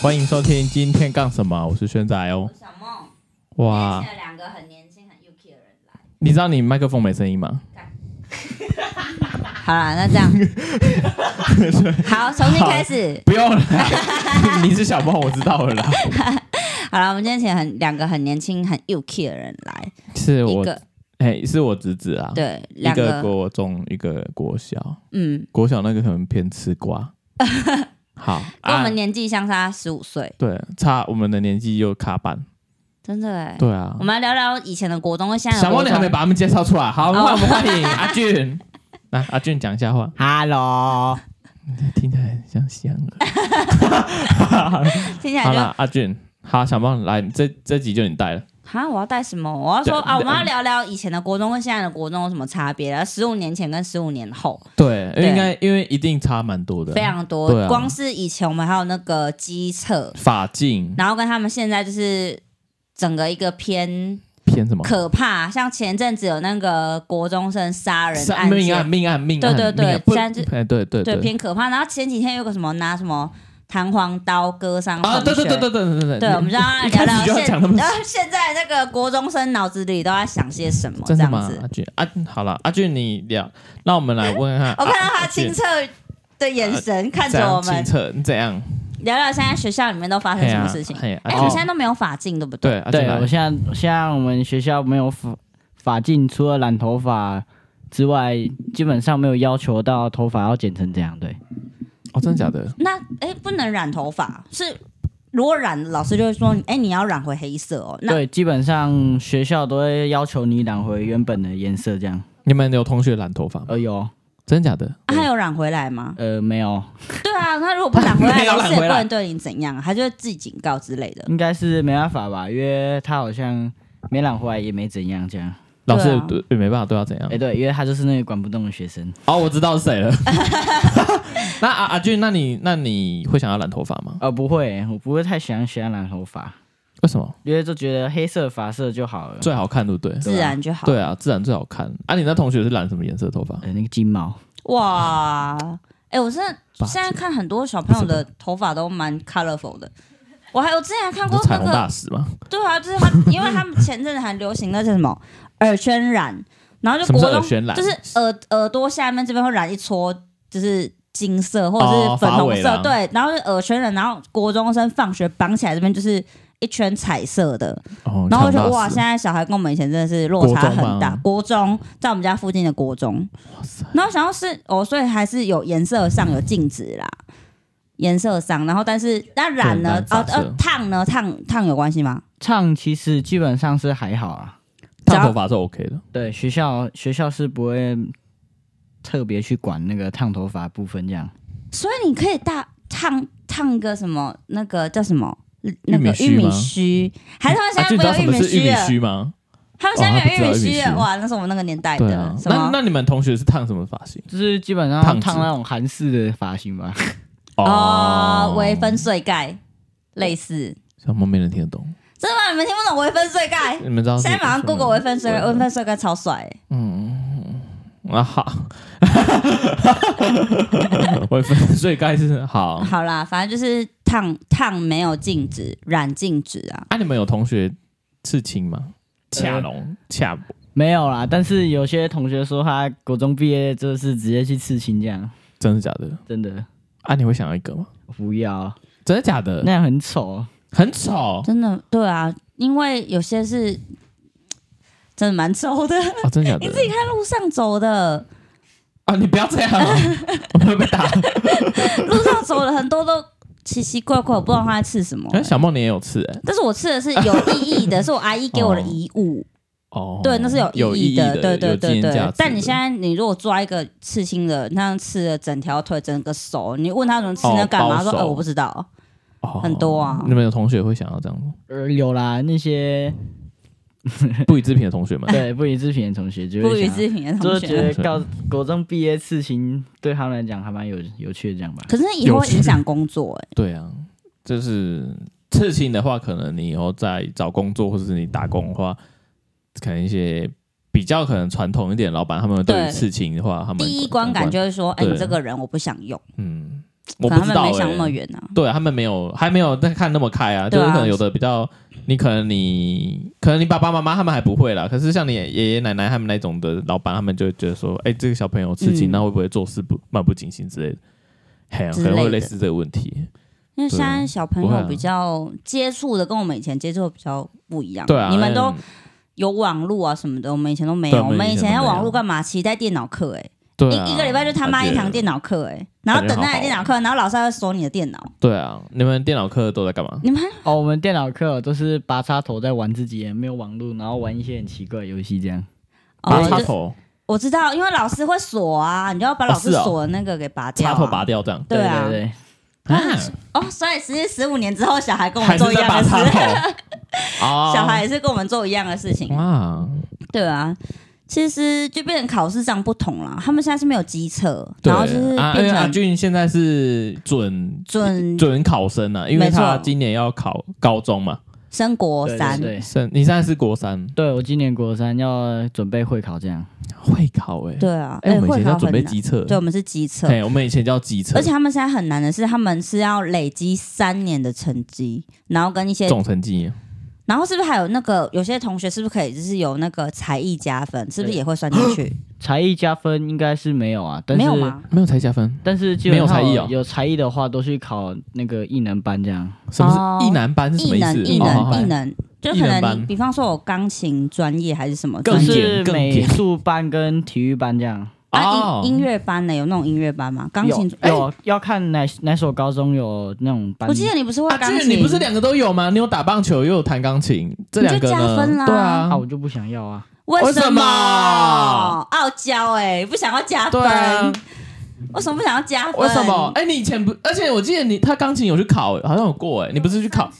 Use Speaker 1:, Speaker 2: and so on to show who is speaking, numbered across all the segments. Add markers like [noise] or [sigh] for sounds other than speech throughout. Speaker 1: 欢迎收听今天干什么？我是轩仔哦
Speaker 2: 我。小梦，
Speaker 1: 哇，
Speaker 2: 现在两个很年轻、很 UK 的人来。
Speaker 1: 你知道你麦克风没声音
Speaker 2: [laughs]
Speaker 1: 吗？
Speaker 2: 好了，那
Speaker 1: [laughs]
Speaker 2: 这样，好，重新开始。
Speaker 1: 不用了， [laughs] 你是小猫，我知道了啦。
Speaker 2: 好了，我们今天请很两个很年轻、很 UK 的人来，
Speaker 1: 是
Speaker 2: 一
Speaker 1: 我，
Speaker 2: 个
Speaker 1: 哎，是我侄子啊。，
Speaker 2: 对，
Speaker 1: 一
Speaker 2: 两
Speaker 1: 个
Speaker 2: 个，
Speaker 1: 国中，一个国小。
Speaker 2: 嗯，
Speaker 1: 国小那个可能偏吃
Speaker 2: [laughs]
Speaker 1: 瓜。好，
Speaker 2: 跟我
Speaker 1: 啊
Speaker 2: 们年纪相差十五岁，
Speaker 1: 对差我们的年纪又卡板。
Speaker 2: 真的哎。
Speaker 1: 对啊
Speaker 2: 我，们来聊聊以前的国中跟现在的
Speaker 1: 小
Speaker 2: 国
Speaker 1: 猫你还没
Speaker 2: 中。
Speaker 1: 把他们介绍出来。好，
Speaker 2: 哦
Speaker 1: 那我们欢迎阿俊。 [laughs] 来，阿俊讲一下话，
Speaker 3: Hello，
Speaker 1: 听起来很像香啊了。
Speaker 2: 听起来
Speaker 1: 好
Speaker 2: 就
Speaker 1: 啦，阿俊，好，小猫来，这这集就你带了。
Speaker 2: 哈，我要带什么？我要说
Speaker 1: 对
Speaker 2: 啊，我们要聊聊以前的国中跟现在的国中有什么差别，然后十五年前跟十五年后
Speaker 1: 对，因为
Speaker 2: 对
Speaker 1: 应该因为一定差蛮多的，
Speaker 2: 非常多
Speaker 1: 对啊。
Speaker 2: 光是以前我们还有那个机测，
Speaker 1: 法镜
Speaker 2: 然后跟他们现在就是整个一个偏
Speaker 1: 偏什么
Speaker 2: 可怕，像前阵子有那个国中生杀人
Speaker 1: 杀
Speaker 2: 案
Speaker 1: 啊命案
Speaker 2: 件，
Speaker 1: 命案命案，
Speaker 2: 对对对
Speaker 1: 命案不
Speaker 2: 现在就
Speaker 1: 哎对对
Speaker 2: 对偏可怕。然后前几天有个什么拿什么弹簧刀割伤
Speaker 1: 啊，对
Speaker 2: 同学
Speaker 1: 对对对对对对
Speaker 2: 对
Speaker 1: [laughs]
Speaker 2: 我们就要
Speaker 1: 一开
Speaker 2: 聊
Speaker 1: 始就
Speaker 2: 聊
Speaker 1: 要讲那
Speaker 2: 现，
Speaker 1: 么
Speaker 2: 然后现在那个国中生脑子里都在想些什么这
Speaker 1: [laughs] 真的
Speaker 2: 样
Speaker 1: 吗？啊
Speaker 2: 子。，
Speaker 1: 阿俊，阿好了，阿俊你聊，那我们来问一下
Speaker 2: 我看到
Speaker 1: 阿
Speaker 2: 他
Speaker 1: 俊
Speaker 2: 清澈的眼神看
Speaker 1: 怎
Speaker 2: 着我
Speaker 1: 样清
Speaker 2: 们，
Speaker 1: 澈，你怎样？
Speaker 2: 聊聊现在学校里面都发生
Speaker 1: 嘿
Speaker 2: 什
Speaker 1: 啊
Speaker 2: 么事情。
Speaker 1: 嘿啊
Speaker 2: 哎，我
Speaker 1: 阿俊
Speaker 2: 们现在都没有法镜，对不对？
Speaker 1: 对阿俊
Speaker 3: 对
Speaker 1: 啊来
Speaker 3: 我现在现在我们学校没有法法镜，除了染头发之外，基本上没有要求到头发要剪成这样。对，
Speaker 1: 哦，真的假的？
Speaker 2: 那哎，不能染头发，是如果染，老师就会说，哎，你要染回黑色哦。那
Speaker 3: 对，基本上学校都会要求你染回原本的颜色，这样。
Speaker 1: 你们有同学染头发吗？
Speaker 3: 呃，有，
Speaker 1: 真的假的？
Speaker 2: 啊他有染回来吗？
Speaker 3: 呃，没有，
Speaker 2: 对啊，他如果不染回来，
Speaker 1: [laughs] 没有
Speaker 2: 老
Speaker 1: 染
Speaker 2: 师也
Speaker 1: 回
Speaker 2: 不
Speaker 1: 来嗯
Speaker 2: 能对你怎样，啊他就会自己警告之类的。
Speaker 3: 应该是没办法吧，因为他好像没染回来也没怎样，这样。
Speaker 1: 老师
Speaker 2: 对啊
Speaker 1: 也也没办法对他怎样
Speaker 3: 哎、？对，因为他就是那个管不动的学生。
Speaker 1: 哦，我知道是谁了。 [laughs] 那阿阿俊，那你那你会想要染头发吗？
Speaker 3: 呃，不会，我不会太喜欢喜欢染头发，
Speaker 1: 为什么？
Speaker 3: 因为就觉得黑色发色就好了。
Speaker 1: 最好看，对不对？
Speaker 2: 自然就好。
Speaker 1: 对啊，自然最好看。啊，你那同学是染什么颜色的头发？
Speaker 3: 呃，那个金毛。
Speaker 2: 哇，哎、我真的
Speaker 1: 八戒
Speaker 2: 现在看很多小朋友的头发都蛮 colorful 的。我还有之前还看
Speaker 1: 你
Speaker 2: 过
Speaker 1: 是彩
Speaker 2: 那
Speaker 1: 虹
Speaker 2: 个，
Speaker 1: 大使吗？
Speaker 2: 对啊，就是他，因为他们前阵子还流行那叫
Speaker 1: [laughs]
Speaker 2: 什么耳圈染，然后就
Speaker 1: 什么
Speaker 2: 国
Speaker 1: 是耳
Speaker 2: 中
Speaker 1: 圈染？
Speaker 2: 就是耳耳朵下面这边会染一撮，就是金色或者是粉
Speaker 1: 哦发
Speaker 2: 红
Speaker 1: 尾
Speaker 2: 色，
Speaker 1: 啦
Speaker 2: 对，然后是耳圈染，然后国中生放学绑起来这边就是一圈彩色的，
Speaker 1: 哦，
Speaker 2: 然后我觉得
Speaker 1: 彩虹大
Speaker 2: 哇，
Speaker 1: 使
Speaker 2: 现在小孩跟我们以前真的是落差很大。国中在我们家附近的国中，然后想要是哦，所以还是有颜色上有禁止啦，颜色上。然后但是那染呢？
Speaker 1: 对
Speaker 2: 哦
Speaker 1: 染发色
Speaker 2: 呃，烫呢？烫烫有关系吗？
Speaker 3: 唱其实基本上是还好啊。
Speaker 1: 烫头发是 OK 的。
Speaker 3: 对，学校学校是不会特别去管那个烫头发部分这样。
Speaker 2: 所以你可以大烫烫个什么那个叫什么？
Speaker 1: 玉
Speaker 2: 那
Speaker 1: 米
Speaker 2: 个
Speaker 1: 须
Speaker 2: 玉米
Speaker 1: 吗
Speaker 2: 须，还是他们现
Speaker 1: 啊，
Speaker 2: 在
Speaker 1: 就你知道
Speaker 2: 没
Speaker 1: 什
Speaker 2: 有
Speaker 1: 么
Speaker 2: 米
Speaker 1: 是玉
Speaker 2: 须
Speaker 1: 米
Speaker 2: 了？
Speaker 1: 须吗？
Speaker 2: 他们现在没有
Speaker 1: 哦他不知道玉米
Speaker 2: 须
Speaker 1: 须
Speaker 2: 了，哇，那是我们那个年代
Speaker 1: 对
Speaker 2: 的
Speaker 1: 啊。。
Speaker 2: 哎什
Speaker 1: 那
Speaker 2: 么？
Speaker 1: 那你们同学是烫什么发型？
Speaker 3: 就是基本上
Speaker 1: 烫
Speaker 3: 烫
Speaker 1: 子
Speaker 3: 那种韩式的发型吧。 [laughs]
Speaker 2: 哦，微分碎盖类似，
Speaker 1: 小猫没人听得懂，
Speaker 2: 真的吗？你们听不懂微分碎盖？
Speaker 1: 你们知道是？啊
Speaker 2: 现在马上 Google 微分碎
Speaker 1: 微
Speaker 2: 盖，
Speaker 1: 分
Speaker 2: 微分碎盖超帅欸、
Speaker 1: 啊好， [laughs] 微分所以该是好。
Speaker 2: 好啦，反正就是烫烫没有禁止，染禁止啊。
Speaker 1: 啊，你们有同学刺青
Speaker 2: 呃
Speaker 1: 吗？恰龙恰
Speaker 3: 没有啦，但是有些同学说他国中毕业就是直接去刺青这样，
Speaker 1: 真的假的？
Speaker 3: 真的
Speaker 1: 啊，你会想要一个吗？
Speaker 3: 不要，
Speaker 1: 真的假的？
Speaker 3: 那样很丑。
Speaker 1: 很丑
Speaker 2: 真的，对啊，因为有些是真的蛮丑的， [laughs]
Speaker 1: 哦，真的假的？
Speaker 2: 在路上走的，
Speaker 1: [laughs] 啊，你不要这样
Speaker 2: [laughs]
Speaker 1: 啊，我会被打。
Speaker 2: 路上走的很多都奇奇怪怪，我不知道他在吃什么欸、
Speaker 1: 哎，小梦你也有刺哎、
Speaker 2: 但是我吃的是有意义
Speaker 1: [laughs]
Speaker 2: 的，是我阿姨给我的遗物，
Speaker 1: 哦，
Speaker 2: 对，那是
Speaker 1: 有
Speaker 2: 意
Speaker 1: 义
Speaker 2: 的，对对
Speaker 1: 有纪
Speaker 2: 对
Speaker 1: 念价值
Speaker 2: 对
Speaker 1: 的。
Speaker 2: 但你现在你如果抓一个刺青的，那样刺了整条腿、整个手，你问他怎么吃那
Speaker 1: 哦
Speaker 2: 干嘛？
Speaker 1: 包
Speaker 2: 他说：“呃，
Speaker 1: 手
Speaker 2: 我不知道。”
Speaker 1: 哦
Speaker 2: 很多啊
Speaker 1: 你们有同学会想要这样吗？
Speaker 3: 呃，有啦，那些 [laughs]
Speaker 1: 不予置评的同学们，
Speaker 3: 对不予置评的同学就
Speaker 2: 不
Speaker 3: 会
Speaker 2: 予
Speaker 3: 想要，
Speaker 2: 置评的
Speaker 3: 就
Speaker 2: 同
Speaker 3: 是
Speaker 2: 学。
Speaker 3: 觉得高 [laughs] 国中毕业刺青对他们来讲还蛮有有趣的这样吧。
Speaker 2: 可是以后会影响
Speaker 1: [laughs]
Speaker 2: 工作、欸，
Speaker 1: 对啊，就是刺青的话，可能你以后在找工作或者是你打工的话，可能一些比较可能传统一点的老板，他们对于
Speaker 2: 对
Speaker 1: 刺青的话，他们
Speaker 2: 第一观感就会说，哎、
Speaker 1: 对
Speaker 2: 你这个人我不想用。
Speaker 1: 嗯，我
Speaker 2: 可
Speaker 1: 不
Speaker 2: 能他
Speaker 1: 知
Speaker 2: 们
Speaker 1: 道、
Speaker 2: 没
Speaker 1: 欸，
Speaker 2: 想那么远啊。
Speaker 1: 对他们没有，还没有在看那么开啊，
Speaker 2: 对
Speaker 1: 就
Speaker 2: 啊
Speaker 1: 是可能有的比较，你可能你可能你爸爸妈妈他们还不会啦，可是像你爷爷奶奶他们那种的老板，他们就会觉得说，哎、这个小朋友刺青，
Speaker 2: 嗯
Speaker 1: 那会不会做事不漫不经心之类的？嘿啊、
Speaker 2: 之
Speaker 1: 可
Speaker 2: 类的
Speaker 1: 能会类似这个问题。
Speaker 2: 因为现在小朋
Speaker 1: 不会啊
Speaker 2: 友比较接触的跟我们以前接触的比较不一样，
Speaker 1: 对啊，
Speaker 2: 你们都
Speaker 1: 嗯
Speaker 2: 有网络啊什么的，我们以前都没
Speaker 1: 对
Speaker 2: 有，
Speaker 1: 我
Speaker 2: 我
Speaker 1: 们
Speaker 2: 们
Speaker 1: 以
Speaker 2: 以
Speaker 1: 前都
Speaker 2: 前要
Speaker 1: 没有
Speaker 2: 网络干嘛？期待电脑课哎、
Speaker 1: 对啊
Speaker 2: 一一个礼拜就他妈一堂电
Speaker 1: 脑。
Speaker 2: 脑课哎，然后等
Speaker 1: 感觉
Speaker 2: 待
Speaker 1: 好好
Speaker 2: 你电脑课，然后老师还会锁你的电脑。
Speaker 1: 对啊，你们电脑课都在干嘛？
Speaker 2: 你们
Speaker 3: 哦，我们电脑课都是拔插头在玩自己的，没有网络，然后玩一些很奇怪的游戏这样。
Speaker 1: 拔
Speaker 2: 我
Speaker 1: 啊插
Speaker 2: 就
Speaker 1: 头，
Speaker 2: 哦我知道，因为老师会锁啊，你就要把老师
Speaker 1: 哦是哦
Speaker 2: 锁的那个给拔掉、啊
Speaker 1: 插头拔掉这样。
Speaker 2: 对啊
Speaker 3: 对
Speaker 1: 啊，
Speaker 2: 哦，所以实际十五年之后，小孩跟我
Speaker 1: 还
Speaker 2: 们
Speaker 1: 是
Speaker 2: 做一
Speaker 1: 在
Speaker 2: 样
Speaker 1: 拔
Speaker 2: 的
Speaker 1: 插头
Speaker 2: 事，。 [laughs]
Speaker 1: 哦
Speaker 2: 小孩也是跟我们做一样的事情，
Speaker 1: 哇，
Speaker 2: 对啊。其实就变成考试上不同了，他们现在是没有机测，
Speaker 1: 对
Speaker 2: 然后就是
Speaker 1: 啊，因为
Speaker 2: 变
Speaker 1: 阿
Speaker 2: 成
Speaker 1: 俊现在是准
Speaker 2: 准
Speaker 1: 准考生啊，因为
Speaker 2: 没错
Speaker 1: 他今年要考高中嘛。
Speaker 2: 升国
Speaker 3: 对
Speaker 2: 三，
Speaker 3: 对对
Speaker 1: 是，你现在是国三
Speaker 3: 对，我今年国三要准备会考这样。
Speaker 1: 会考哎、
Speaker 2: 对啊，
Speaker 1: 哎、我们以
Speaker 2: 会
Speaker 1: 前要
Speaker 2: 考
Speaker 1: 准
Speaker 2: 很
Speaker 1: 备
Speaker 2: 难，
Speaker 1: 机测，
Speaker 2: 对，我们是机测，
Speaker 1: 哎，我们以前叫机测，
Speaker 2: 而且他们现在很难的是，他们是要累积三年的成绩，然后跟一些，
Speaker 1: 总成绩
Speaker 2: 然后是不是还有那个有些同学是不是可以就是有那个才艺加分，是不是
Speaker 3: 对
Speaker 2: 也会算进去？
Speaker 3: 才艺加分应该是没有啊，但是
Speaker 2: 没有？吗？
Speaker 1: 没有才加分。
Speaker 3: 但是基本
Speaker 1: 没有才
Speaker 3: 上
Speaker 1: 艺哦
Speaker 3: 有才艺的话都去考那个艺能班这样。
Speaker 1: 什么
Speaker 2: 哦
Speaker 1: 是一男班是什么
Speaker 2: 艺
Speaker 1: 意
Speaker 2: 能
Speaker 1: 思？
Speaker 2: 艺
Speaker 1: 哦好好
Speaker 2: 能
Speaker 1: 好
Speaker 2: 艺能，就
Speaker 1: 艺
Speaker 2: 可
Speaker 1: 能
Speaker 2: 能
Speaker 1: 班
Speaker 2: 你比方说我钢琴专业还是什么
Speaker 1: 更
Speaker 2: 专
Speaker 3: 就
Speaker 2: 业
Speaker 1: 严
Speaker 3: 是
Speaker 1: 更
Speaker 3: 美
Speaker 1: 严
Speaker 3: 术班跟体育班这样。
Speaker 2: 啊
Speaker 1: 哦
Speaker 2: 音音乐班呢？有那种音乐班吗？钢琴
Speaker 3: 有有要看 E 哪哪所高中有那种班。
Speaker 2: 我记得你不是会
Speaker 1: 啊，
Speaker 2: 钢
Speaker 1: 这
Speaker 2: 琴，
Speaker 1: 你不是两个都有吗？你有打棒球，又有弹钢琴，这
Speaker 2: 你
Speaker 1: 两
Speaker 2: 就
Speaker 1: 个
Speaker 2: 加
Speaker 1: 呢？
Speaker 2: 分啦
Speaker 1: 对啊
Speaker 3: 啊，，我就不想要啊。
Speaker 1: 为
Speaker 2: 为
Speaker 1: 什
Speaker 2: 什
Speaker 1: 么
Speaker 2: 么傲娇？哎，不想要加分
Speaker 1: 对，啊，
Speaker 2: 为什么不想要加分？
Speaker 1: 为什么？？哎，你以前不，而且我记得你他钢琴有去考，好像有过哎，你不是去
Speaker 2: 啊
Speaker 1: 考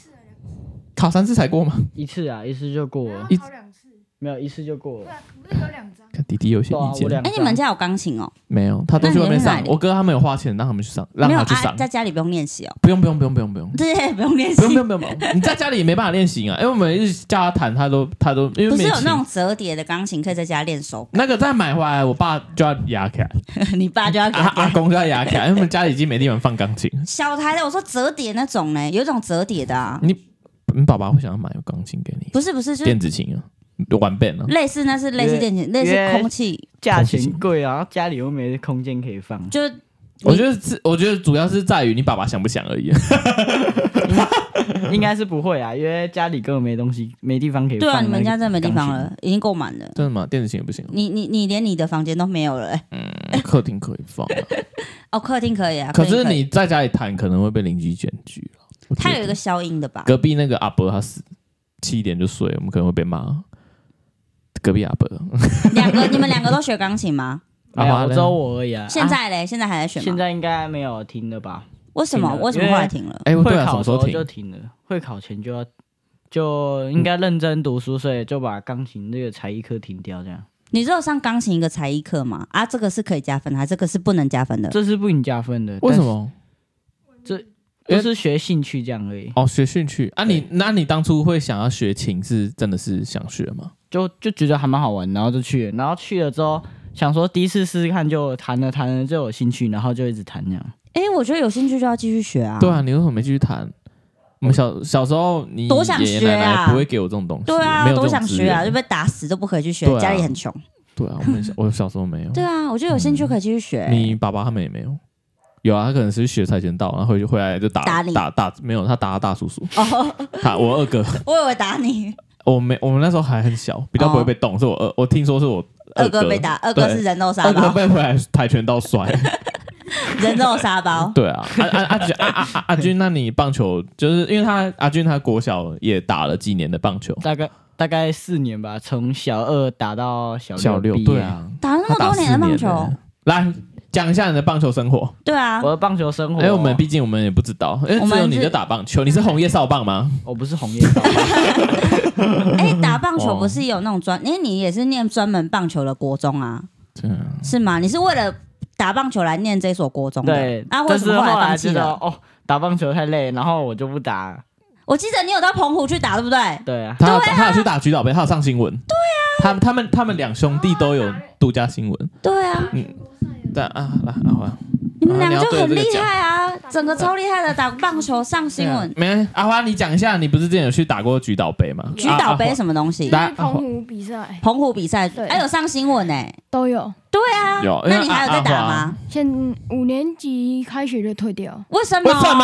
Speaker 1: 考三次才过吗？
Speaker 3: 一次啊，一次就过了，
Speaker 1: 一
Speaker 4: 一考两次，
Speaker 3: 没有一次就过
Speaker 4: 对
Speaker 3: 了。
Speaker 4: 啊，不是有两张？
Speaker 1: 看弟弟有些
Speaker 3: 对啊
Speaker 1: 意，
Speaker 3: 我
Speaker 1: 见
Speaker 3: 两
Speaker 2: 哎，你们家有钢琴哦？
Speaker 1: 没有，他都去
Speaker 2: 那你
Speaker 1: 外面
Speaker 2: 在哪
Speaker 1: 上。
Speaker 2: 里
Speaker 1: 我哥他们有花钱让他们去上，让
Speaker 2: 没有
Speaker 1: 他去
Speaker 2: 啊
Speaker 1: 上，。
Speaker 2: 在家里不用练习哦，
Speaker 1: 不用不用不用不用不用。
Speaker 2: 这些也不用练习
Speaker 1: 不。用不用不用，不用你在家里也没办法练习啊，因为我们一直叫他弹，他都他都因为
Speaker 2: 不是
Speaker 1: 没
Speaker 2: 有
Speaker 1: 琴
Speaker 2: 那种折叠的钢琴可以在家
Speaker 1: [laughs]
Speaker 2: 练手，
Speaker 1: 那个再买回来，我爸就要压起来，
Speaker 2: 你爸就要给
Speaker 1: 阿
Speaker 2: 他
Speaker 1: 阿公就要压起来，因为我们家里已经没地方放钢琴。
Speaker 2: 小台的。我说折叠那种呢，有一种折叠的啊，
Speaker 1: 你爸爸会想要买个钢琴给你，
Speaker 2: 不是不是，就是
Speaker 1: 嗯电子琴啊，玩遍了。
Speaker 2: 类似那是类似电琴，类
Speaker 3: 约
Speaker 2: 似空气，
Speaker 3: 价钱贵啊，然后家里又没空间可以放。
Speaker 1: [laughs]
Speaker 2: 就是
Speaker 1: 我觉得是，我觉得主要是在于你爸爸想不想而已。
Speaker 3: 应该是不会啊，因为家里根本没东西，没地方可以放。
Speaker 2: 对啊，你们家真的没地方。了，已经够满了。
Speaker 1: 真的吗？电子琴也不行，
Speaker 2: 你你你连你的房间都没有了、欸
Speaker 1: 嗯，客厅可以放啊、
Speaker 2: 哦，客厅可以啊，
Speaker 1: 可
Speaker 2: 客
Speaker 1: 是
Speaker 2: 厅以
Speaker 1: 你在家里弹可能会被邻居检举了我觉
Speaker 2: 它
Speaker 1: 得
Speaker 2: 有一个消音的吧？
Speaker 1: 隔壁那个阿伯他死七点就睡，我们可能会被骂。隔壁阿伯，
Speaker 2: 两个你们两个都学钢
Speaker 1: [laughs]
Speaker 2: 琴吗？
Speaker 3: 没有，我只有我而已啊。
Speaker 2: 现
Speaker 3: 啊
Speaker 2: 在嘞，现在还在学吗？
Speaker 3: 现在应该没有停了吧？
Speaker 2: 为什么
Speaker 3: 停了
Speaker 2: 为什么
Speaker 3: 因
Speaker 2: 后
Speaker 3: 为
Speaker 2: 来停了？
Speaker 1: 哎、我
Speaker 3: 会
Speaker 1: 对啊，什
Speaker 3: 考
Speaker 1: 么
Speaker 3: 的
Speaker 1: 时
Speaker 3: 时
Speaker 1: 候
Speaker 3: 候
Speaker 1: 停
Speaker 3: 就？停了，会考前就要就应该认真读书，所以就把钢琴这个才艺课停掉。这样，
Speaker 2: 你只有上钢琴一个才艺课吗？啊，这个是可以加分的，还是这个是不能加分的？
Speaker 3: 这是不能加分的。
Speaker 1: 为什？么？
Speaker 3: 但是就是学兴趣这样而已，
Speaker 1: 哦，学兴趣啊你？那你当初会想要学琴，是真的是想学吗？
Speaker 3: 就就觉得还蛮好玩，然后就去了，然后去了之后想说第一次试试看，就弹了弹了就有兴趣，然后就一直弹这样。
Speaker 2: 哎、我觉得有兴趣就要继续学啊。
Speaker 1: 对啊，你为什么没继续弹？我们小小时候，你
Speaker 2: 多想
Speaker 1: 爷爷奶
Speaker 2: 学啊
Speaker 1: 奶不会给我这种东西，
Speaker 2: 对啊
Speaker 1: 没有这
Speaker 2: 多
Speaker 1: 种
Speaker 2: 想
Speaker 1: 资
Speaker 2: 学啊，
Speaker 1: 源
Speaker 2: 就被打死都不可以去学，
Speaker 1: 对啊
Speaker 2: 家里很穷。
Speaker 1: 对啊，我们小我小时候没有
Speaker 2: 对，啊，我觉得有兴趣可以继续学、
Speaker 1: 你爸爸他们也没有。有啊，他可能是学跆拳道，然后回去回来就打
Speaker 2: 打你
Speaker 1: 打打，没有他打他大叔叔，
Speaker 2: 哦， [laughs]
Speaker 1: 他我二哥，
Speaker 2: 我以为打你，
Speaker 1: 我没我们那时候还很小，比较不会被动，是我二，我听说是我
Speaker 2: 哦二
Speaker 1: 哥
Speaker 2: 哥被打，二哥
Speaker 1: 对
Speaker 2: 是人肉沙
Speaker 1: 二哥
Speaker 2: 包，
Speaker 1: 被回来跆拳道
Speaker 2: [laughs]
Speaker 1: 摔，
Speaker 2: 人肉沙包。
Speaker 1: 对啊，阿阿阿阿阿阿阿军，那你棒球就是因为他阿军他国小也打了几年的棒球，
Speaker 3: 大概大概四年吧，从小二打到小
Speaker 1: 小六
Speaker 3: 六毕业
Speaker 1: 对。啊，
Speaker 2: 打了那
Speaker 1: 他
Speaker 2: 么
Speaker 1: 打
Speaker 2: 多
Speaker 1: 四
Speaker 2: 年的棒球
Speaker 1: 了，来讲一下你的棒球生活。[laughs]
Speaker 2: 对啊，
Speaker 1: 哦
Speaker 3: 我的棒球生活，
Speaker 1: 因哎为我们毕竟我们也不知道，因为
Speaker 2: 我
Speaker 1: 只
Speaker 2: 们
Speaker 1: 有你
Speaker 2: 是
Speaker 1: 在打棒球，你是红叶少棒
Speaker 3: [laughs]
Speaker 1: 吗？
Speaker 3: 我不是红叶
Speaker 1: [laughs]
Speaker 3: 少，
Speaker 2: 哎、打棒球
Speaker 1: 哦
Speaker 2: 不是有那种专？因为你也是念专门棒球的国中啊，
Speaker 1: 对啊，
Speaker 2: 是吗？你是为了打棒球来念这所国中的？
Speaker 3: 对，
Speaker 2: 啊，为
Speaker 3: 但
Speaker 2: 什
Speaker 3: 是
Speaker 2: 么
Speaker 3: 后
Speaker 2: 来
Speaker 3: 来
Speaker 2: 放弃
Speaker 3: 知道
Speaker 2: 了？
Speaker 3: 哦，打棒球太累，然后我就不打。
Speaker 2: 我记得你有到澎湖去打，对不对？
Speaker 3: 对啊，
Speaker 1: 他有他有去打菊岛杯，他有上新闻。对啊，他他们他们两兄弟都有独家新闻。
Speaker 2: 对啊，
Speaker 1: 嗯
Speaker 4: 全国上有
Speaker 1: 但啊，来啊，好啊
Speaker 2: 你们两
Speaker 1: 啊
Speaker 2: 个
Speaker 1: 你要
Speaker 2: 就
Speaker 1: 对
Speaker 2: 很
Speaker 1: 这
Speaker 2: 厉
Speaker 1: 个讲
Speaker 2: 害啊，整个超厉害的，打棒球上新闻。
Speaker 1: 啊没关系阿花，你讲一下，你不是之前有去打过菊岛杯吗？
Speaker 2: 菊岛杯什么东西
Speaker 1: 啊？
Speaker 4: 就是澎湖比赛
Speaker 2: 澎湖比赛，
Speaker 4: 对
Speaker 2: 哎，有上新闻哎。
Speaker 4: 都有。
Speaker 2: 对啊，
Speaker 1: 有
Speaker 2: 那你还有在打
Speaker 1: 因为阿啊
Speaker 2: 吗？
Speaker 4: 现五年级开学就退掉，
Speaker 2: 为什么？
Speaker 1: 为什？么？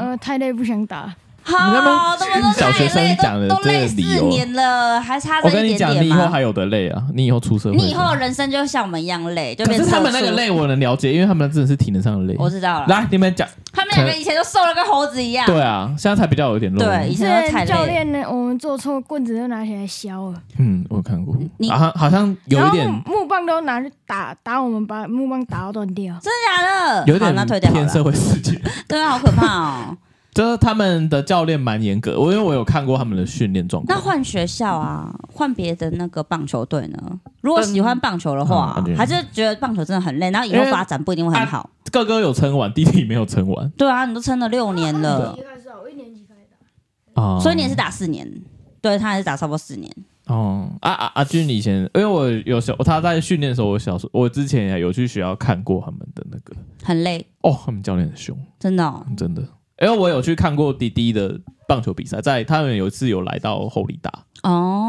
Speaker 4: 呃，太累不想打。
Speaker 1: 你
Speaker 2: 好，
Speaker 1: 那
Speaker 2: 都
Speaker 1: 边
Speaker 2: 都
Speaker 1: 小学生
Speaker 2: 累
Speaker 1: 讲的
Speaker 2: 都都
Speaker 1: 这个
Speaker 2: 累
Speaker 1: 理
Speaker 2: 四
Speaker 1: 由
Speaker 2: 年了，还差这
Speaker 1: 我跟
Speaker 2: 一
Speaker 1: 你
Speaker 2: 点
Speaker 1: 讲，
Speaker 2: 点
Speaker 1: 你以后
Speaker 2: 吗？
Speaker 1: 还有的累啊！你以后出社会，
Speaker 2: 你以后的人生就像我们一样累，就
Speaker 1: 可
Speaker 2: 变
Speaker 1: 是
Speaker 2: 成
Speaker 1: 他们那个
Speaker 2: 社畜，
Speaker 1: 累，我能了解，因为他们真的是体能上的累。
Speaker 2: 我知道了。
Speaker 1: 来，你们讲，
Speaker 2: 他们两个以前都瘦了跟猴子一样，
Speaker 1: 对啊，现在才比较有点肉。
Speaker 2: 对，以
Speaker 4: 之
Speaker 2: 前都太
Speaker 4: 前教
Speaker 2: 累了。
Speaker 4: 练呢，我们做错棍子都拿起来削了，
Speaker 1: 嗯，我有看过
Speaker 2: 你，
Speaker 1: 好像好像有一
Speaker 4: 然后
Speaker 1: 点
Speaker 4: 木木棒都拿去打打我们，把木棒打到断掉。
Speaker 2: 真的假的？
Speaker 1: 有一
Speaker 2: 好那退
Speaker 1: 点
Speaker 2: 掉好
Speaker 1: 偏
Speaker 2: 了。
Speaker 1: 社会事情，
Speaker 2: 对啊，好可怕哦。
Speaker 1: 就是他们的教练蛮严格，我因为我有看过他们的训练状
Speaker 2: 那
Speaker 1: 况。
Speaker 2: 换学校啊，换别的那个棒球队呢？如果喜欢棒球的
Speaker 1: 嗯
Speaker 2: 话
Speaker 1: 感觉，
Speaker 2: 还是觉得棒球真的很累，然后以后发展不一定会很好。
Speaker 1: 哥哥有撑完，弟弟没有撑完
Speaker 2: 对啊，你都撑了六年了，
Speaker 4: 开始哦我一年级开始打。
Speaker 1: 啊，
Speaker 2: 所以你也是打四年，对他也是打差不多四年。
Speaker 1: 哦啊啊啊！俊以前，因为我有小他在训练的时候，我小时候我之前也有去学校看过他们的那个，
Speaker 2: 很累，
Speaker 1: 哦，他们教练很凶，
Speaker 2: 真的、哦。
Speaker 1: 真的。因为我有去看过滴滴的棒球比赛，在他们有一次有来到后里打，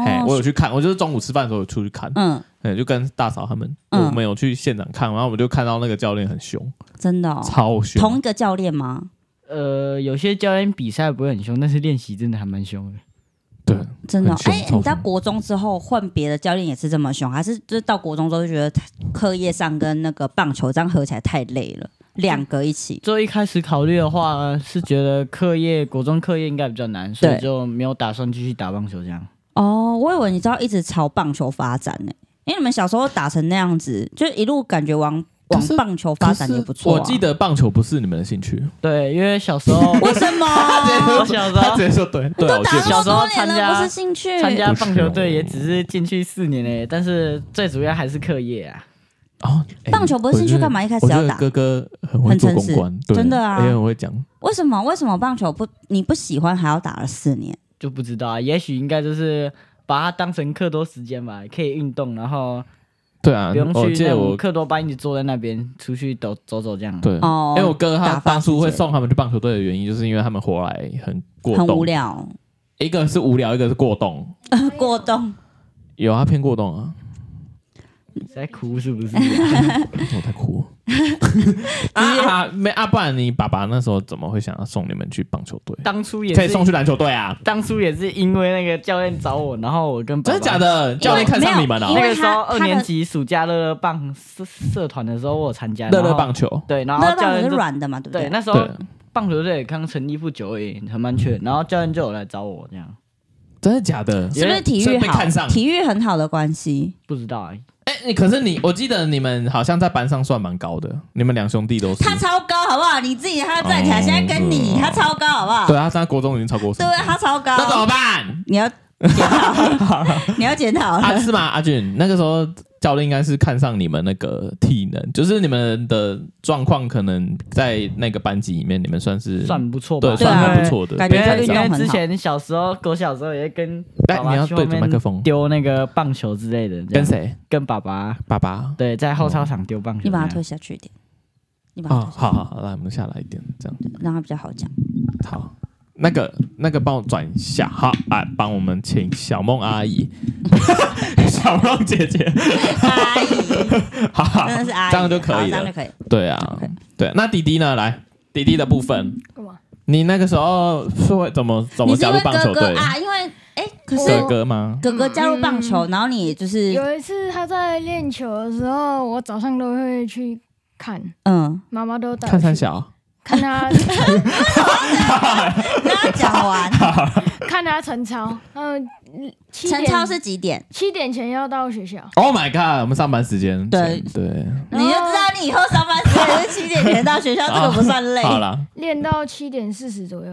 Speaker 1: 哎、我
Speaker 2: 哦，
Speaker 1: 有去看，我就是中午吃饭的时候有出去看，
Speaker 2: 嗯，
Speaker 1: 哎、就跟大嫂他们，
Speaker 2: 嗯
Speaker 1: 我们有去现场看，然后我们就看到那个教练很凶，
Speaker 2: 真的、哦。
Speaker 1: 超凶，
Speaker 2: 同一个教练吗？
Speaker 3: 呃，有些教练比赛不会很凶，但是练习真的还蛮凶的。
Speaker 1: 对，
Speaker 2: 真的、哦
Speaker 1: 很。凶
Speaker 2: 哎、
Speaker 1: 超
Speaker 2: 你到
Speaker 1: 凶
Speaker 2: 国中之后换别的教练也是这么凶，还是就是到国中之后就觉得课业上跟那个棒球这样合起来太累了，两个一起。
Speaker 3: 最一开始考虑的话，是觉得课业国中课业应该比较难，所以
Speaker 2: 对
Speaker 3: 就没有打算继续打棒球这样。
Speaker 2: 哦，我以为你知道一直朝棒球发展呢、因为你们小时候打成那样子，就一路感觉往
Speaker 1: 可
Speaker 2: 往
Speaker 1: 是
Speaker 2: 棒球发展也不错、啊。
Speaker 1: 我记得棒球不是你们的兴趣，
Speaker 3: 对，因为小
Speaker 1: [laughs]
Speaker 3: 时候
Speaker 2: 为什么？
Speaker 3: 我哦小时
Speaker 1: 他
Speaker 3: 候
Speaker 1: 直接说对， [laughs] 对，啊
Speaker 2: 都
Speaker 1: 我
Speaker 2: 打
Speaker 1: 记
Speaker 2: 那
Speaker 1: 得
Speaker 2: 么
Speaker 3: 小时
Speaker 2: 多
Speaker 3: 候
Speaker 2: 年
Speaker 3: 参
Speaker 2: 了，
Speaker 3: 加
Speaker 2: 不是兴趣。
Speaker 3: 参加
Speaker 1: 不是
Speaker 3: 棒球队
Speaker 1: 哦
Speaker 3: 也只是进去四年诶，但是最主要还是课业啊。
Speaker 1: 哦，哎
Speaker 2: 棒球不是兴趣，干？嘛一开
Speaker 1: 我
Speaker 2: 始
Speaker 1: 觉
Speaker 2: 要
Speaker 1: 得
Speaker 2: 打？
Speaker 1: 哥哥很会
Speaker 2: 很
Speaker 1: 做
Speaker 2: 诚
Speaker 1: 公
Speaker 2: 实
Speaker 1: 关，对
Speaker 2: 真的啊
Speaker 1: 也很会讲。
Speaker 2: 为什么？为什么棒球不你不喜欢还要打了四年？
Speaker 3: 就不知道啊，也许应该就是把它当成课多时间吧，可以运动，然后
Speaker 1: 对啊
Speaker 3: 不用，
Speaker 1: 我
Speaker 3: 去
Speaker 1: 记
Speaker 3: 那
Speaker 1: 得
Speaker 3: 种
Speaker 1: 我
Speaker 3: 课多班一直坐在那边出去走走走这样。，
Speaker 1: 对，
Speaker 2: 哦
Speaker 1: 因为我哥他
Speaker 2: 打发
Speaker 1: 当初会
Speaker 2: 时间
Speaker 1: 送他们去棒球队的原因，就是因为他们活来很过
Speaker 2: 很
Speaker 1: 动
Speaker 2: 无，聊， [laughs]
Speaker 1: 一个是无聊，一个是过动。
Speaker 2: 过动。
Speaker 1: 有啊，偏过动啊，
Speaker 3: 在哭是不是？
Speaker 1: [laughs] 我在
Speaker 2: [laughs]
Speaker 1: 哭。啊啊，没啊，不然你爸爸那时候怎么会想要送你们去棒球队？
Speaker 3: 当初也
Speaker 1: 可以送
Speaker 3: 是，
Speaker 1: 去篮球队啊？
Speaker 3: 当初也是因为那个教练找我，然后我跟爸
Speaker 1: 真的假？
Speaker 3: 爸
Speaker 1: 的？教练看上你们啊了、
Speaker 2: 因
Speaker 3: 那
Speaker 2: 为
Speaker 3: 个时候
Speaker 2: 因为他他
Speaker 3: 二
Speaker 2: 的
Speaker 3: 年级暑假乐乐棒社社团的时候，我有参加
Speaker 1: 乐乐。
Speaker 3: 然后
Speaker 1: 棒球，
Speaker 3: 对，然后
Speaker 2: 那
Speaker 3: 教
Speaker 2: 棒球
Speaker 3: 练
Speaker 2: 是
Speaker 3: 就
Speaker 2: 软的嘛，对不
Speaker 3: 对，
Speaker 2: 对？
Speaker 3: 那时候
Speaker 1: 对，
Speaker 3: 棒球队刚成立不久而已，很蛮缺。然后教练就有来找我，这样
Speaker 1: 真的假的？
Speaker 2: 是不是体
Speaker 1: 所以
Speaker 2: 育
Speaker 1: 被
Speaker 2: 好
Speaker 1: 看上？？
Speaker 2: 体育很好的关系。
Speaker 3: 不知道哎，
Speaker 1: 哎、你可是你，我记得你们好像在班上算蛮高的，你们两兄弟都是。
Speaker 2: 他超高，好不好？你自己他站起来，
Speaker 1: 哦
Speaker 2: 现在跟你他超高，好不好？
Speaker 1: 对啊，他在国中已经超过我。
Speaker 2: 对，啊他超高。
Speaker 1: 那怎么
Speaker 2: [laughs]
Speaker 1: 办？
Speaker 2: 你要检讨， [laughs] 你要检讨
Speaker 1: 啊，
Speaker 2: 了。
Speaker 1: 是吗？阿俊，那个时候教练应该是看上你们那个体能，就是你们的状况，可能在那个班级里面，你们算是
Speaker 3: 算不错吧？
Speaker 1: 对，
Speaker 2: 对啊
Speaker 1: 算很不错的。
Speaker 2: 感
Speaker 3: 因
Speaker 2: 觉
Speaker 3: 为
Speaker 2: 运
Speaker 3: 因
Speaker 2: 动
Speaker 3: 为
Speaker 2: 很好
Speaker 3: 之前小时候，我小时候也会跟
Speaker 1: 来
Speaker 3: 爸爸
Speaker 1: 哎你要
Speaker 3: 去
Speaker 1: 对
Speaker 3: 外
Speaker 1: 着
Speaker 3: 面
Speaker 1: 麦克风
Speaker 3: 丢那个棒球之类的，
Speaker 1: 跟
Speaker 3: 这样？
Speaker 1: 谁？哦
Speaker 3: 跟爸爸
Speaker 1: 爸爸。
Speaker 3: 对，在后操场丢棒球这
Speaker 2: 你
Speaker 3: 样。
Speaker 2: 把他推下去一点，你把他
Speaker 1: 啊、
Speaker 2: 推下去，
Speaker 1: 好好好，来，我们下来一点，这样
Speaker 2: 让他比较好讲。
Speaker 1: 好。那个那个，帮我转一下，好，哎，帮我们请小梦阿姨、 [laughs] 小梦姐姐，
Speaker 2: 阿姨，
Speaker 1: 好好，
Speaker 2: 真的是阿姨，
Speaker 1: 哎这样就可以
Speaker 2: 好这样
Speaker 1: 了
Speaker 2: 就。可以。
Speaker 1: 对啊
Speaker 2: OK，
Speaker 1: 对。那弟弟呢？来，弟弟的部分，
Speaker 4: 干嘛？
Speaker 1: 你那个时候是会怎么怎
Speaker 2: 你
Speaker 1: 么
Speaker 2: 是
Speaker 1: 加
Speaker 2: 因
Speaker 1: 入
Speaker 2: 为
Speaker 1: 棒
Speaker 2: 哥
Speaker 1: 球队
Speaker 2: 哥？啊，因为哎，可是嗯
Speaker 1: 哥哥吗？
Speaker 2: 哥哥加入棒球，然后你就是
Speaker 4: 有一次他在练球的时候，我早上都会去看，
Speaker 2: 嗯，
Speaker 4: 妈妈都带我
Speaker 1: 看三
Speaker 4: 去
Speaker 1: 小，
Speaker 4: 看他
Speaker 2: 让他讲 [laughs] 完。
Speaker 4: 看他晨操，嗯，七
Speaker 2: 晨
Speaker 4: 点
Speaker 2: 操是几点？
Speaker 4: 七点前要到学校，
Speaker 1: Oh my god！我们上班时间，
Speaker 2: 对
Speaker 1: 对，
Speaker 2: 你就知道你以后上班时间是七点前到学校，这个不算累。
Speaker 1: 好了，
Speaker 4: 练到七点四十左右。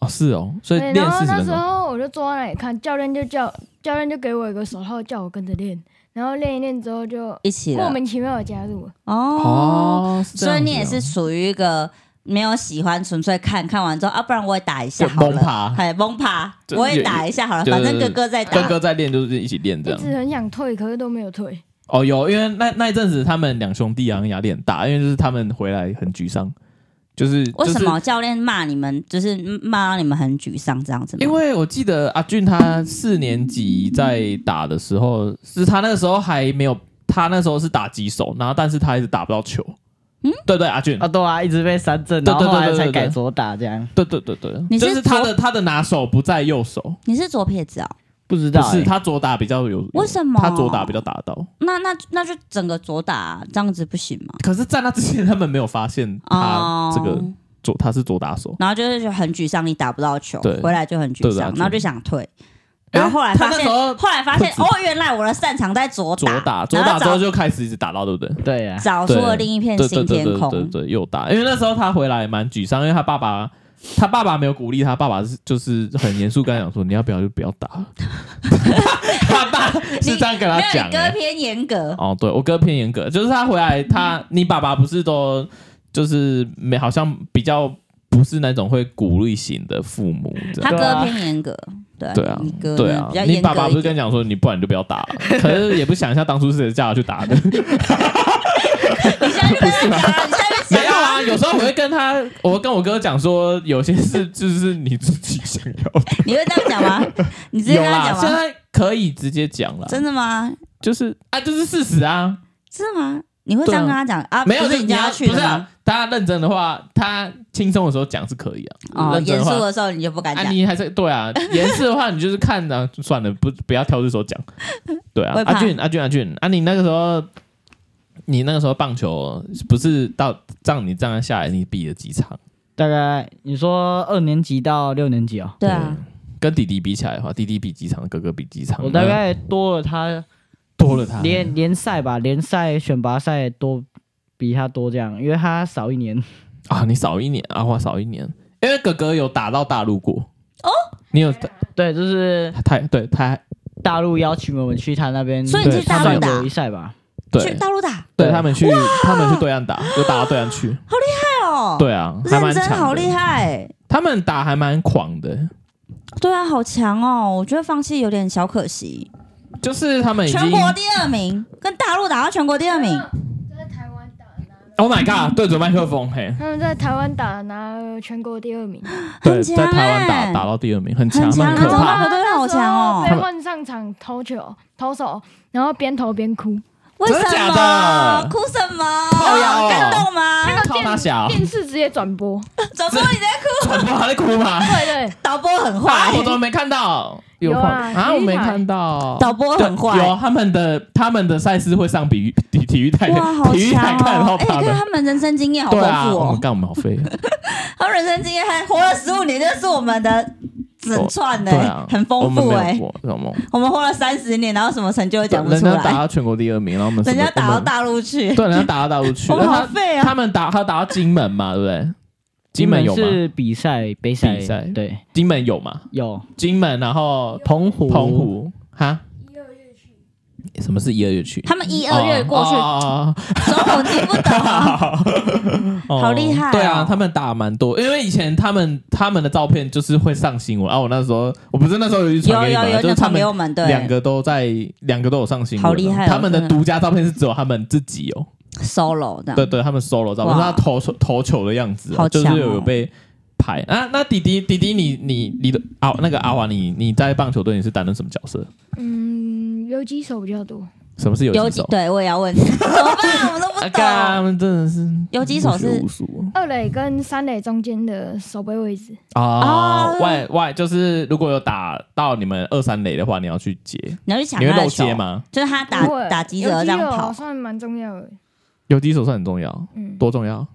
Speaker 1: 哦是哦，所以
Speaker 4: 对，
Speaker 1: 练
Speaker 4: 然后
Speaker 1: 四十
Speaker 4: 那
Speaker 1: 分
Speaker 4: 时
Speaker 1: 钟，
Speaker 4: 候我就坐在那里看，教练就叫教练就给我一个手套，叫我跟着练，然后练一练之后就
Speaker 2: 一起
Speaker 4: 莫
Speaker 2: 了
Speaker 4: 名其妙的加入了。
Speaker 2: 哦，
Speaker 1: 哦，是这
Speaker 2: 所
Speaker 1: 样
Speaker 2: 以
Speaker 1: 子
Speaker 2: 你也
Speaker 1: 哦
Speaker 2: 是属于一个没有喜欢，纯粹看看完之后啊，不然我也打一下
Speaker 1: 就
Speaker 2: 好
Speaker 1: 蒙爬
Speaker 2: 了，哎，蒙爬，
Speaker 1: 就
Speaker 2: 我也打一下好了，
Speaker 1: 就
Speaker 2: 反正哥哥在打
Speaker 1: 哥。哥在练，就是一起练这
Speaker 4: 一
Speaker 1: 样。
Speaker 4: 直很想退，可是都没有退。
Speaker 1: 哦，有，因为那那一阵子他们两兄弟好像压力很大，因为就是他们回来很沮丧，就是
Speaker 2: 为什？
Speaker 1: 就是
Speaker 2: 么教练骂你们，就是嗯骂到你们很沮丧这样子吗？
Speaker 1: 因为我记得阿俊他四年级在打的时候，是他那个时候还没有，他那时候是打击手，然后但是他一直打不到球。嗯，对对，阿俊，
Speaker 3: 啊，对啊，一直被三振，
Speaker 1: 对
Speaker 3: 然
Speaker 1: 对
Speaker 3: 后后来
Speaker 1: 对对
Speaker 3: 才
Speaker 1: 对对
Speaker 3: 改左打这样。
Speaker 1: 对对对对，
Speaker 2: 你是
Speaker 1: 就是他的他的拿手不在右手，
Speaker 2: 你是左撇子哦，
Speaker 3: 不知
Speaker 1: 不
Speaker 3: 道欸
Speaker 1: 是他左打比较有，
Speaker 2: 为什么
Speaker 1: 嗯他左打比较打得到？
Speaker 2: 那那那就整个左打、这样子不行吗？
Speaker 1: 可是，在那之前他们没有发现他
Speaker 2: 哦
Speaker 1: 这个左他是左打手，
Speaker 2: 然后就是就很沮丧，你打不到球
Speaker 1: 对，
Speaker 2: 回来就很沮
Speaker 1: 对
Speaker 2: 丧
Speaker 1: 啊，
Speaker 2: 然后就想退。然后后来
Speaker 1: 他
Speaker 2: 发
Speaker 1: 那
Speaker 2: 现，
Speaker 1: 时候
Speaker 2: 后来发现
Speaker 1: 不
Speaker 2: 哦
Speaker 1: 止，
Speaker 2: 原来我的擅长在左
Speaker 1: 左打左
Speaker 2: 然
Speaker 1: 打
Speaker 2: 后
Speaker 1: 之后
Speaker 2: 找
Speaker 1: 就开始一直打到，对不对？
Speaker 3: 对啊，
Speaker 2: 找出
Speaker 1: 对
Speaker 2: 了另一片
Speaker 1: 对对
Speaker 2: 新
Speaker 1: 对
Speaker 2: 天
Speaker 1: 对对
Speaker 2: 空。
Speaker 1: 对，右打，因为那时候他回来也蛮沮丧，因为他爸爸，他爸爸没有鼓励他，爸爸是就是很严肃跟他讲说，你要不要就不要打，
Speaker 2: [laughs]
Speaker 1: 他爸是这样跟他
Speaker 2: 没有，
Speaker 1: 讲
Speaker 2: 你
Speaker 1: 欸、
Speaker 2: 哥偏严格，
Speaker 1: 哦，对我哥偏严格，就是他回来，
Speaker 2: 嗯
Speaker 1: 他你爸爸不是都就是没好像比较不是那种会鼓励型的父母，这
Speaker 2: 他
Speaker 1: 样
Speaker 2: 哥偏严格，对
Speaker 1: 啊对啊
Speaker 2: 你哥
Speaker 1: 对
Speaker 2: 呢
Speaker 1: 啊
Speaker 2: 比较，
Speaker 1: 你
Speaker 2: 严
Speaker 1: 爸爸
Speaker 2: 格
Speaker 1: 不
Speaker 2: 一
Speaker 1: 是跟
Speaker 2: 点。
Speaker 1: 你讲说你不然你就不要打了，可是也不想一下当初是谁叫他去打的，
Speaker 2: 你现在就跟他讲啊，你
Speaker 1: [laughs]
Speaker 2: 现在就
Speaker 1: 没
Speaker 2: 讲
Speaker 1: 有啊，有时候我会跟他，我跟我哥讲说，有些事 [laughs] 就是你自己想要的，
Speaker 2: 你会这样讲吗？你直
Speaker 1: 啊
Speaker 2: 接
Speaker 1: 有
Speaker 2: 跟他
Speaker 1: 啦，
Speaker 2: 讲
Speaker 1: 现
Speaker 2: 吗？
Speaker 1: 在可以直接讲了，
Speaker 2: 真的吗？
Speaker 1: 就是啊，就是事实啊，
Speaker 2: 真的吗？你会这样跟他讲啊？
Speaker 1: 没有
Speaker 2: 不是
Speaker 1: 就
Speaker 2: 你要去
Speaker 1: 不
Speaker 2: 的
Speaker 1: 是
Speaker 2: 吗
Speaker 1: 啊？，他认真的话，他轻松的时候讲是可以啊，
Speaker 2: 哦，
Speaker 1: 认真
Speaker 2: 严
Speaker 1: 的
Speaker 2: 肃
Speaker 1: 话。
Speaker 2: 的时候你就不敢
Speaker 1: 啊，
Speaker 2: 讲，
Speaker 1: 你还是对
Speaker 2: [laughs]
Speaker 1: 啊，严肃的话，你就是看啊，算了，不不要挑这首讲。对啊
Speaker 2: 会，怕
Speaker 1: 阿俊，阿俊，阿俊，啊，你那个时候，你那个时候棒球不是到让你这样下来，你比了几场？
Speaker 3: 大概你说二年级到六年级哦，
Speaker 2: 对啊。
Speaker 1: 跟弟弟比起来的话，弟弟比几场，哥哥比几场？呃
Speaker 3: 我大概多了他
Speaker 1: 多了他
Speaker 3: 联联赛吧，联赛选拔赛多比他多这样，因为他少一年。
Speaker 1: 啊，你少一年，阿花少一年，因为哥哥有打到大陆过哦，你有
Speaker 3: 对，就是
Speaker 1: 台对台
Speaker 3: 大陆邀请我们去他那边，
Speaker 2: 所以你
Speaker 1: 去大陆
Speaker 3: 算
Speaker 2: 打
Speaker 3: 友谊赛吧？
Speaker 2: 去
Speaker 1: 对
Speaker 2: 大陆打，
Speaker 1: 对，他们去他们去对岸打，就打到对岸去，
Speaker 2: 哎呦，
Speaker 1: 对啊，还蛮
Speaker 2: 认真
Speaker 1: 强，
Speaker 2: 好厉，害，
Speaker 1: 他们打还蛮狂的。
Speaker 2: 对啊，好强哦！我觉得放弃有点小可惜，
Speaker 1: 就是他们已经
Speaker 2: 全国第二名跟大陆打到全国第二名，
Speaker 4: 在台湾打的拿了，
Speaker 1: Oh my god！对准麦克风，嘿，
Speaker 4: 他们在台湾打的拿了全国第二名，
Speaker 1: 对，
Speaker 2: 很强
Speaker 1: 在台湾打
Speaker 2: 欸
Speaker 1: 打到第二名，很强，
Speaker 2: 很
Speaker 1: 他们
Speaker 2: 强啊！
Speaker 1: 很可
Speaker 2: 中
Speaker 4: 啊
Speaker 1: [laughs] 怕。
Speaker 2: 国队好强
Speaker 4: 那时
Speaker 2: 哦！
Speaker 4: 候被换上场投球投手，然后边投边哭。
Speaker 2: 为
Speaker 1: 真的
Speaker 2: 什
Speaker 1: 假
Speaker 2: 么
Speaker 1: 的
Speaker 2: 哭什么
Speaker 1: 靠腰？哦
Speaker 2: 感动吗？
Speaker 1: 超他小，
Speaker 4: 电视直接转播，
Speaker 2: 主播你在
Speaker 1: [laughs]
Speaker 2: 哭，
Speaker 1: 传播还在哭吗？
Speaker 4: 对对，
Speaker 2: 导播很
Speaker 1: 啊，
Speaker 2: 坏
Speaker 1: 我，怎么没看到？
Speaker 4: 有
Speaker 1: 看
Speaker 4: 啊
Speaker 1: 啊，
Speaker 4: 体育台
Speaker 1: 我没看到。
Speaker 2: 导播
Speaker 1: 对
Speaker 2: 很坏
Speaker 1: 有。他们的他们的赛事会上体育体 [laughs] 体育台，
Speaker 2: 哇，好
Speaker 1: 体育台
Speaker 2: 强啊哎
Speaker 1: 看
Speaker 2: 哦
Speaker 1: 到！他
Speaker 2: 哎，你看
Speaker 1: 们。
Speaker 2: 他们人生经验好丰
Speaker 1: 对啊，
Speaker 2: 富
Speaker 1: 我
Speaker 2: 哦，
Speaker 1: 干我们好废。
Speaker 2: 他们人生经验还活了十五年，这是我们的整串
Speaker 1: 对啊
Speaker 2: 的，，很
Speaker 1: 我
Speaker 2: 丰
Speaker 1: 们
Speaker 2: 富
Speaker 1: 没有
Speaker 2: 哎。
Speaker 1: 过，知道吗？
Speaker 2: 我们活了三十年，然后什么成就也讲不
Speaker 1: 人
Speaker 2: 出
Speaker 1: 家打
Speaker 2: 来，
Speaker 1: 到全国第二名，然后我们什
Speaker 2: [laughs] 人
Speaker 1: 么
Speaker 2: 家打到，
Speaker 1: 我
Speaker 2: 大陆去
Speaker 1: 们，对，人家打到大陆
Speaker 2: [laughs]
Speaker 1: 去。
Speaker 2: 我们
Speaker 1: 然
Speaker 2: 好
Speaker 1: 后
Speaker 2: 废
Speaker 1: 他
Speaker 2: 啊！
Speaker 1: 他们打他打到金门嘛，对不对？金门有吗？
Speaker 3: 是比赛，北赛，
Speaker 1: 比赛
Speaker 3: 对，
Speaker 1: 金门有吗？
Speaker 3: 有
Speaker 1: 金门，然后
Speaker 3: 澎湖，
Speaker 1: 澎，湖哈？什么是一二月去？
Speaker 2: 他们一二月过去，
Speaker 1: 哦
Speaker 2: 中文听不懂啊。
Speaker 1: [laughs] 哦
Speaker 2: [laughs] 好厉害哦
Speaker 1: 对啊，他们打蛮多，因为以前他们他们的照片就是会上新闻啊。我那时候我不是那时候有去传
Speaker 2: 有
Speaker 1: 给你
Speaker 2: 有
Speaker 1: 们
Speaker 2: 有，
Speaker 1: 就
Speaker 2: 你
Speaker 1: 是他
Speaker 2: 传给我
Speaker 1: 们
Speaker 2: 们，
Speaker 1: 两
Speaker 2: 对，
Speaker 1: 个都在两个都有上新闻，啊
Speaker 2: 好厉害哦
Speaker 1: 他们
Speaker 2: 真
Speaker 1: 的
Speaker 2: 的
Speaker 1: 独家照片是只有他们自己有，
Speaker 2: solo 这样。
Speaker 1: 对对，他们 solo 照片，就是
Speaker 2: 哇
Speaker 1: 他投球投球的样子啊、
Speaker 2: 好
Speaker 1: 就
Speaker 2: 强
Speaker 1: 是
Speaker 2: 哦
Speaker 1: 有有被拍啊。那弟弟弟弟你，你你的啊那个阿华，你你在棒球队你是担任什么角色？
Speaker 4: 嗯，游击手比较多，
Speaker 1: 什么是游
Speaker 2: 游
Speaker 1: 击
Speaker 2: 击
Speaker 1: 手？
Speaker 2: 对我也要问，怎么办？我们都不
Speaker 1: [laughs] 啊，干他
Speaker 2: 懂。
Speaker 1: 们真的是
Speaker 2: 游击手是
Speaker 1: 无学无哦术
Speaker 4: 二垒跟三垒中间的守备位置，
Speaker 1: 啊
Speaker 2: 啊，
Speaker 1: 外外就是如果有打到你们二三垒的话，你要去接，
Speaker 2: 你要去抢
Speaker 1: 你会
Speaker 2: 他
Speaker 1: 漏
Speaker 2: 的球
Speaker 1: 接，吗？
Speaker 2: 就是他打
Speaker 4: 不会
Speaker 2: 打击者这样
Speaker 4: 游击手
Speaker 2: 跑，
Speaker 4: 算蛮重要的，
Speaker 1: 游击手算很重要，
Speaker 4: 嗯，
Speaker 1: 多重要？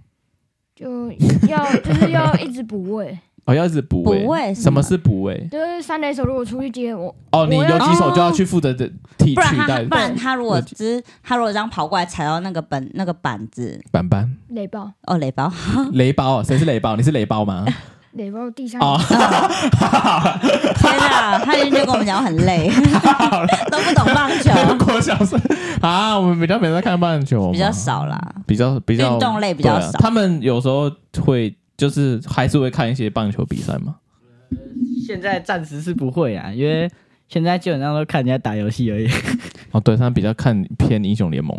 Speaker 4: 就要就是要一直补位，
Speaker 1: 哦，要是补位，
Speaker 2: 补位是
Speaker 1: 什么
Speaker 2: 吗
Speaker 1: 是补位？
Speaker 4: 就是三垒手如果出去接我，
Speaker 1: 哦，你
Speaker 4: 我要
Speaker 1: 游击手就要去负责的替
Speaker 2: 啊不然
Speaker 1: 取
Speaker 2: 他
Speaker 1: 代
Speaker 2: 不然他如果
Speaker 1: 游击
Speaker 2: 只是他如果这样跑过来踩到那个本那个板子
Speaker 1: 板板
Speaker 4: 垒爆
Speaker 2: 哦垒包， [laughs]
Speaker 1: 雷包，啊谁是雷包？你是雷包吗？
Speaker 4: 垒爆第三，
Speaker 1: 哦，
Speaker 2: 天哪！他今天就跟我们讲很累， [laughs] 都不懂棒球，
Speaker 1: [laughs] 国小生啊，我们比较没在看棒球嘛，
Speaker 2: 比较少啦。
Speaker 1: 比较比较
Speaker 2: 运动类比较少
Speaker 1: 对啊他们有时候会就是还是会看一些棒球比赛嘛。
Speaker 3: 现在暂时是不会啊，因为现在基本上都看人家打游戏而已。
Speaker 1: 哦，对他比较看偏英雄联盟，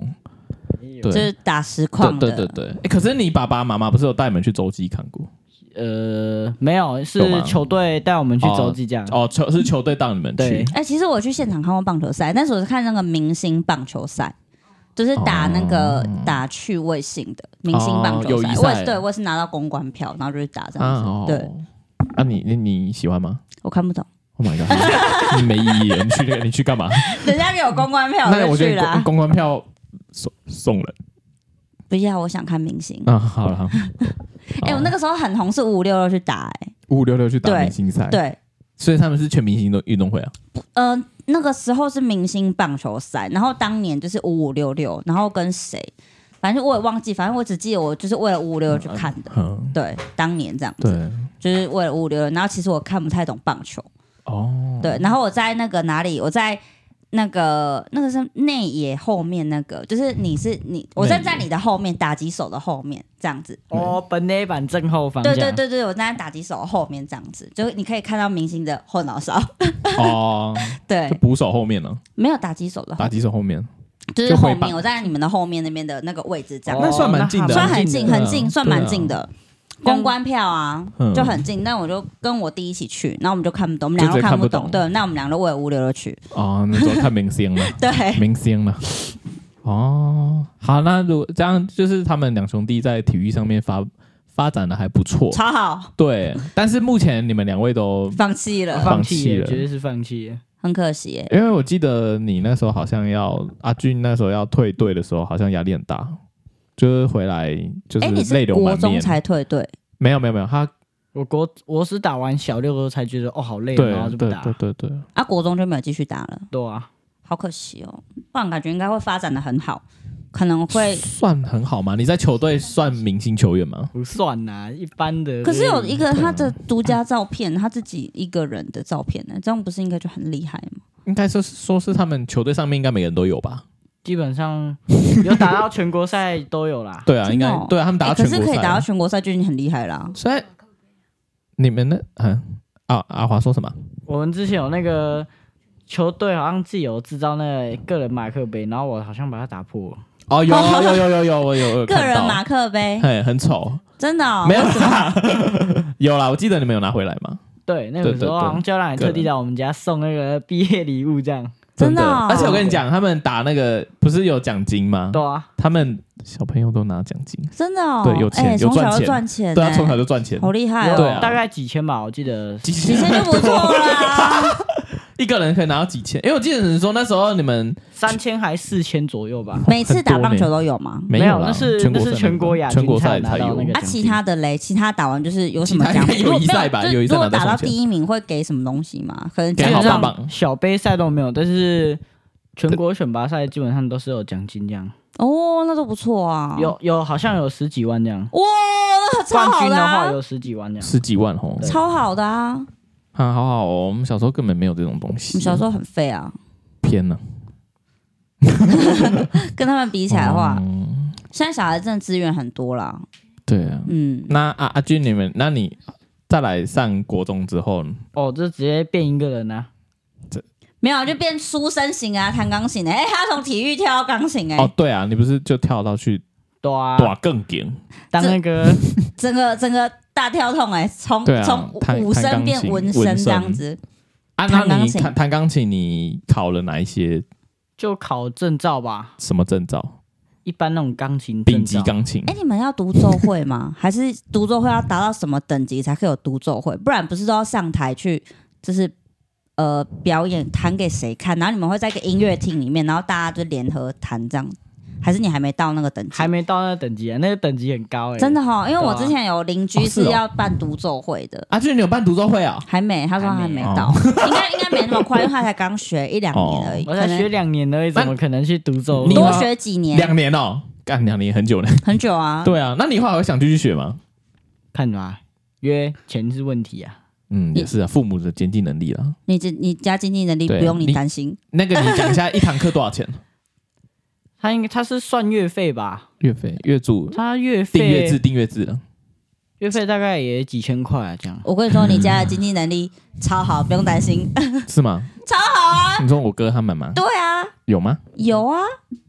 Speaker 2: 就
Speaker 1: 对
Speaker 2: 是打实况
Speaker 1: 对
Speaker 2: 的。
Speaker 1: 对对对。哎，可是你爸爸妈妈不是有带你们去洲际看过？
Speaker 3: [laughs] 呃，没有，
Speaker 1: 有吗
Speaker 3: 是球队带我们去洲际这样。
Speaker 1: 哦，球是球队带你们去
Speaker 3: 对，
Speaker 2: 哎、其实我去现场看过棒球赛，但是我是看那个明星棒球赛，就是打那个、打趣味性的明星棒
Speaker 1: 哦哦友
Speaker 2: 球
Speaker 1: 谊
Speaker 2: 赛。
Speaker 1: 赛
Speaker 2: 我也是对我也是拿到公关票，然后就去打这样子。
Speaker 1: 哦
Speaker 2: 对，
Speaker 1: 啊，你你你喜欢吗
Speaker 2: 我看不懂， [laughs]
Speaker 1: ？Oh my god，你没意义，你去那个你去干嘛？
Speaker 2: 人家给我公关票
Speaker 1: 那
Speaker 2: 我
Speaker 1: 我
Speaker 2: 就
Speaker 1: 觉
Speaker 2: 去
Speaker 1: 得公
Speaker 2: 啦。
Speaker 1: 公关票送送人
Speaker 2: 不要，我想看明星。
Speaker 1: 啊，好了，
Speaker 2: [laughs] 哎、我那
Speaker 1: 个
Speaker 2: 个时候很红，是五五六六去打、哎，
Speaker 1: 五五六六去打
Speaker 2: 对
Speaker 1: 明星赛，，
Speaker 2: 对，
Speaker 1: 所以他们是全明星的运动会啊。
Speaker 2: 呃，那个时候是明星棒球赛，然后当年就是五五六六，然后跟谁，反正我也忘记，反正我只记得我就是为了五五六六去看的。
Speaker 1: 嗯，
Speaker 2: 对，当年这样子，
Speaker 1: 对，
Speaker 2: 就是为了五五六六。然后其实我看不太懂棒球，
Speaker 1: 哦，
Speaker 2: 对。然后我在那个哪里，我在那个那个是内野后面那个，就是你是你，我站在你的后面，打击手的后面这样子。
Speaker 3: 哦，本垒板正后
Speaker 1: 嗯
Speaker 3: 方。
Speaker 2: 对对。对对，我站在打击手后面这样子，就是你可以看到明星的后脑勺。
Speaker 1: 哦，
Speaker 2: [laughs] 对
Speaker 1: 就，捕手后面呢，
Speaker 2: 没有打击手的后
Speaker 1: 打击手后面，
Speaker 2: 就是后
Speaker 1: 就回
Speaker 2: 面，
Speaker 1: 棒
Speaker 2: 我站在你们的后面那边的那个位置，这样、
Speaker 1: 哦那算蛮近的
Speaker 2: 算很近，
Speaker 1: 蛮近的
Speaker 2: 很近，
Speaker 1: 嗯
Speaker 2: 算蛮近的。公关票啊
Speaker 1: 嗯，
Speaker 2: 就很近，但我就跟我弟一起去，然后我们就看不懂，我们
Speaker 1: 就
Speaker 2: 俩都
Speaker 1: 直接
Speaker 2: 看不
Speaker 1: 看
Speaker 2: 懂。
Speaker 1: 不懂
Speaker 2: 对，那我们俩都为了无聊而去。
Speaker 1: 哦，那时候看明星了， [laughs]
Speaker 2: 对，
Speaker 1: 明星了。哦，好，那如果这样，就是他们两兄弟在体育上面发发展的还不错，
Speaker 2: 超好，
Speaker 1: 对。但是目前你们两位都，
Speaker 2: 放弃了，
Speaker 3: 放弃
Speaker 1: 放弃
Speaker 3: 了，
Speaker 1: 了
Speaker 3: 绝对是放弃了。
Speaker 2: 很可惜耶。
Speaker 1: 因为我记得你那时候好像要阿俊那时候要退队的时候，好像压力很大，就是回来就
Speaker 2: 哎，你
Speaker 1: 是
Speaker 2: 是
Speaker 1: 泪流
Speaker 2: 国
Speaker 1: 满
Speaker 2: 中
Speaker 1: 面。
Speaker 2: 才退队，
Speaker 1: 没有没有没有，他
Speaker 3: 我国我是打完小六的时候才觉得哦好累，
Speaker 1: 对
Speaker 3: 然后就不
Speaker 1: 对
Speaker 3: 打。
Speaker 1: 对对对，
Speaker 2: 啊，国中就没有继续打了，
Speaker 3: 对啊，
Speaker 2: 好可惜哦。不然感觉应该会发展的很好，可能会。
Speaker 1: 算很好吗？你在球队算明星球员吗？
Speaker 3: 不算呐，一般的。
Speaker 2: 可是有一个
Speaker 1: 对啊
Speaker 2: 他的独家照片，他自己一个人的照片呢，这样不是应该就很厉害吗？
Speaker 1: 应该说是说是他们球队上面应该每个人都有吧？
Speaker 3: 基本 [laughs] 上有打到全国赛都有啦。
Speaker 1: 对啊，应
Speaker 2: 真的
Speaker 1: 该
Speaker 2: 哦
Speaker 1: 对啊，他们打
Speaker 2: 欸
Speaker 1: 到
Speaker 2: 可
Speaker 1: 全
Speaker 2: 是
Speaker 1: 国
Speaker 2: 可以
Speaker 1: 赛
Speaker 2: 打到
Speaker 1: 啊，
Speaker 2: 全国赛就已经很厉害啊啦。
Speaker 1: 所以你们那嗯啊阿华说什么？
Speaker 3: 我们之前有那个球队好像自己有制造那个个人马克杯，然后我好像把它打破了。
Speaker 1: 哦，
Speaker 2: [laughs]
Speaker 1: 有有有有有，我有我有
Speaker 2: 个
Speaker 1: 看
Speaker 2: 人
Speaker 1: 到
Speaker 2: 马，克
Speaker 1: [laughs]
Speaker 2: 杯
Speaker 1: 嘿，很丑，
Speaker 2: 真的哦
Speaker 1: 没有啦， [laughs] 有啦，我记得你们有拿回来吗？
Speaker 3: 对，那个时
Speaker 1: 对对
Speaker 3: 候
Speaker 1: 对
Speaker 3: 好像教练还特
Speaker 1: 个
Speaker 3: 地
Speaker 1: 人
Speaker 3: 来我们家送那个毕业礼物这样。
Speaker 2: 真的哦
Speaker 1: 而且我跟你讲，他们打那个不是有奖金吗？
Speaker 3: 对啊，
Speaker 1: 他们小朋友都拿奖金，
Speaker 2: 真的哦，
Speaker 1: 对有钱
Speaker 2: 哎
Speaker 1: 有
Speaker 2: 从
Speaker 1: 赚
Speaker 2: 小就
Speaker 1: 钱
Speaker 2: 赚钱欸，
Speaker 1: 对啊，从小就赚钱，
Speaker 2: 好厉害
Speaker 3: 有
Speaker 1: 对
Speaker 2: 哦，
Speaker 1: 啊
Speaker 3: 大概几千吧，我记得。
Speaker 1: 几
Speaker 2: 几千就不错啊啦。
Speaker 1: [laughs] 一个人可以拿到几千，因为我记得你说那时候你们
Speaker 3: 三千还四千左右吧，
Speaker 2: 每次打
Speaker 1: 很多
Speaker 2: 棒
Speaker 1: 呢
Speaker 2: 球都有吗？
Speaker 1: [laughs] 没
Speaker 3: 有
Speaker 1: 啦
Speaker 3: 那是
Speaker 1: 全国赛
Speaker 3: 那是全国亚军
Speaker 1: 全国赛
Speaker 3: 才
Speaker 1: 才
Speaker 3: 有拿到那个
Speaker 2: 啊，其他的嘞，其他打完就是有什么
Speaker 1: 其他
Speaker 2: 奖
Speaker 1: 应该
Speaker 2: 品？如果
Speaker 1: 友谊
Speaker 2: 没
Speaker 1: 赛吧
Speaker 2: 就是
Speaker 1: 友谊赛
Speaker 2: 如果
Speaker 1: 拿到
Speaker 2: 打
Speaker 1: 什么
Speaker 2: 到
Speaker 1: 钱
Speaker 2: 第一名会给什么东西吗？可能
Speaker 1: 给
Speaker 2: 基
Speaker 1: 好
Speaker 2: 本
Speaker 1: 棒
Speaker 2: 上
Speaker 1: 棒
Speaker 3: 小杯赛都没有，但是全国选拔赛基本上都是有奖金这样，
Speaker 2: 哦，那都不错啊。
Speaker 3: 有有好像有十几万这样，
Speaker 2: 哇，那超
Speaker 3: 冠
Speaker 2: 好
Speaker 3: 军
Speaker 2: 的
Speaker 3: 的话
Speaker 2: 啊，
Speaker 3: 有十几万这样。
Speaker 1: 十几万哦，
Speaker 2: 超好的啊。
Speaker 1: 啊，好好哦，我们小时候根本没有这种东西，
Speaker 2: 你小时候很废啊，
Speaker 1: 偏了，
Speaker 2: 跟他们比起来的话，
Speaker 1: 嗯
Speaker 2: 现在小孩真的资源很多啦。
Speaker 1: 对啊。
Speaker 2: 嗯，
Speaker 1: 那阿阿军，你们，那你再来上国中之后呢，
Speaker 3: 哦，这直接变一个人啊！
Speaker 2: 没有就变书生型啊，弹钢琴的、哎、他从体育跳到钢琴、哎、
Speaker 1: 哦，对啊，你不是就跳到去
Speaker 3: 对啊，
Speaker 1: 打更顶？
Speaker 3: 当那个
Speaker 2: 整个整个大跳痛、哎，从
Speaker 1: 对啊
Speaker 2: 从
Speaker 1: 弹
Speaker 2: 武
Speaker 1: 弹
Speaker 2: 声
Speaker 1: 钢
Speaker 2: 变
Speaker 1: 琴
Speaker 2: 文
Speaker 1: 纹
Speaker 2: 声
Speaker 1: 身
Speaker 2: 这样子。
Speaker 1: 啊，
Speaker 2: 弹
Speaker 1: 那
Speaker 2: 钢
Speaker 1: 你
Speaker 2: 琴
Speaker 1: 弹弹钢琴，你考了哪一些
Speaker 3: 就考证照吧，
Speaker 1: 什么证照？
Speaker 3: 一般那种钢琴
Speaker 1: 丙
Speaker 3: 证
Speaker 1: 级
Speaker 3: 照。
Speaker 1: 钢琴
Speaker 2: 哎、你们要独奏会吗？ [laughs] 还是独奏会要达到什么等级才可以有独奏会？不然不是都要上台去，就是呃表演弹给谁看？然后你们会在一个音乐厅里面，然后大家就联合弹这样。还是你还没到那个等级？
Speaker 3: 还没到那个等级啊，那个等级很高哎、
Speaker 2: 真的哈、因为我
Speaker 3: 对啊
Speaker 2: 之前有邻居
Speaker 1: 哦是哦
Speaker 2: 是要办独奏会的，
Speaker 1: 阿俊，你有办独奏会啊？
Speaker 2: 还没，他说他还
Speaker 3: 还
Speaker 2: 没哦
Speaker 3: 没
Speaker 2: 到，应该应该没那么快，因为他才刚学一两年而已，
Speaker 3: 我
Speaker 2: 可
Speaker 3: 才学
Speaker 2: 能
Speaker 3: 两年而已，
Speaker 1: 那
Speaker 3: 怎么可能去独奏？
Speaker 1: 你
Speaker 2: 多
Speaker 1: 吗
Speaker 2: 学几年，
Speaker 1: 两年哦，干两年很久了。
Speaker 2: 很久啊。
Speaker 1: 对啊，那你以后还会想继续学吗？
Speaker 3: 看吧，约钱是问题啊。
Speaker 1: 嗯，
Speaker 2: 也
Speaker 1: 也是啊，父母的经济能力啦。
Speaker 2: 你这你家经济能力不
Speaker 1: 对
Speaker 2: 用你
Speaker 1: 你
Speaker 2: 担心，
Speaker 1: 那个，你讲一下一堂课多少钱？
Speaker 3: 他应该他是算月费吧？
Speaker 1: [laughs] 月费、月租、
Speaker 3: 他月费
Speaker 1: 订阅制、订阅制啊
Speaker 3: 月费大概也几千块啊，这样。
Speaker 2: 我跟你说，你家的经济能力超好，不用
Speaker 1: [laughs]
Speaker 2: 担心。
Speaker 1: 是吗？
Speaker 2: 超好啊！
Speaker 1: 你说我哥他们吗？
Speaker 2: 对啊，
Speaker 1: 有吗？
Speaker 2: 有啊，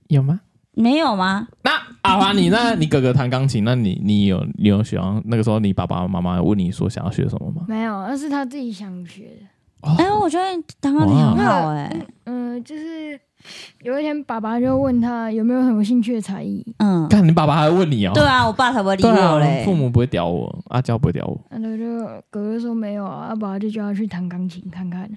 Speaker 1: 有吗？
Speaker 2: 没有吗？
Speaker 1: 那阿华，你那你哥哥弹钢琴，那你你有你有喜欢那个时候你爸爸妈妈有问你说想要学什么 [laughs] 吗？
Speaker 4: 没有，那是他自己想学的。
Speaker 1: 哦
Speaker 2: 哎、我觉得弹钢琴很好哎、
Speaker 4: 嗯、就是有一天爸爸就问他有没有什么兴趣的才艺，
Speaker 2: 嗯，
Speaker 1: 看你爸爸还会问你哦、
Speaker 2: 对啊，我爸才不会理
Speaker 1: 对
Speaker 2: 我
Speaker 1: 啊，
Speaker 2: 嘞。
Speaker 1: 父母不会屌我，阿娇不会屌我。
Speaker 4: 那他就哥哥说没有啊，啊爸爸就叫他去弹钢琴看看。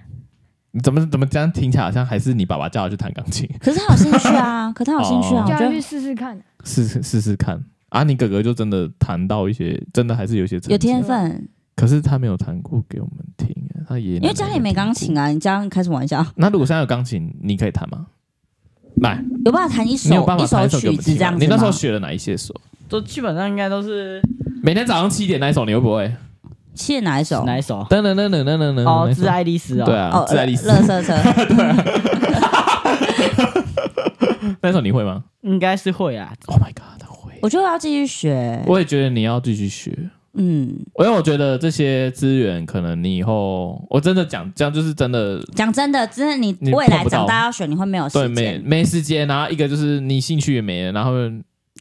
Speaker 1: 你怎么怎么这样听起来好像还是你爸爸叫我去弹钢琴， [laughs]
Speaker 2: 可是他有兴趣啊，可他有兴趣啊，
Speaker 1: 哦
Speaker 2: 我
Speaker 4: 叫
Speaker 2: 觉
Speaker 4: 他去
Speaker 2: 得
Speaker 4: 试试看。
Speaker 1: 试试试试看。啊，你哥哥就真的弹到一些，真的还是有一些成绩
Speaker 2: 有天分。
Speaker 1: 可是他没有弹过给我们听，啊他爷爷
Speaker 2: 因为家里没钢琴
Speaker 1: 啊。
Speaker 2: 啊，你家人开什么玩笑？
Speaker 1: 那如果现在有钢琴，你可以弹吗？来，
Speaker 2: 有办法弹一
Speaker 1: 你有
Speaker 2: 首
Speaker 1: 办法弹
Speaker 2: 首
Speaker 1: 一首给我
Speaker 2: 曲
Speaker 1: 们
Speaker 2: 子
Speaker 1: 听
Speaker 2: 这
Speaker 1: 吗
Speaker 2: 样子吗？
Speaker 1: 你那时候学了哪一些首？
Speaker 3: 都基本上应该都是
Speaker 1: 每天早上七点那一首你会不会？
Speaker 2: 是哪一首？
Speaker 3: 哪一首？
Speaker 1: 噔噔噔噔噔噔噔。
Speaker 3: 哦
Speaker 1: 那，一首
Speaker 3: 致爱丽丝哦。
Speaker 1: 嗯对，啊，
Speaker 2: 哦，
Speaker 1: 自爱丽丝
Speaker 2: 乐色车。 [laughs]
Speaker 1: 那首你会吗
Speaker 3: 应该是会啊。
Speaker 1: ？Oh my god，他会。
Speaker 2: 我觉得我要继续学。
Speaker 1: 我也觉得你要继续学，
Speaker 2: 嗯，
Speaker 1: 因为我觉得这些资源可能你以后，我真的讲，这样就是真的
Speaker 2: 讲真的，真的你
Speaker 1: 你
Speaker 2: 未来
Speaker 1: 碰不到
Speaker 2: 长大要选，你会没有
Speaker 1: 对
Speaker 2: 时
Speaker 1: 没
Speaker 2: 间，
Speaker 1: 没时间，然后一个就是你兴趣也没了，然后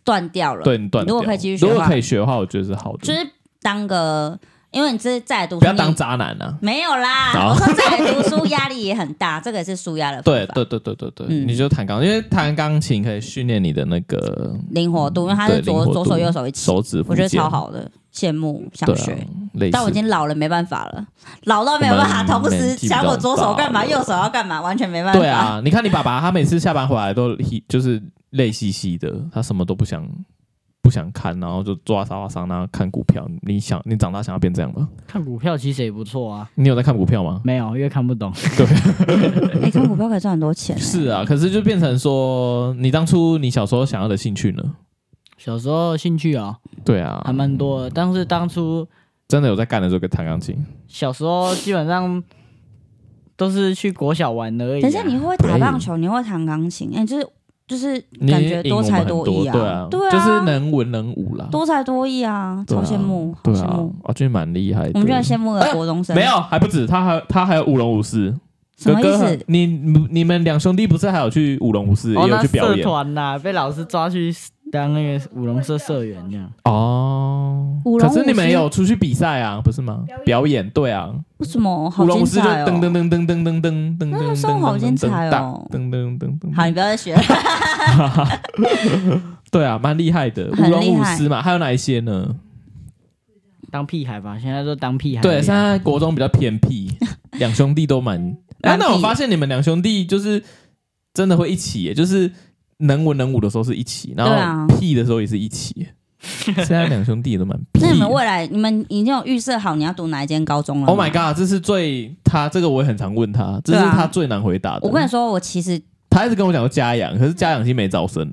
Speaker 2: 断掉了。
Speaker 1: 对你断掉。
Speaker 2: 如果可以继续学的话
Speaker 1: 如果可以学的话，我觉得是好的，
Speaker 2: 就是当个，因为你这是在读书，
Speaker 1: 不要当
Speaker 2: 你
Speaker 1: 渣男啊。
Speaker 2: 没有啦。
Speaker 1: 好
Speaker 2: 我说在读书压力也很大，这个也是舒压的方
Speaker 1: 对
Speaker 2: 法。
Speaker 1: 对对对对对，
Speaker 2: 嗯
Speaker 1: 你就弹钢，因为弹钢琴可以训练你的那个
Speaker 2: 灵活度，因为它是
Speaker 1: 嗯对灵活
Speaker 2: 左
Speaker 1: 度
Speaker 2: 左手右手一起，
Speaker 1: 手指，
Speaker 2: 我觉得超，好的，羡慕想
Speaker 1: 对
Speaker 2: 学。
Speaker 1: 啊，类似
Speaker 2: 但我已经老了，没办法了，老到没有办法
Speaker 1: 我们
Speaker 2: 同时
Speaker 1: 年纪比较
Speaker 2: 想我左手干嘛，
Speaker 1: 大了
Speaker 2: 右手要干嘛，完全没办法。
Speaker 1: 对，啊，你看你爸爸，他每次下班回来都就是累兮兮的，他什么都不想不想看，然后就坐在沙发上，然后看股票。你想，你长大想要变这样吗？
Speaker 3: 看股票其实也不错啊。
Speaker 1: 你有在看股票吗？
Speaker 3: 没有，因为看不懂。
Speaker 2: [laughs] 哎、看股票可以赚很多钱、欸
Speaker 1: 是啊，可是就变成说，你当初你小时候想要的兴趣呢？
Speaker 3: 小时候兴趣哦，
Speaker 1: 对啊，
Speaker 3: 还蛮多的，但是当初
Speaker 1: 真的有在干的时候，跟弹钢琴。
Speaker 3: 小时候基本上都是去国小玩而已、啊。
Speaker 2: 等一下，你会打棒球，你会弹钢琴，哎、就是就是
Speaker 1: 你
Speaker 2: 感觉
Speaker 1: 也赢我
Speaker 2: 多
Speaker 1: 们
Speaker 2: 才
Speaker 1: 很多
Speaker 2: 艺
Speaker 1: 对啊，
Speaker 2: 对啊，
Speaker 1: 就是能文能武啦，
Speaker 2: 多才多艺啊，
Speaker 1: 对
Speaker 2: 超
Speaker 1: 啊
Speaker 2: 羡慕，好
Speaker 1: 对
Speaker 2: 羡
Speaker 1: 啊
Speaker 2: 慕。，
Speaker 1: 我觉得蛮厉害的。
Speaker 2: 我们居然羡慕了国中生，
Speaker 1: 没有，还不止，他还他还有舞龙舞狮。
Speaker 2: 什么意
Speaker 1: 哥哥
Speaker 2: 思？
Speaker 1: 你你们两兄弟不是还有去舞龙舞狮，
Speaker 3: 哦，
Speaker 1: 也有
Speaker 3: 那
Speaker 1: 去表
Speaker 3: 社
Speaker 1: 演
Speaker 3: 团呐、被老师抓去当那个舞龙社社员这样。
Speaker 1: 哦
Speaker 2: 舞龙
Speaker 1: 可
Speaker 2: 舞
Speaker 1: 是你们
Speaker 2: 狮
Speaker 1: 有出去比赛啊，不是吗？表演对啊，
Speaker 2: 为什么？
Speaker 1: 舞
Speaker 2: 好
Speaker 1: 龙
Speaker 2: 精
Speaker 1: 舞狮就
Speaker 2: 彩哦！
Speaker 1: 噔噔噔噔噔噔噔噔噔
Speaker 2: 那
Speaker 1: 噔
Speaker 2: 时候好
Speaker 1: 噔
Speaker 2: 精
Speaker 1: 噔
Speaker 2: 彩
Speaker 1: 哒
Speaker 2: 哦
Speaker 1: 噔噔噔噔。
Speaker 2: 好，你不要再学了。
Speaker 1: 对啊，蛮厉害的，
Speaker 2: 很
Speaker 1: 舞龙
Speaker 2: 厉
Speaker 1: 舞
Speaker 2: 害
Speaker 1: 狮嘛，还有哪一些呢？
Speaker 3: 当屁孩吧，现在都当屁孩了呀。
Speaker 1: 对，现在国中比较偏僻，两兄弟都蛮。那
Speaker 2: [laughs] 蛮
Speaker 1: 那我
Speaker 2: 屁
Speaker 1: 发现你们两兄弟就是真的会一起耶，就是能文能武的时候是一起，
Speaker 2: 对
Speaker 1: 然
Speaker 2: 啊
Speaker 1: 后屁的时候也是一起耶。现在两兄弟也都
Speaker 2: [laughs]
Speaker 1: 蛮屁的。
Speaker 2: 那你们未来，你们已经有预设好你要读哪一间高中了吗
Speaker 1: Oh my god！这是最他这个我也很常问他，这
Speaker 2: 对
Speaker 1: 是
Speaker 2: 啊
Speaker 1: 他最难回答的。
Speaker 2: 我跟你说，我其实
Speaker 1: 他一直跟我讲说家养，可是家养已经没招生了，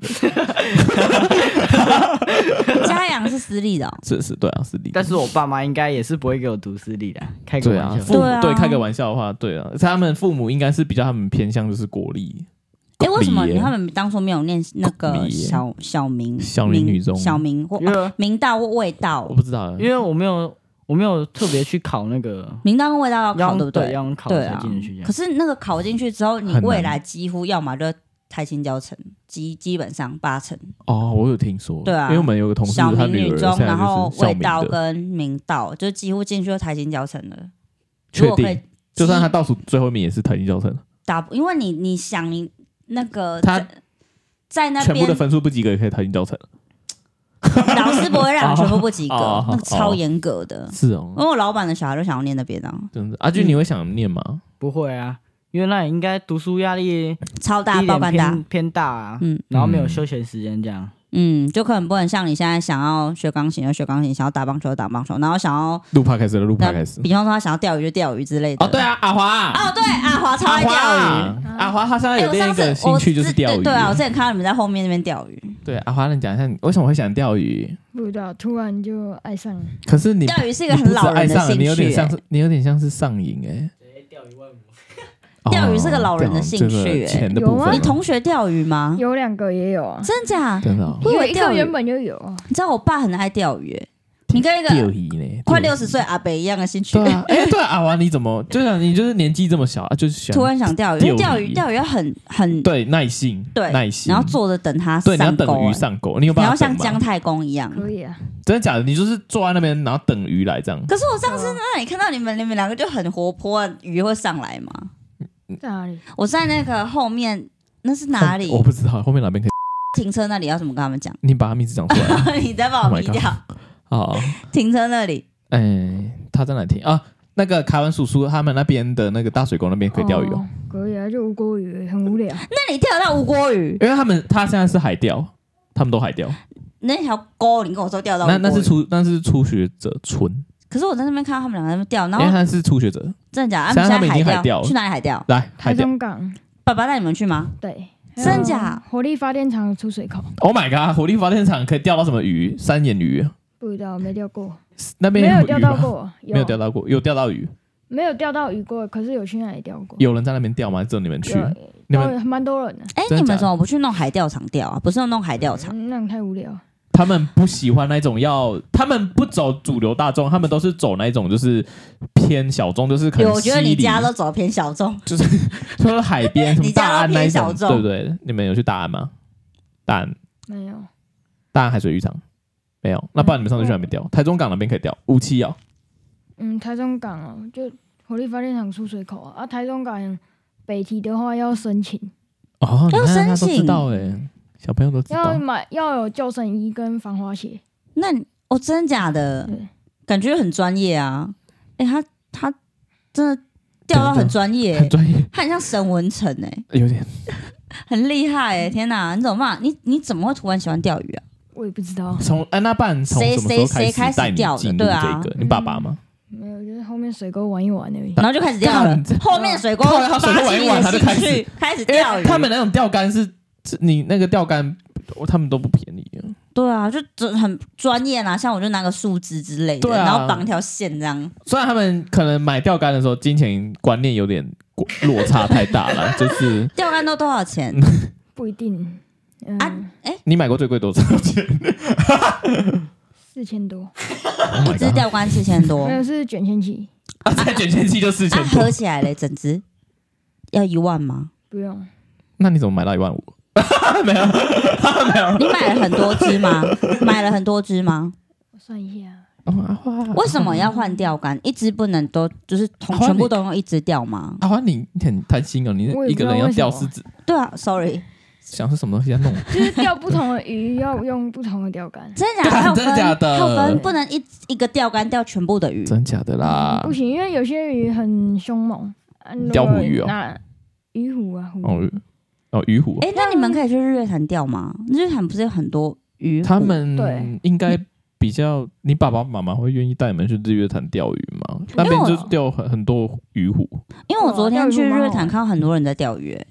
Speaker 2: 家养是私立的哦、
Speaker 1: 这是对啊，是你。
Speaker 3: 但是我爸妈应该也是不会给我读私立的，开个
Speaker 1: 对啊，
Speaker 3: 玩
Speaker 1: 父
Speaker 3: 笑。
Speaker 1: 母
Speaker 2: 对啊
Speaker 1: 对开个玩笑的话，对啊，他们父母应该是比较他们偏向就是国立，
Speaker 2: 哎、为什么
Speaker 1: 国立耶
Speaker 2: 他们当初没有念那
Speaker 1: 国
Speaker 2: 个
Speaker 1: 立耶
Speaker 2: 小小明
Speaker 1: 小明女中
Speaker 2: 小明或
Speaker 3: 因为
Speaker 2: 明道或味道
Speaker 1: 我？不知道啊，
Speaker 3: 因为我没有我没有特别去考那个，
Speaker 2: 明道跟味道要
Speaker 3: 要
Speaker 2: 考，对不
Speaker 3: 要用考
Speaker 2: 对
Speaker 3: 才
Speaker 2: 啊
Speaker 3: 进得去这。样
Speaker 2: 可。是那个考进去之后，你
Speaker 1: 很难
Speaker 2: 未来几乎要么就台青教成，基基本上八成。
Speaker 1: 哦，我有听说，
Speaker 2: 对啊
Speaker 1: 因为我们有个同事，
Speaker 2: 小
Speaker 1: 他
Speaker 2: 明
Speaker 1: 女
Speaker 2: 女
Speaker 1: 儿
Speaker 2: 中，
Speaker 1: 现在
Speaker 2: 然后
Speaker 1: 就是校
Speaker 2: 味
Speaker 1: 民
Speaker 2: 道
Speaker 1: 的，
Speaker 2: 跟明道，就几乎进去就台青教成了。如
Speaker 1: 确
Speaker 2: 果可以
Speaker 1: 定，就算他倒数最后一名也是台经教程，
Speaker 2: 打不，因为你你想你那个
Speaker 1: 他
Speaker 2: 在在那
Speaker 1: 全部
Speaker 2: 边
Speaker 1: 的分数不及格也可以台经教程，
Speaker 2: [laughs] 老师不会让你全部不及
Speaker 1: 哦
Speaker 2: 格
Speaker 1: 哦，
Speaker 2: 那个超严格的。
Speaker 1: 是哦
Speaker 2: 因，为我老板的小孩都想要念那边啊，
Speaker 1: 真的。嗯阿俊，你会想念吗？
Speaker 3: 不会啊，因为那里应该读书压力
Speaker 2: 超大
Speaker 3: 一
Speaker 2: 爆
Speaker 3: 点
Speaker 2: 肝大
Speaker 3: 偏。偏大啊，
Speaker 2: 嗯
Speaker 3: 然后没有休闲时间这样。
Speaker 2: 嗯，就可能不能像你现在想要学钢琴就学钢琴，想要打棒球就打棒球，然后想要，
Speaker 1: 录 p 开始了，录 p
Speaker 2: 那
Speaker 1: 开始。
Speaker 2: 比方说他想要钓鱼就钓鱼之类的。
Speaker 1: 哦，对，啊，阿华啊，
Speaker 2: 哦对，阿华超
Speaker 1: 阿
Speaker 2: 爱钓
Speaker 1: 华
Speaker 2: 鱼。
Speaker 1: 啊，阿华他现在
Speaker 2: 哎
Speaker 1: 有
Speaker 2: 我
Speaker 1: 另
Speaker 2: 上
Speaker 1: 一个
Speaker 2: 次
Speaker 1: 兴趣就是钓
Speaker 2: 我
Speaker 1: 鱼，
Speaker 2: 对啊，我之前看到你们在后面那边钓鱼，
Speaker 1: 对阿华，你讲一下你为什么会想钓鱼？
Speaker 4: 不知道，突然就爱上了。
Speaker 1: 可是你
Speaker 2: 钓鱼是
Speaker 1: 这
Speaker 2: 一个很老人
Speaker 1: 爱
Speaker 2: 的
Speaker 1: 上了，
Speaker 2: 兴
Speaker 1: 你有点
Speaker 2: 趣、
Speaker 1: 像
Speaker 2: 欸。
Speaker 1: 是你有点像是上瘾哎。哦
Speaker 2: 钓鱼是个老人的兴
Speaker 1: 这
Speaker 2: 趣
Speaker 1: 个
Speaker 2: 哎
Speaker 1: 钱的部
Speaker 4: 有
Speaker 1: 分
Speaker 4: 吗
Speaker 1: 啊，
Speaker 2: 你同学钓鱼吗？
Speaker 4: 有两个也有啊，
Speaker 2: 真假？
Speaker 1: 真的哦
Speaker 2: 我以
Speaker 4: 有
Speaker 2: 为
Speaker 4: 一
Speaker 2: 钓
Speaker 4: 个
Speaker 2: 鱼
Speaker 4: 原本就有啊，
Speaker 2: 你知道我爸很爱钓鱼、欸你跟一个
Speaker 1: 钓鱼呢，
Speaker 2: 快
Speaker 1: 钓
Speaker 2: 六
Speaker 1: 鱼
Speaker 2: 十岁阿北一样的兴趣
Speaker 1: 对，啊，哎、对啊，阿华你怎么就想你 [laughs] 就是年纪这么小啊，就是喜
Speaker 2: 突
Speaker 1: 欢
Speaker 2: 然想钓鱼，因为
Speaker 1: 钓
Speaker 2: 钓
Speaker 1: 鱼
Speaker 2: 鱼钓鱼要很很
Speaker 1: 对耐心，
Speaker 2: 对
Speaker 1: 耐心，
Speaker 2: 然后坐着等它
Speaker 1: 对你要
Speaker 2: 上
Speaker 1: 等
Speaker 2: 钩
Speaker 1: 鱼
Speaker 2: 欸，
Speaker 1: 上钩，你有
Speaker 2: 你
Speaker 1: 办
Speaker 2: 要
Speaker 1: 法
Speaker 2: 像
Speaker 1: 等吗
Speaker 2: 姜太公一样。
Speaker 4: 可以啊，
Speaker 1: 真的假的？你就是坐在那边，然后等鱼来这样。
Speaker 2: 可是我上次
Speaker 4: 对啊
Speaker 2: 那里看到你们，你们两个就很活泼，鱼会上来吗？
Speaker 4: 在哪里？
Speaker 2: 我在那个后面，那是哪里？
Speaker 1: 哦我不知道后面哪边可以，
Speaker 2: 停车那里要怎么跟他们讲？
Speaker 1: 你把他名字讲出来
Speaker 2: [laughs] 你再把
Speaker 1: Oh
Speaker 2: 我
Speaker 1: my
Speaker 2: 逼掉。
Speaker 1: 好，
Speaker 2: 停车那里
Speaker 1: 哎、他在哪听啊？那个凯文叔叔他们那边的那个大水沟那边可以钓鱼哦，，
Speaker 4: 可以啊，就无锅鱼，很无聊。
Speaker 2: 那里钓到无锅鱼，
Speaker 1: 因为他们他现在是海钓，他们都海钓。
Speaker 2: 那条沟你跟我说钓到无
Speaker 1: 那
Speaker 2: 锅鱼
Speaker 1: 那是初那是初学者村，
Speaker 2: 可是我在那边看到他们两个在那边钓，
Speaker 1: 因
Speaker 2: 然
Speaker 1: 为
Speaker 2: 后
Speaker 1: 他是初学者，
Speaker 2: 真的假的？
Speaker 1: 现在他
Speaker 2: 们
Speaker 1: 们已
Speaker 2: 现
Speaker 1: 经
Speaker 2: 在
Speaker 1: 海钓了
Speaker 2: 去哪里海钓？
Speaker 1: 来海
Speaker 4: 台
Speaker 1: 钓。
Speaker 4: 中港
Speaker 2: 爸爸带你们去吗？
Speaker 4: 对，
Speaker 2: 真假？
Speaker 4: 火力发电厂的出水口
Speaker 1: Oh my god！火力发电厂可以钓到什么鱼？三眼鱼
Speaker 4: 不知道没钓过，
Speaker 1: 那
Speaker 4: 没
Speaker 1: 边
Speaker 4: 有
Speaker 1: 鱼
Speaker 4: 钓到
Speaker 1: 吗，
Speaker 4: 过，
Speaker 1: 没有钓到过，有钓到鱼，
Speaker 4: 没有钓到鱼过，可是有去那里钓过，
Speaker 1: 有人在那边钓吗？只有你们去？你
Speaker 4: 有，
Speaker 1: 们
Speaker 4: 有蛮多人的，
Speaker 2: 哎，
Speaker 1: 真的
Speaker 2: 你
Speaker 1: 假
Speaker 2: 们
Speaker 1: 的
Speaker 2: 怎么不去弄海钓场钓啊？不是要弄海钓场？
Speaker 4: 嗯那样太无聊。
Speaker 1: 他们不喜欢那种要，他们不走主流大众，他们都是走那种就是偏小众，就是可能
Speaker 2: 我觉得你
Speaker 1: 西里
Speaker 2: 家都走偏小众，
Speaker 1: 说海边什么
Speaker 2: 你家
Speaker 1: 大安那一
Speaker 2: 偏小
Speaker 1: 种，对
Speaker 2: 众
Speaker 1: 不对？你们有去大安吗？大安
Speaker 4: 没有，
Speaker 1: 大安海水浴场没有？那不然你们上次去哪边钓？台中港那边可以钓，五七哦，
Speaker 4: 嗯，台中港哦，就火力发电厂出水口啊，啊，台中港北堤的话要申请，
Speaker 1: 哦，你
Speaker 2: 要
Speaker 1: 看他都
Speaker 2: 申
Speaker 1: 知
Speaker 2: 请
Speaker 1: 道哎，小朋友都知道
Speaker 4: 要，买要有救生衣跟防滑鞋，
Speaker 2: 那你哦，真的假的
Speaker 4: 对？
Speaker 2: 感觉很专业啊！哎，他他真的钓到
Speaker 1: 真
Speaker 2: 很
Speaker 1: 的
Speaker 2: 专业欸，
Speaker 1: 很专业， [laughs]
Speaker 2: 他很像沈文成哎、
Speaker 1: 有点
Speaker 2: 很厉害哎、天哪，你怎么办？你你怎么会突然喜欢钓鱼啊？
Speaker 4: 我也不知道，
Speaker 1: 从呃安娜办从
Speaker 2: 谁
Speaker 1: 什么时候
Speaker 2: 谁谁
Speaker 1: 开
Speaker 2: 开
Speaker 1: 始
Speaker 2: 始
Speaker 1: 带你
Speaker 2: 钓的
Speaker 1: 进入
Speaker 2: 对啊
Speaker 1: 这个？你爸爸吗？
Speaker 4: 没有，就是后面水沟玩一玩而已。
Speaker 2: 然后就开始钓了
Speaker 1: 干这，
Speaker 2: 后面水沟
Speaker 1: 靠然后水沟
Speaker 2: 发
Speaker 1: 玩
Speaker 2: 起
Speaker 1: 一
Speaker 2: 你
Speaker 1: 玩
Speaker 2: 的
Speaker 1: 他就开
Speaker 2: 兴
Speaker 1: 始
Speaker 2: 趣，开始
Speaker 1: 因
Speaker 2: 钓
Speaker 1: 为
Speaker 2: 鱼。
Speaker 1: 他们那种钓竿是，是你那个钓竿，我他们都不便宜啊。
Speaker 2: 对啊，就真很专业啦，像我就拿个树枝之类的，
Speaker 1: 对啊
Speaker 2: 然后绑一条线这样。
Speaker 1: 虽然他们可能买钓竿的时候金钱观念有点过落差太大
Speaker 2: [laughs]
Speaker 1: 了，就是
Speaker 2: 钓竿都多少钱？
Speaker 4: 不一定，嗯，
Speaker 2: 啊
Speaker 1: 你买过最贵多少
Speaker 2: [laughs]
Speaker 1: 钱？
Speaker 4: 四千多，
Speaker 1: Oh my
Speaker 2: 一只
Speaker 1: [laughs] god
Speaker 2: 钓竿四千多，
Speaker 1: 哦
Speaker 4: 没有
Speaker 2: 啊
Speaker 4: 是卷线器，
Speaker 1: 啊，在卷钱器就四千多
Speaker 2: 合，起来嘞，整只要一万吗？
Speaker 4: 不用，
Speaker 1: 那你怎么买到一万五？
Speaker 2: 你买了很多只吗？买了很多只吗？
Speaker 4: 我算一下，
Speaker 1: 哦阿花，
Speaker 2: 为什么要换钓竿？一只不能都就是同
Speaker 1: 换你
Speaker 2: 全部都用一只钓吗？
Speaker 1: 阿花你你很贪心哦，你
Speaker 4: 我也
Speaker 1: 一
Speaker 4: 不知
Speaker 1: 个
Speaker 4: 道
Speaker 1: 人要钓
Speaker 4: 为什
Speaker 1: 狮
Speaker 4: 么
Speaker 1: 子，
Speaker 2: 对啊，sorry，
Speaker 1: 想是什么东西在弄？
Speaker 4: 就是钓不同的鱼要用不同的钓
Speaker 1: [laughs]
Speaker 4: 竿，
Speaker 2: 真的假的？
Speaker 1: 干
Speaker 2: 还有
Speaker 1: 啊真的
Speaker 2: 分，
Speaker 1: 假的
Speaker 2: 还有分，不能一一个钓竿钓全部的鱼。
Speaker 1: 真假的啦
Speaker 4: 不？行，因为有些鱼很凶猛，啊如果
Speaker 1: 啊钓虎鱼哦
Speaker 4: 那鱼虎啊，虎
Speaker 1: 哦哦，鱼虎，
Speaker 2: 哎、那你们可以去日月潭钓吗？日月潭不是有很多鱼？
Speaker 1: 他们
Speaker 4: 对
Speaker 1: 应该比较，你爸爸妈妈会愿意带你们去日月潭钓鱼吗？那边就是钓很很多鱼虎，
Speaker 2: 因为我昨天去
Speaker 4: 哇钓
Speaker 2: 日
Speaker 4: 鱼蛮好
Speaker 2: 月
Speaker 4: 玩
Speaker 2: 潭看到很多人在钓鱼、欸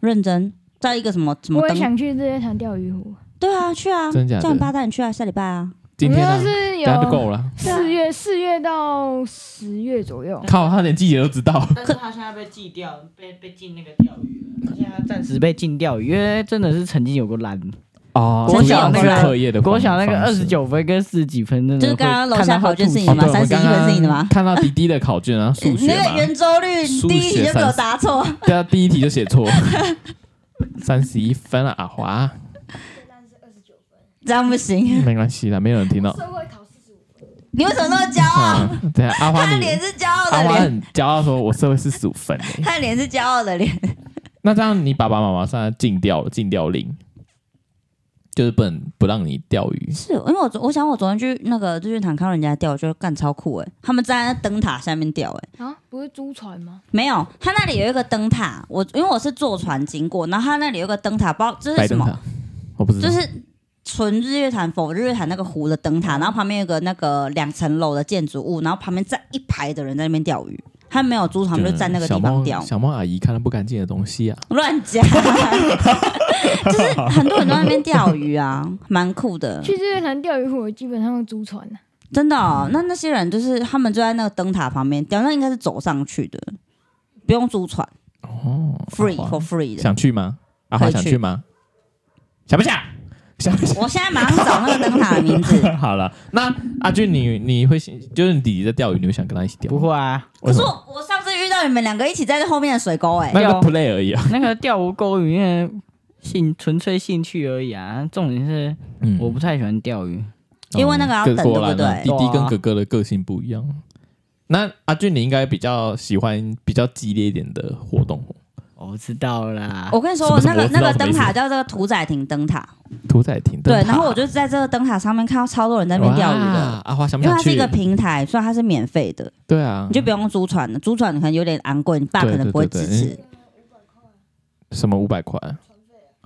Speaker 2: 认真在一个什么什么
Speaker 4: 我也
Speaker 2: 灯？
Speaker 4: 想去日月潭钓鱼湖，
Speaker 2: 对啊，去啊，
Speaker 1: 真假的
Speaker 2: 叫你爸带你去啊，下礼拜啊。
Speaker 1: 今天
Speaker 4: 我
Speaker 1: 啊
Speaker 4: 们，是
Speaker 1: 等下就
Speaker 4: 有
Speaker 1: 够了。
Speaker 4: 四月四月到十月左右，
Speaker 1: 靠，他连季节都知道。
Speaker 3: 但是他现在被禁掉，被被禁那个钓鱼了，他现在暂时被禁钓鱼，因为真的是曾经有过烂。
Speaker 1: [laughs] 哦
Speaker 2: 国小那个
Speaker 1: 课业的方
Speaker 3: 国小那个
Speaker 1: 方
Speaker 3: 二
Speaker 1: 式
Speaker 3: 十九分跟四十几分，真的
Speaker 2: 就是刚刚楼下考卷是你
Speaker 1: 哦
Speaker 2: 的
Speaker 1: 对
Speaker 2: 吗？
Speaker 1: 我
Speaker 2: 三
Speaker 1: 们
Speaker 2: 十一
Speaker 1: 刚
Speaker 2: 分
Speaker 1: 刚
Speaker 2: 是你的吗？
Speaker 1: 看到迪迪的考卷啊，数
Speaker 2: 你
Speaker 1: 学
Speaker 2: 那个
Speaker 1: 嘛，
Speaker 2: 圆周率你第一
Speaker 1: 数学
Speaker 2: 题就被我
Speaker 1: 三
Speaker 2: 答错，
Speaker 1: 对啊，第一题就写错， [laughs] 三十一分啊，阿华，
Speaker 2: 这样不行。
Speaker 1: 没关系啦，没有人听到。
Speaker 4: 社会考四十五，
Speaker 2: 你为什么那么骄傲？
Speaker 1: [laughs] 啊，等下阿华
Speaker 2: 他
Speaker 1: 你，
Speaker 2: 脸是骄傲
Speaker 1: 阿
Speaker 2: 的
Speaker 1: 华
Speaker 2: 脸，
Speaker 1: 很骄傲说，我社会是十五分欸
Speaker 2: 他脸是骄傲的脸。
Speaker 1: 那这样你爸爸妈妈现在禁掉了，禁掉令，就是不能不让你钓鱼。
Speaker 2: 是因为我昨我想我昨天去那个日月潭看到人家钓，就干超酷哎、他们站在那灯塔下面钓哎、
Speaker 4: 啊，不是租船吗？
Speaker 2: 没有，他那里有一个灯塔，我因为我是坐船经过，然后他那里有一个灯塔，不知道这是
Speaker 1: 白
Speaker 2: 什
Speaker 1: 灯
Speaker 2: 么，
Speaker 1: 塔，嗯我不知道。
Speaker 2: 就是纯日月潭否日月潭那个湖的灯
Speaker 1: 哦
Speaker 2: 塔，然后旁边有个那个两层楼的建筑物，然后旁边站一排的人在那边钓鱼，他没有租船，他们就站那个地
Speaker 1: 小
Speaker 2: 方
Speaker 1: 猫
Speaker 2: 钓，
Speaker 1: 小猫阿姨看到不干净的东西啊，
Speaker 2: 乱讲，就是很多人都在那边钓鱼啊，蛮酷的。
Speaker 4: 去日月潭钓鱼湖，我基本上租船啊
Speaker 2: 真的、哦，那那些人就是他们就在那个灯塔旁边钓，那应该是走上去的，不用租船
Speaker 1: 哦
Speaker 2: ，free
Speaker 1: 好啊
Speaker 2: for free 的。
Speaker 1: 想去吗？阿华
Speaker 2: 可以
Speaker 1: 想
Speaker 2: 去
Speaker 1: 去吗？想不想？ [laughs] 想一想。
Speaker 2: 我现在马上找那个灯塔的名字。
Speaker 1: 好了，那阿俊你你会就是你弟弟在钓鱼，你会想跟他一起钓？
Speaker 3: 不，会啊，
Speaker 2: 可
Speaker 1: 为
Speaker 2: 是
Speaker 1: 什么？
Speaker 2: 我我上次遇到你们两个一起在后面的水沟、欸，哎，
Speaker 1: 那个
Speaker 3: 钓
Speaker 1: play 而已啊。
Speaker 3: [laughs] 那个钓无钩鱼，那个兴纯粹兴趣而已啊。重点是
Speaker 1: 嗯
Speaker 3: 我不太喜欢钓鱼，
Speaker 2: 因为那个要等
Speaker 1: 哦果然啊
Speaker 2: 对
Speaker 1: 弟
Speaker 3: 不对
Speaker 1: 弟跟哥哥的个性不一样。那阿俊，你应该比较喜欢比较激烈一点的活动哦，
Speaker 3: 我知道啦。
Speaker 2: 我跟你说
Speaker 1: 什，么什
Speaker 2: 那
Speaker 1: 么
Speaker 2: 个
Speaker 1: 我知
Speaker 2: 那
Speaker 1: 道什
Speaker 2: 个
Speaker 1: 么
Speaker 2: 灯
Speaker 1: 意思
Speaker 2: 塔叫这个屠宰亭灯塔，
Speaker 1: 屠宰亭灯
Speaker 2: 对。
Speaker 1: 塔
Speaker 2: 然后我就在这个灯塔上面看到超多人在那边钓鱼的，
Speaker 1: 哇。阿花想
Speaker 2: 因
Speaker 1: 不
Speaker 2: 为
Speaker 1: 想
Speaker 2: 它是
Speaker 1: 去？
Speaker 2: 一个平台，所以它是免费的，
Speaker 1: 对啊
Speaker 2: 你，就不用租船了。租船可能有点昂贵，你爸
Speaker 1: 对
Speaker 2: 可能不会
Speaker 1: 对
Speaker 2: 支
Speaker 1: 对对
Speaker 2: 持。
Speaker 1: 什么五百块？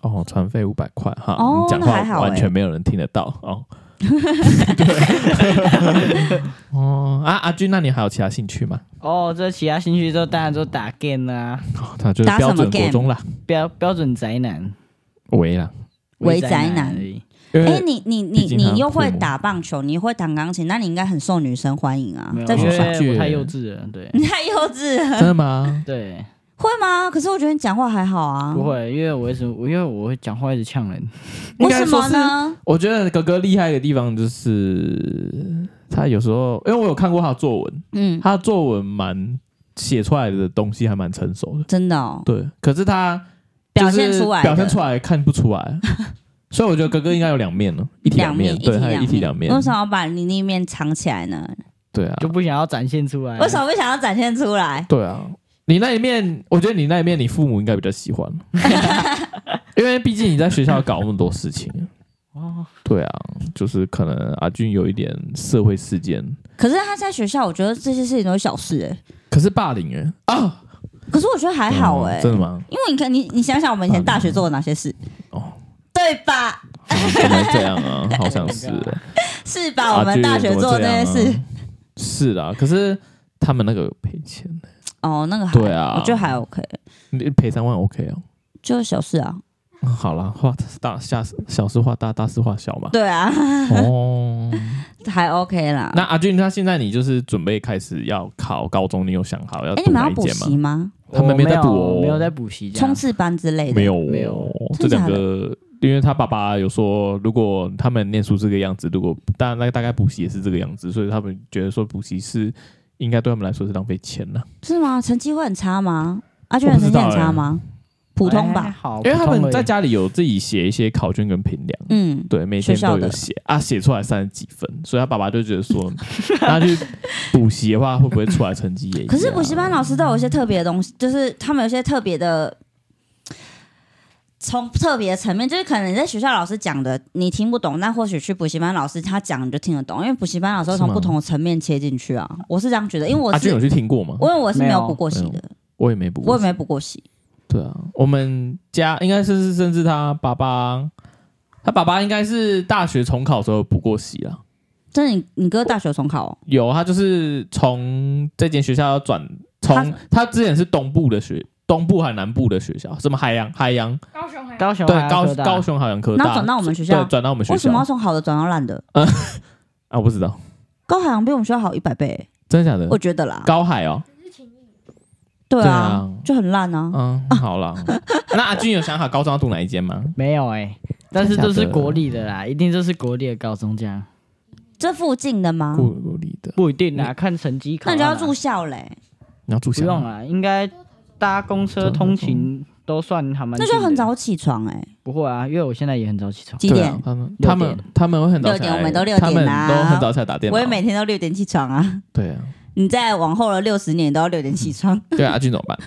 Speaker 1: 哦，船费五百块哈，
Speaker 2: 哦
Speaker 1: 你讲
Speaker 2: 那还
Speaker 1: 话
Speaker 2: 好
Speaker 1: 完
Speaker 2: 欸
Speaker 1: 全没有人听得到
Speaker 2: [laughs]
Speaker 1: 哦。对，哦啊，阿俊，那你还有其他兴趣吗？
Speaker 3: 哦，这其他兴趣都当然都打 game 啦、
Speaker 1: 哦他就是
Speaker 2: 打什
Speaker 1: 标
Speaker 2: 么
Speaker 1: 准国
Speaker 2: game？
Speaker 1: 中啦，
Speaker 3: 标标准宅男，
Speaker 1: 围啦，
Speaker 2: 伪宅男
Speaker 3: 而已。
Speaker 1: 因
Speaker 2: 哎、
Speaker 1: 为
Speaker 2: 你你
Speaker 1: 毕
Speaker 2: 你
Speaker 1: 竟他
Speaker 2: 你又会
Speaker 1: 父母
Speaker 2: 打棒球，你会弹钢琴，那你应该很受女生欢迎啊
Speaker 3: 没，有
Speaker 2: 在
Speaker 1: 去
Speaker 3: 因
Speaker 2: 学校。
Speaker 1: 上
Speaker 3: 为我太幼稚了，对
Speaker 2: 你太幼稚了，
Speaker 1: 真的吗？
Speaker 3: 对，
Speaker 2: 会吗？可是我觉得你讲话还好啊，
Speaker 3: 不会，因为我一直我因为我会讲话一直呛人，
Speaker 1: 应
Speaker 2: 呃为
Speaker 1: 该
Speaker 2: 什
Speaker 1: 说
Speaker 2: 么
Speaker 1: 是
Speaker 2: 呢？
Speaker 1: 我觉得哥哥厉害的地方就是他有时候，因为我有看过他的作文，
Speaker 2: 嗯，
Speaker 1: 他的作文蛮写出来的东西还蛮成熟的，
Speaker 2: 真的哦，
Speaker 1: 对。可是他就
Speaker 2: 表
Speaker 1: 是
Speaker 2: 现出来的，
Speaker 1: 表现出来看不出来，所以我觉得哥哥应该有两
Speaker 2: [laughs]
Speaker 1: 面了，一体
Speaker 2: 两
Speaker 1: 面，
Speaker 2: 面，
Speaker 1: 对，他有一体
Speaker 2: 体
Speaker 1: 两面
Speaker 2: 为，什么要把你那一面藏起来呢？
Speaker 1: 对啊
Speaker 3: 就，不想要展现出
Speaker 1: 哎
Speaker 3: 来。
Speaker 2: 为什么不想要展现出来？
Speaker 1: 对啊。你那一面，我觉得你那一面，你父母应该比较喜
Speaker 2: [laughs]
Speaker 1: 欢，因为毕竟你在学校搞那么多事情。
Speaker 3: 哦，
Speaker 1: 对啊，就是可能阿俊有一点社会事件，
Speaker 2: 可是他在学校，我觉得这些事情都是小事哎、
Speaker 1: 可是霸凌哎啊，
Speaker 2: 可是我觉得还好哎、
Speaker 1: 嗯真的吗？
Speaker 2: 因为你看你你想想我们以前大学做了哪些事，
Speaker 1: 哦，
Speaker 2: 对吧？
Speaker 1: 原来这样啊，好像
Speaker 3: [laughs]
Speaker 1: 是
Speaker 2: 是吧？啊我
Speaker 1: 阿
Speaker 2: 们
Speaker 1: 俊
Speaker 2: 大学
Speaker 1: 啊怎么
Speaker 2: 做的
Speaker 1: 这
Speaker 2: 那
Speaker 1: 样
Speaker 2: 些
Speaker 1: 啊
Speaker 2: 事，
Speaker 1: 是啦，可是他们那个有赔钱，
Speaker 2: 哦，那个还
Speaker 1: 对啊
Speaker 2: 我觉得还 OK，
Speaker 1: 你赔三万 OK 哦。
Speaker 2: 就是小事啊。
Speaker 1: 嗯好啦，化大下小事化大，大事化小嘛。
Speaker 2: 对啊， [laughs]
Speaker 1: 哦，
Speaker 2: 还 OK 啦。
Speaker 1: 那阿俊他现在你就是准备开始要考高中，你有想好要读
Speaker 2: 哎、你们
Speaker 1: 哪
Speaker 2: 要
Speaker 1: 一
Speaker 2: 补
Speaker 1: 届
Speaker 2: 习
Speaker 1: 吗？
Speaker 2: 吗？
Speaker 1: 他们
Speaker 3: 我
Speaker 1: 没
Speaker 3: 没
Speaker 1: 在补哦
Speaker 3: 有没有在补习这样，
Speaker 2: 冲刺班之类的？
Speaker 1: 哎没有
Speaker 3: 没有，
Speaker 1: 这
Speaker 2: 真的
Speaker 1: 两
Speaker 2: 假的
Speaker 1: 个，因为他爸爸有说，如果他们念书这个样子，如果大那大概补习也是这个样子，所以他们觉得说补习是应该对他们来说是浪费钱了。
Speaker 2: 是吗？成绩会很差吗？啊阿俊
Speaker 1: 我
Speaker 2: 的
Speaker 1: 不知
Speaker 2: 成绩很
Speaker 1: 道
Speaker 2: 差
Speaker 1: 欸
Speaker 2: 吗？普通
Speaker 3: 还
Speaker 2: 吧。
Speaker 3: 哎好，
Speaker 1: 因为他
Speaker 3: 普通而
Speaker 1: 们
Speaker 3: 已
Speaker 1: 在家里有自己写一些考卷跟评量，
Speaker 2: 嗯，
Speaker 1: 对，每天
Speaker 2: 学校
Speaker 1: 都
Speaker 2: 的
Speaker 1: 有写啊，写出来三十几分，所以他爸爸就觉得说，那 [laughs] 去补习的话会不会出来成绩也一样？
Speaker 2: 可是补习班老师都有一些特别的东西，就是他们有一些特别的，从特别的层面，就是可能你在学校老师讲的你听不懂，但或许去补习班老师他讲你就听得懂，因为补习班老师会
Speaker 1: 是吗
Speaker 2: 从不同的层面切进去啊。我是这样觉得，因为我
Speaker 1: 阿俊嗯
Speaker 2: 是、
Speaker 1: 有去听过吗？
Speaker 2: 因为我是没有补过习
Speaker 1: 没
Speaker 2: 的，
Speaker 1: 我也没补，
Speaker 2: 我也没补过习。
Speaker 1: 对啊，我们家应该是甚至他爸爸，他爸爸应该是大学重考的时候有补过习啊。
Speaker 2: 真的，你你哥大学重考、哦，
Speaker 1: 有，他就是从这间学校要转，从他之前是东部的学，东部还南部的学校，什么海洋海洋，
Speaker 4: 高雄还
Speaker 3: 高雄
Speaker 1: 对
Speaker 3: 还要
Speaker 1: 高
Speaker 3: 科大
Speaker 1: 高雄海洋科
Speaker 2: 然后
Speaker 1: 大，
Speaker 2: 转到我们学
Speaker 1: 对
Speaker 2: 校，
Speaker 1: 转到我们学
Speaker 2: 为什么要
Speaker 1: 校
Speaker 2: 从好的转到烂的？
Speaker 1: 啊，我不知道，
Speaker 2: 高海洋比我们学校好一百倍、
Speaker 1: 真的假的
Speaker 2: 我？觉得啦。
Speaker 1: 高海哦，
Speaker 2: 对啊，
Speaker 1: 对啊
Speaker 2: 就很烂啊。
Speaker 1: 嗯，好
Speaker 2: [laughs]
Speaker 1: 啦。那阿俊有想好高中要读哪一间吗？
Speaker 3: 没有哎、但是
Speaker 1: 真的假
Speaker 3: 都是
Speaker 1: 的
Speaker 3: 国立的啦，一定都是国立的高中这样，
Speaker 2: 这附近的吗？
Speaker 1: 不不理的，
Speaker 3: 不一定啦，看成绩考
Speaker 2: 那
Speaker 3: 到
Speaker 2: 你
Speaker 3: 哪。
Speaker 2: 就要
Speaker 1: 啊
Speaker 2: 住校嘞、
Speaker 1: 你要住
Speaker 3: 不
Speaker 1: 校
Speaker 3: 用啊
Speaker 1: 吗，
Speaker 3: 啦，应该搭公车通勤都算还蛮近
Speaker 2: 嗯那
Speaker 3: 的。
Speaker 2: 就很早起床哎、
Speaker 3: 不会啊，因为我现在也很早起床。
Speaker 2: 几
Speaker 1: 对
Speaker 2: 点？
Speaker 1: 啊他们
Speaker 3: 六
Speaker 1: 他们他们会很早
Speaker 2: 六
Speaker 1: 起
Speaker 2: 点
Speaker 1: 来，
Speaker 2: 我们都六
Speaker 1: 他
Speaker 2: 点
Speaker 1: 们
Speaker 2: 啦
Speaker 1: 都很早起来打电脑，
Speaker 2: 我也每天都六点起床啊。 [laughs]
Speaker 1: 对啊，
Speaker 2: 你在往后的六十年都要六点起床，
Speaker 1: [laughs]
Speaker 2: [laughs]
Speaker 1: 对啊，阿俊怎么办？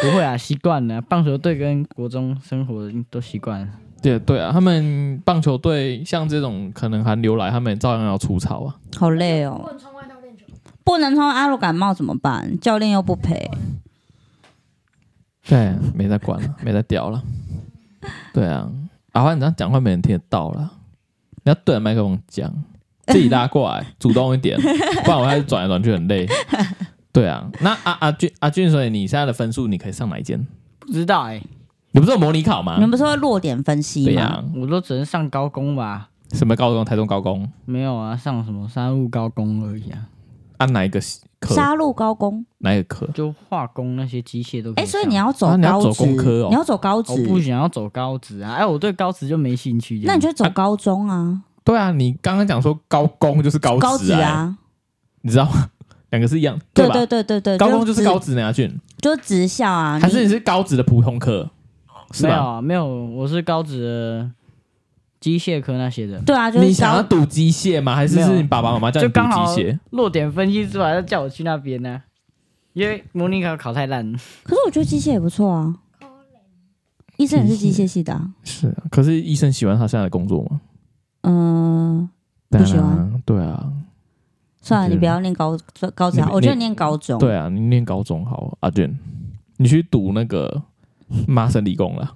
Speaker 3: 不会啊，习惯了。棒球队跟国中生活都习惯了。
Speaker 1: 对对啊，他们棒球队像这种可能寒流来，他们照样要出操啊。
Speaker 2: 好累哦。
Speaker 4: 能穿外套练球，
Speaker 2: 不能穿阿鲁感冒怎么办？教练又不陪。
Speaker 1: 对，啊没在管了，没在屌了。对啊，阿花，你这样讲话没人听得到啦。你要对着麦克风讲，自己拉过来，主动一点，不然我还是转来转去很累。对啊，那阿阿俊阿俊，所以你现在的分数你可以上哪一间？
Speaker 3: 不知道哎、
Speaker 1: 你不是有模拟考
Speaker 2: 你
Speaker 1: 吗
Speaker 2: 们？不是会落点分析
Speaker 1: 啊对
Speaker 2: 吗？
Speaker 1: 呀、
Speaker 3: 我都只能上高工吧。
Speaker 1: 什么高中、台中高工
Speaker 3: 没有啊，上什么三物高工而已啊。
Speaker 1: 啊？按哪一个科？
Speaker 2: 杀戮高工。
Speaker 1: 哪一个科？
Speaker 3: 就化工那些机械都可
Speaker 2: 哎，
Speaker 3: 以上。
Speaker 2: 所以你要走
Speaker 1: 啊你要
Speaker 2: 高
Speaker 1: 走
Speaker 2: 职，
Speaker 1: 工科哦
Speaker 2: 你要走高
Speaker 3: 我不
Speaker 2: 职，
Speaker 3: 想要走高职啊！哎，我对高职就没兴趣这样。
Speaker 2: 那你就走高中啊，
Speaker 1: 对啊，你刚刚讲说高工就是高
Speaker 2: 高
Speaker 1: 职
Speaker 2: 职，啊，
Speaker 1: 你知道吗？ [laughs] 两个是一样，
Speaker 2: 对
Speaker 1: 吧
Speaker 2: 对？对对对，
Speaker 1: 高工就是
Speaker 2: 职
Speaker 1: 高，职，呢，阿啊俊，
Speaker 2: 就是职校啊，
Speaker 1: 还是
Speaker 2: 你
Speaker 1: 你是高职的普通科？是
Speaker 3: 没有
Speaker 1: 吧？
Speaker 3: 啊没有，我是高职的机械科那些的，
Speaker 2: 对啊，就
Speaker 1: 你
Speaker 2: 是
Speaker 1: 想要
Speaker 2: 高
Speaker 1: 读机械吗？还是
Speaker 3: 没有
Speaker 1: 是你爸爸妈妈叫你
Speaker 3: 就
Speaker 1: 读
Speaker 3: 刚好
Speaker 1: 机械？
Speaker 3: 落点分析出来，叫我去那边呢、因为模拟考考太烂了。
Speaker 2: 可是我觉得机械也不错啊，医生也是机械系的、啊，
Speaker 1: 是啊，可是医生喜欢他现在的工作吗？
Speaker 2: 嗯、不喜欢
Speaker 1: 当然啊。对啊，我觉
Speaker 2: 算了，
Speaker 1: 得
Speaker 2: 你不要念高高职
Speaker 1: 你
Speaker 2: 啊，
Speaker 1: 你
Speaker 2: 我觉得你念高中，
Speaker 1: 对啊，你念高中好了，阿俊，你去读那个麻省理工了。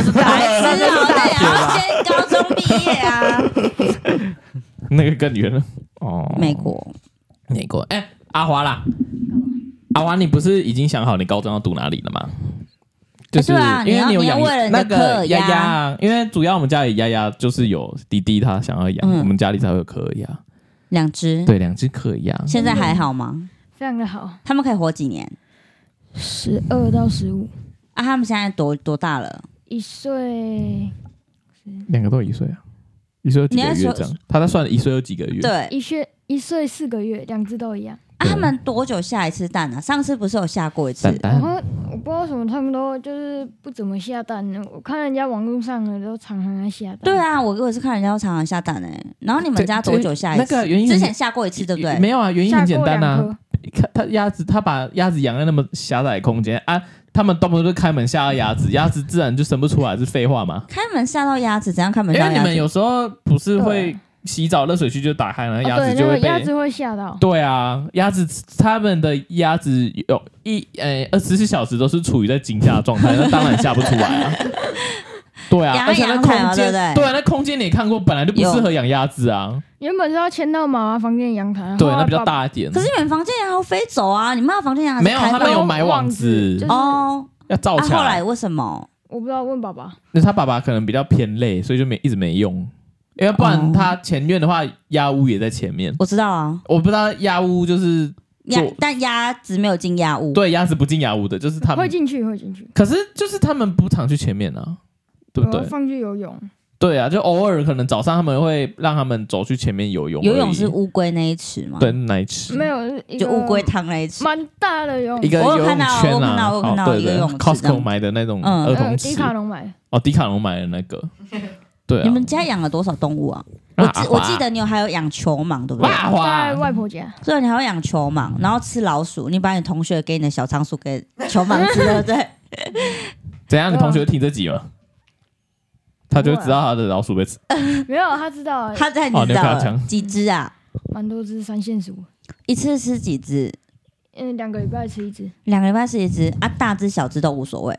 Speaker 2: [laughs]
Speaker 3: 是大
Speaker 2: 白痴啊，那也要先高中毕业啊，
Speaker 1: 那个更远了。哦，
Speaker 2: 美，国
Speaker 1: 美国。哎、阿华啦，阿华，你不是已经想好你高中要读哪里了吗？就是、
Speaker 2: 哎对
Speaker 1: 因为
Speaker 2: 啊你要
Speaker 1: 有
Speaker 2: 你要
Speaker 1: 养
Speaker 2: 为了你
Speaker 1: 那
Speaker 2: 的科
Speaker 1: 个
Speaker 2: 尔
Speaker 1: 丫
Speaker 2: 鸭
Speaker 1: 丫啊，因为主要我们家里丫丫就是有弟弟，他想要养，
Speaker 2: 嗯
Speaker 1: 我们家里才会有科尔鸭。
Speaker 2: 两只，
Speaker 1: 对，两只科尔鸭。
Speaker 2: 现在还好吗？
Speaker 4: 非常的好，
Speaker 2: 他们可以活几年
Speaker 4: 十二到十五，
Speaker 2: 啊？他们现在多多大了？
Speaker 4: 一岁
Speaker 1: 两个都一岁啊，一岁有几个
Speaker 2: 你在
Speaker 1: 月
Speaker 2: 说
Speaker 1: 这样？他在算一岁有几个月？
Speaker 2: 对，
Speaker 4: 一岁一岁四个月，两只都一样。
Speaker 2: 啊，他们多久下一次蛋啊？上次不是有下过一次
Speaker 1: 蛋蛋
Speaker 4: 然
Speaker 2: 哦
Speaker 4: 后我不知道为什么他们都就是不怎么下蛋呢，我看人家网络上的都常常在下蛋。
Speaker 2: 对，啊，我我也是看人家常常下蛋哎、然后你们
Speaker 1: 这
Speaker 2: 家
Speaker 1: 这
Speaker 2: 多久下一
Speaker 1: 那
Speaker 2: 次？
Speaker 1: 个原因很
Speaker 2: 之前下过一次，对不对？
Speaker 1: 没有啊，原因
Speaker 4: 下
Speaker 1: 很简
Speaker 4: 过
Speaker 1: 单
Speaker 4: 两
Speaker 1: 啊。
Speaker 4: 颗，
Speaker 1: 看他鸭子，他把鸭子养在那么狭窄的空间啊，他们动不动就开门吓到鸭子，鸭子自然就生不出来，是废话吗？
Speaker 2: 开门吓到鸭子，怎样开
Speaker 1: 因
Speaker 2: 门吓
Speaker 1: 为
Speaker 2: 到
Speaker 1: 你
Speaker 2: 鸭
Speaker 1: 们
Speaker 2: 子？
Speaker 1: 有时候不是会洗澡热水器就打开，然后鸭
Speaker 4: 哦对
Speaker 1: 子就
Speaker 4: 那
Speaker 1: 会
Speaker 4: 个鸭
Speaker 1: 被。
Speaker 4: 子会吓到。
Speaker 1: 对啊，鸭子他们的鸭子有一呃二十四小时都是处于在惊吓的状态，那当然吓不出来啊。对啊，
Speaker 2: 养
Speaker 1: 而且那
Speaker 2: 养
Speaker 1: 空
Speaker 2: 海嘛
Speaker 1: 间，
Speaker 2: 对不对
Speaker 1: 啊，那空间你也看过，本来就不适合养鸭子啊。
Speaker 4: 原本是要迁到妈妈房间的阳台，
Speaker 1: 对，
Speaker 4: 后来
Speaker 1: 那比较
Speaker 4: 爸爸。
Speaker 1: 大一点。
Speaker 2: 可是你们房间也要飞走啊！你们的房间也还是
Speaker 1: 没有，
Speaker 2: 开
Speaker 1: 他
Speaker 2: 放
Speaker 1: 们有买网子，
Speaker 4: 就是
Speaker 2: 哦。
Speaker 1: 要造
Speaker 2: 啊，
Speaker 1: 起
Speaker 2: 后来
Speaker 1: 来。
Speaker 2: 为什么？
Speaker 4: 我不知道问爸爸，
Speaker 1: 那、他爸爸可能比较偏累，所以就没一直没用。因为不然
Speaker 2: 哦
Speaker 1: 他前院的话，鸭屋也在前面。
Speaker 2: 我知道啊，
Speaker 1: 我不知道鸭屋就是
Speaker 2: 鸭
Speaker 1: 做
Speaker 2: 但鸭子没有进鸭屋，
Speaker 1: 对鸭子不进鸭屋的，就是他
Speaker 4: 会
Speaker 1: 们。
Speaker 4: 进去会进去，
Speaker 1: 可是就是他们不常去前面啊，对不
Speaker 4: 我
Speaker 1: 对
Speaker 4: 要？哦放去游泳。
Speaker 1: 对啊，就偶尔可能早上他们会让他们走去前面游泳而已。
Speaker 2: 游泳是乌龟那一池吗？
Speaker 1: 对，，奶池
Speaker 4: 没有，一个
Speaker 2: 就乌龟汤那一池。
Speaker 4: 蛮大的游泳
Speaker 1: 一
Speaker 4: 池，
Speaker 1: 个
Speaker 2: 我
Speaker 1: 游
Speaker 2: 有
Speaker 1: 泳
Speaker 2: 看到
Speaker 1: 圈
Speaker 2: 我有看
Speaker 1: 啊，
Speaker 2: 到我有看到
Speaker 1: 哦对
Speaker 2: 一个
Speaker 1: 对
Speaker 2: 游泳池这
Speaker 1: ，Costco
Speaker 2: 样
Speaker 1: 买的那种
Speaker 2: 嗯
Speaker 1: 儿
Speaker 4: 呃
Speaker 1: 童
Speaker 4: 迪
Speaker 1: 池
Speaker 4: 卡侬买的，
Speaker 1: 哦，迪卡侬买的那个，对啊。
Speaker 2: 你们家养了多少动物啊？
Speaker 1: 那
Speaker 2: 我
Speaker 1: 阿
Speaker 2: 记
Speaker 1: 华
Speaker 2: 我记得你有还有养球蟒，对不对？
Speaker 1: 哇
Speaker 4: 在
Speaker 1: 哇，
Speaker 4: 外婆家。
Speaker 2: 对，你还要养球蟒，然后吃老鼠，你把你同学给你的小仓鼠给球蟒吃，对不
Speaker 4: [laughs]
Speaker 2: 对？
Speaker 1: 怎样？你同
Speaker 4: 嗯
Speaker 1: 学听这集吗？他
Speaker 4: 啊
Speaker 1: 就会知道他的老鼠被吃，
Speaker 4: 没有，他知道，
Speaker 2: 他在你
Speaker 1: 哦你
Speaker 2: 知
Speaker 1: 有
Speaker 2: 道
Speaker 1: 跟他讲
Speaker 2: 了几只啊？
Speaker 4: 蛮多只三线鼠，
Speaker 2: 一次吃几只？
Speaker 4: 嗯，两个礼拜吃一只
Speaker 2: 两个礼拜吃一只啊，大只小只都无所谓，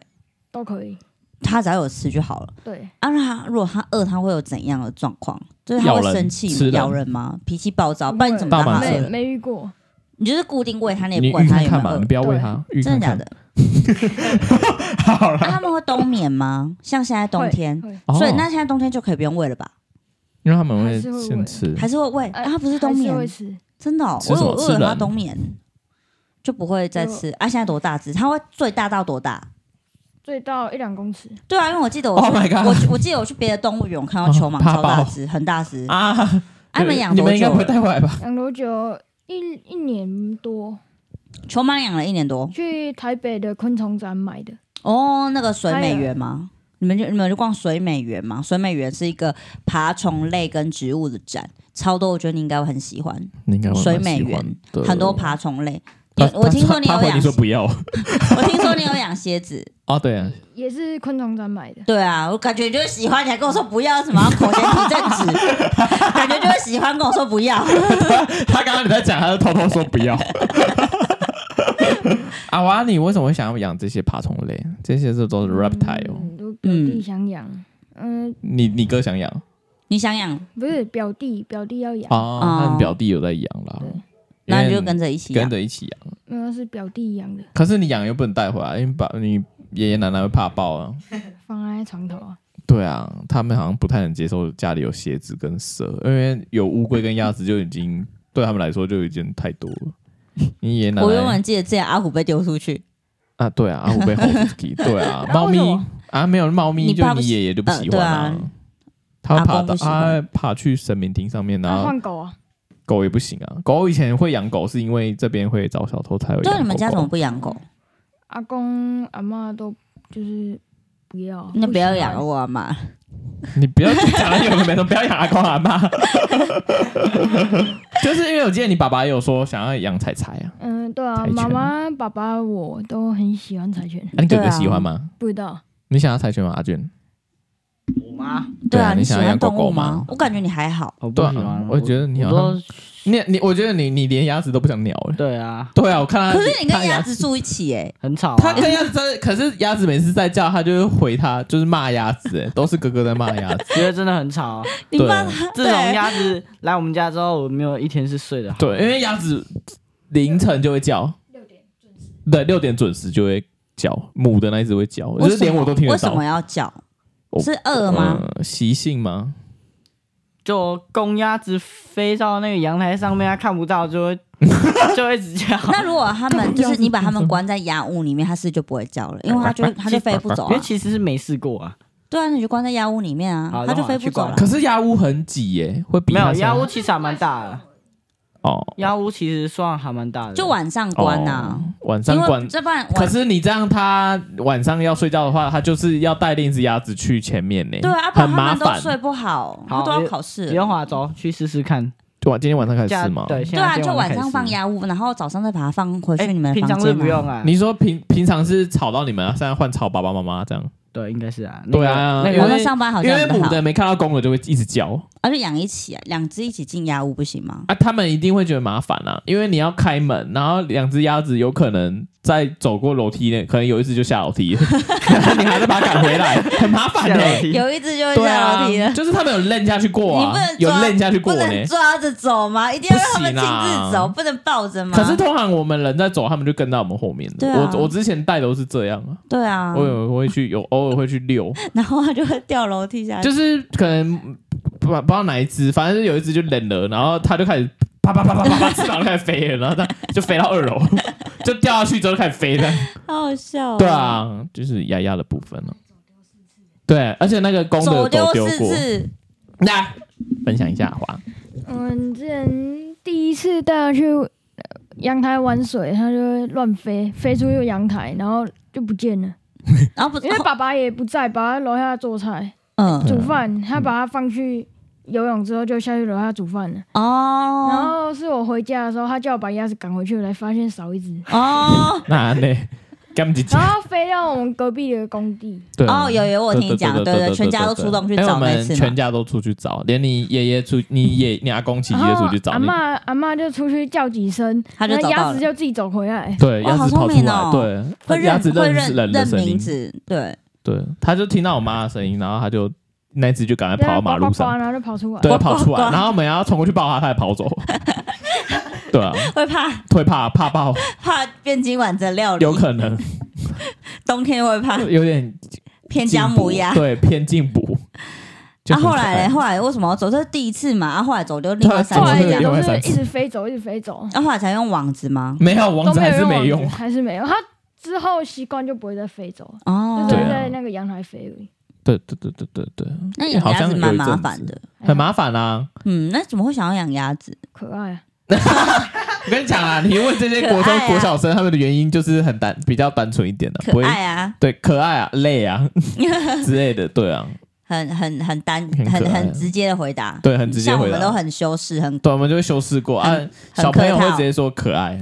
Speaker 4: 都可以。
Speaker 2: 他只要有吃就好了。
Speaker 4: 对，
Speaker 2: 啊，那他如果他饿，他会有怎样的状况？就是他
Speaker 1: 咬
Speaker 2: 会
Speaker 1: 人
Speaker 2: 生气
Speaker 1: 吃
Speaker 2: 吗、
Speaker 1: 人
Speaker 2: 咬人吗？脾气暴躁？不然你怎么
Speaker 1: 大
Speaker 2: 让
Speaker 1: 蟒
Speaker 2: 他
Speaker 1: 蛇
Speaker 4: 没
Speaker 2: 饿？
Speaker 4: 没遇过，
Speaker 2: 你就是固定喂他，你也
Speaker 1: 你
Speaker 2: 不
Speaker 1: 预
Speaker 2: 管他
Speaker 1: 看
Speaker 2: 有没
Speaker 1: 看
Speaker 2: 有
Speaker 1: 嘛，
Speaker 2: 饿
Speaker 1: 你。不要喂它，预
Speaker 2: 真
Speaker 1: 看看。
Speaker 2: 的假的？
Speaker 1: 好 [laughs]
Speaker 2: 啊，，他们会冬眠吗？像现在冬天，
Speaker 4: 会
Speaker 1: 哦
Speaker 2: 所以那现在冬天就可以不用喂了吧？
Speaker 1: 因为他们
Speaker 4: 还
Speaker 1: 会
Speaker 4: 是会
Speaker 1: 先
Speaker 4: 喂
Speaker 1: 吃，
Speaker 2: 还是会喂？
Speaker 4: 呃
Speaker 2: 啊，它不是冬
Speaker 4: 还
Speaker 2: 眠
Speaker 4: 是，会吃，
Speaker 2: 真的、哦，
Speaker 1: 吃
Speaker 2: 我
Speaker 1: 什
Speaker 2: 有
Speaker 1: 么
Speaker 2: 饿
Speaker 1: 吃
Speaker 2: 了它
Speaker 1: 人
Speaker 2: 冬眠，就不会再吃啊。现在多大只？它会最大到多大？
Speaker 4: 最到一两公尺。
Speaker 2: 对啊，因为我记得我
Speaker 1: Oh
Speaker 2: 去
Speaker 1: my god
Speaker 2: 我去我记得我去别的动物园，我看到球蟒
Speaker 1: 哦怕
Speaker 2: 超大
Speaker 1: 爆
Speaker 2: 只，很大只。啊，
Speaker 1: 啊，
Speaker 2: 他们养
Speaker 1: 你
Speaker 2: 多
Speaker 1: 们应该
Speaker 2: 久
Speaker 1: 不会
Speaker 2: 了？
Speaker 1: 带回来吧？
Speaker 4: 养多久？一一年多，
Speaker 2: 球蟒养了一年多。
Speaker 4: 去台北的昆虫展买的，
Speaker 2: 哦，那个水
Speaker 4: 还
Speaker 2: 美
Speaker 4: 有
Speaker 2: 园吗？你们就你们就逛水美园吗？水美园是一个爬虫类跟植物的展，超多，我觉得你应该会很喜欢。
Speaker 1: 你应该会蛮
Speaker 2: 水美
Speaker 1: 喜欢
Speaker 2: 园
Speaker 1: 的
Speaker 2: 很多爬虫类，你
Speaker 1: 他
Speaker 2: 我听
Speaker 1: 他
Speaker 2: 说你
Speaker 1: 他
Speaker 2: 有
Speaker 1: 回
Speaker 2: 养
Speaker 1: 你，说不要
Speaker 2: 我听说你有养蝎子。
Speaker 1: [laughs] 哦，对啊，
Speaker 4: 也是昆虫展买的。
Speaker 2: 对啊，我感觉你就是喜欢，你还跟我说不要什么口嫌体正
Speaker 1: [laughs]
Speaker 2: 直，感觉就是喜欢跟我说不要。
Speaker 1: 他刚刚你在讲，他就偷偷说不
Speaker 2: [laughs]
Speaker 1: 要。阿娃，你为什么会想要养这些爬虫类？这些是都是 reptile。
Speaker 4: 嗯我表弟想养，嗯，
Speaker 1: 你你哥想养
Speaker 2: 你想养，
Speaker 4: 不是表弟，表弟要养，
Speaker 1: 哦，
Speaker 2: 哦
Speaker 1: 那你表弟有在养啦
Speaker 4: 对，
Speaker 1: 因为
Speaker 2: 那你就跟着一起
Speaker 1: 跟
Speaker 2: 养。
Speaker 1: 着一起养。
Speaker 4: 没有是表弟养的，
Speaker 1: 可是你养又不能带回来，因为把你爷爷奶奶会怕爆啊。
Speaker 4: 放在床头啊。
Speaker 1: 对啊，他们好像不太能接受家里有蝎子跟蛇，因为有乌龟跟鸭子就已经对他们来说就已经太多了。你爷爷奶
Speaker 2: 我原本
Speaker 1: 奶
Speaker 2: 记得之前阿虎被丢出去，
Speaker 1: 啊，对啊，阿虎被猴子踢，对
Speaker 2: [laughs]
Speaker 1: 啊，猫咪
Speaker 4: 那为什么
Speaker 1: 啊，没有猫咪
Speaker 2: 你
Speaker 1: 就
Speaker 2: 爸不
Speaker 1: 你
Speaker 2: 喜
Speaker 1: 爷爷就不喜
Speaker 2: 呃对
Speaker 1: 欢
Speaker 2: 啊
Speaker 1: 啊，他会
Speaker 2: 阿
Speaker 1: 爬
Speaker 2: 公
Speaker 1: 到
Speaker 2: 不喜欢
Speaker 1: 他爬去神明厅上面，然
Speaker 4: 那
Speaker 1: 后
Speaker 4: 换狗啊，
Speaker 1: 狗也不行啊。狗以前会养狗是因为这边会找小偷才会养狗狗。
Speaker 2: 啊就你们家怎么不养狗？
Speaker 4: 阿公阿妈都就是不要，
Speaker 2: 那不要
Speaker 4: 喜欢
Speaker 2: 养我嘛，
Speaker 1: 你不要讲了有的没的，不要养阿公阿
Speaker 2: [laughs]
Speaker 1: 妈。 [laughs] 就是因为我记得你爸爸也有说想要养彩彩啊，
Speaker 4: 嗯，对啊，
Speaker 1: 柴犬
Speaker 4: 妈妈、爸爸我都很喜欢柴犬，
Speaker 1: 啊你哥
Speaker 2: 对
Speaker 1: 哥
Speaker 2: 啊
Speaker 1: 喜欢吗？
Speaker 4: 不知道
Speaker 1: 你想要柴犬吗？阿娟？
Speaker 3: 我妈，
Speaker 1: 对啊
Speaker 2: 啊，
Speaker 1: 你
Speaker 2: 喜
Speaker 1: 想
Speaker 2: 欢
Speaker 1: 养狗
Speaker 2: 动物
Speaker 1: 狗吗
Speaker 2: 我感觉你还好，
Speaker 3: 我不
Speaker 1: 对啊
Speaker 3: 喜欢，
Speaker 1: 我觉得你好像
Speaker 3: 我都
Speaker 1: 你你，我觉得你你连牙齿都不想鸟了。 [laughs]
Speaker 3: 对啊，
Speaker 1: 对啊，我看他，
Speaker 2: 可是你
Speaker 1: 他
Speaker 2: 跟
Speaker 1: 牙
Speaker 2: 鸭子住一起哎，
Speaker 3: 很吵
Speaker 1: 他
Speaker 3: 啊。
Speaker 1: 跟鸭子在，可是鸭子每次在叫，他就会回他，就是骂鸭子、哎， [laughs] 都是哥哥在骂鸭子。
Speaker 3: 觉得真的很吵
Speaker 2: [laughs]
Speaker 3: 啊，
Speaker 2: 你
Speaker 1: 对
Speaker 2: 骂他，
Speaker 3: 自从
Speaker 2: 对
Speaker 3: 鸭子来我们家之后，我没有一天是睡得好。
Speaker 1: 对，因为鸭子凌晨就会叫，
Speaker 4: 六点准时，
Speaker 1: 对，六点准时就会叫，母的那一只会叫，
Speaker 2: 为
Speaker 1: 就是
Speaker 2: 什
Speaker 1: 连
Speaker 2: 么
Speaker 1: 我都听得
Speaker 2: 为什
Speaker 1: 到
Speaker 2: 么。要叫？
Speaker 1: 我
Speaker 2: 是饿
Speaker 3: 嗯
Speaker 2: 吗？
Speaker 1: 呃习性吗？
Speaker 3: 就公鸭子飞到那个阳台上面，它看不
Speaker 1: [laughs]
Speaker 3: 到，就会就会一直叫。
Speaker 2: 那啊如果他们就是你把他们关在鸭屋里面，它是不是就不会叫了，因为它就
Speaker 3: [laughs]
Speaker 2: 它就飞不走
Speaker 3: 因为
Speaker 2: 啊。
Speaker 3: 其实是没试过啊，
Speaker 2: 对啊，你就关在鸭屋里面啊，
Speaker 3: 好
Speaker 2: 它就
Speaker 3: 那我
Speaker 2: 飞不
Speaker 3: 去
Speaker 2: 走
Speaker 3: 关
Speaker 2: 了
Speaker 1: 可。是鸭屋很挤耶、会比
Speaker 3: 没
Speaker 1: 它
Speaker 3: 有
Speaker 1: 现
Speaker 3: 鸭
Speaker 1: 在
Speaker 3: 屋其实还蛮大的，
Speaker 1: 哦
Speaker 3: 鸭屋其实算还蛮大的，
Speaker 2: 就晚上关啊，
Speaker 1: 哦晚上
Speaker 2: 因为
Speaker 1: 关。
Speaker 2: 这不然
Speaker 1: 可
Speaker 2: 晚
Speaker 1: 是你这样，它晚上要睡觉的话，它就是要带另一只鸭子去前面呢、
Speaker 2: 对啊，不
Speaker 1: 很
Speaker 2: 然他
Speaker 1: 麻
Speaker 2: 们都
Speaker 1: 烦。
Speaker 2: 睡不好，他
Speaker 3: 好
Speaker 2: 们都要考试了。
Speaker 3: 刘华走去试试看，
Speaker 1: 就晚今天晚上开始
Speaker 3: 假
Speaker 1: 吃吗？
Speaker 3: 对，
Speaker 2: 对
Speaker 3: 现在
Speaker 2: 啊，
Speaker 3: 今
Speaker 2: 就
Speaker 3: 天
Speaker 2: 晚
Speaker 3: 开始
Speaker 2: 上
Speaker 3: 试
Speaker 2: 放，鸭屋，然后早上再把它放回
Speaker 3: 哎
Speaker 2: 去你们
Speaker 3: 平
Speaker 2: 房
Speaker 3: 常是
Speaker 2: 间
Speaker 3: 不用
Speaker 2: 啊。
Speaker 3: 啊，
Speaker 1: 你说平平常是吵到你们啊，现在换吵爸爸妈妈这样，
Speaker 3: 对，应该是啊，
Speaker 1: 对啊
Speaker 3: 那
Speaker 1: 因为
Speaker 2: 然后
Speaker 3: 个
Speaker 2: 在上班好
Speaker 1: 因
Speaker 2: 像
Speaker 1: 为
Speaker 2: 也不
Speaker 1: 母
Speaker 2: 好，
Speaker 1: 的没看到公的就会一直叫
Speaker 2: 而且养一起啊，两只一起进鸭屋不行吗？
Speaker 1: 啊，他们一定会觉得麻烦啊，因为你要开门，然后两只鸭子有可能在走过楼梯呢，可能有一只就下楼
Speaker 2: [laughs]
Speaker 1: 梯了，然后你还得把它赶回来，很麻烦
Speaker 3: 下
Speaker 1: 的、
Speaker 3: 楼梯
Speaker 2: 有一只就会
Speaker 1: 对
Speaker 2: 下
Speaker 1: 啊
Speaker 2: 楼梯了，，
Speaker 1: 就是他们有扔下去过
Speaker 2: 你不
Speaker 1: 啊
Speaker 2: 能，
Speaker 1: 有
Speaker 2: 抓
Speaker 1: 扔下去过
Speaker 2: 不
Speaker 1: 呢、
Speaker 2: 能抓着走吗？一定要让他们
Speaker 1: 不
Speaker 2: 亲
Speaker 1: 行啊
Speaker 2: 自走，不能抱着吗？
Speaker 1: 可是通常我们人在走，他们就跟到我们后面的。
Speaker 2: 对啊
Speaker 1: 我我之前带都是这样啊，
Speaker 2: 对啊
Speaker 1: 我，有会去有偶尔会去
Speaker 2: [laughs]
Speaker 1: 遛，
Speaker 2: 然后他就会掉楼梯下去。
Speaker 1: 就是可能不不知道哪一只，反正有一只就冷了，然后它就开始啪啪啪啪啪啪翅膀就开始飞了，然后它就飞到二楼， [laughs] 就掉下去之后就开始飞了。
Speaker 2: 好好笑、哦。
Speaker 1: 对，啊，就是丫丫的部分了、对，而且那个公
Speaker 2: 走
Speaker 1: 的
Speaker 2: 丢
Speaker 1: 狗丢
Speaker 2: 四
Speaker 1: 过，
Speaker 2: 次，
Speaker 1: 来分享一下花。
Speaker 4: 嗯，之前第一次带它去呃阳台玩水，它就会乱飞，飞出去阳台，然后就不见
Speaker 2: 哦
Speaker 4: 了。
Speaker 2: 然后不
Speaker 4: 因为爸爸也不在，把它楼下做菜、
Speaker 2: 嗯
Speaker 4: 煮饭，他把它放去游泳之后就下去楼下煮饭了。然
Speaker 2: 哦
Speaker 4: 后是我回家的时候，他叫我把鸭子赶回去，来发现少一只，
Speaker 2: [laughs] 哦
Speaker 1: 那呢？干姐姐
Speaker 4: 然后飞到我们隔壁的工地。
Speaker 1: 对啊
Speaker 2: 哦，有有，我有听你讲，对对，全家都出动去
Speaker 1: 哎我
Speaker 2: 找那
Speaker 1: 们
Speaker 2: 次
Speaker 1: 全
Speaker 2: 嘛。
Speaker 1: 家都出去找，连你爷爷出，你爷你阿公其实
Speaker 4: 然
Speaker 1: 也
Speaker 4: 后
Speaker 1: 出去找
Speaker 4: 阿
Speaker 1: 你。
Speaker 4: 妈阿妈就出去叫几声，
Speaker 2: 他就
Speaker 4: 那
Speaker 2: 找
Speaker 4: 鸭
Speaker 2: 到了，
Speaker 4: 子就自己走回来。
Speaker 1: 对，
Speaker 2: 哦
Speaker 1: 鸭
Speaker 2: 好
Speaker 1: 子跑
Speaker 2: 聪
Speaker 1: 出
Speaker 2: 明
Speaker 1: 来，
Speaker 2: 哦会
Speaker 1: 对，鸭
Speaker 2: 认
Speaker 1: 子
Speaker 2: 会
Speaker 1: 认识
Speaker 2: 认
Speaker 1: 人的
Speaker 2: 认
Speaker 1: 声
Speaker 2: 名
Speaker 1: 音，
Speaker 2: 字，对，
Speaker 1: 对，他就听到我妈的声音，然后他就那只就赶快
Speaker 4: 对
Speaker 1: 跑到马路
Speaker 4: 呱呱呱
Speaker 1: 上，
Speaker 4: 然后就跑出来。
Speaker 1: 对，
Speaker 2: 呱呱
Speaker 1: 跑出
Speaker 2: 呱
Speaker 1: 来，然后我们要冲过去抱他，他也跑走。对啊，
Speaker 2: 会怕
Speaker 1: 会怕怕抱，
Speaker 2: 怕变今晚的料理
Speaker 1: 有，可能
Speaker 2: 冬天会怕
Speaker 1: 有点
Speaker 2: 偏
Speaker 1: 进
Speaker 2: 姜
Speaker 1: 补
Speaker 2: 母鸭。
Speaker 1: 对，偏进补。就
Speaker 2: 啊，
Speaker 1: 很可
Speaker 2: 后来
Speaker 1: 爱
Speaker 2: 嘞，后来为什么要走？这是第一次嘛，啊，后来走就另外三
Speaker 4: 后
Speaker 1: 对
Speaker 4: 来
Speaker 2: 次
Speaker 1: 走了
Speaker 2: 这
Speaker 4: 也
Speaker 2: 样，
Speaker 1: 另
Speaker 4: 都
Speaker 1: 外
Speaker 4: 是
Speaker 1: 三次
Speaker 4: 一直飞走，一直飞走，
Speaker 2: 啊，后来才用网子吗？
Speaker 1: 没有王
Speaker 4: 都
Speaker 1: 子还是
Speaker 4: 用
Speaker 1: 没
Speaker 4: 网
Speaker 1: 用啊
Speaker 4: 子，还是没用。它之后习惯就不会再飞走了，
Speaker 2: 哦
Speaker 4: 就，只
Speaker 1: 对
Speaker 4: 会
Speaker 1: 啊
Speaker 4: 在那个阳台飞而已。
Speaker 1: 对对对对对对，
Speaker 2: 那养
Speaker 1: 好
Speaker 2: 鸭
Speaker 1: 像
Speaker 2: 子
Speaker 1: 有
Speaker 2: 蛮
Speaker 1: 一
Speaker 2: 麻
Speaker 1: 阵
Speaker 2: 烦
Speaker 1: 子
Speaker 2: 的。
Speaker 1: 很麻烦啊。
Speaker 2: 嗯，那怎么会想要养鸭子？
Speaker 4: 哎可爱啊，
Speaker 1: 我跟你讲啊，你问这些国
Speaker 2: 可
Speaker 1: 中、
Speaker 2: 爱啊
Speaker 1: 国小生，他们的原因就是很单，比较单纯一点的、不
Speaker 2: 可
Speaker 1: 会
Speaker 2: 爱啊， [laughs]
Speaker 1: 对可爱啊、累啊 [laughs] 之类的，对啊，
Speaker 2: 很很很单，
Speaker 1: 很可
Speaker 2: 很
Speaker 1: 爱啊
Speaker 2: 很直接的回答，
Speaker 1: 对，很直接
Speaker 2: 像我
Speaker 1: 回
Speaker 2: 们都
Speaker 1: 答。
Speaker 2: 很修饰，很
Speaker 1: 对，我们就会修饰过啊
Speaker 2: [laughs] 很，
Speaker 1: 小朋友
Speaker 2: 客
Speaker 1: 会
Speaker 2: 套
Speaker 1: 直接说可
Speaker 2: [laughs]
Speaker 1: 爱，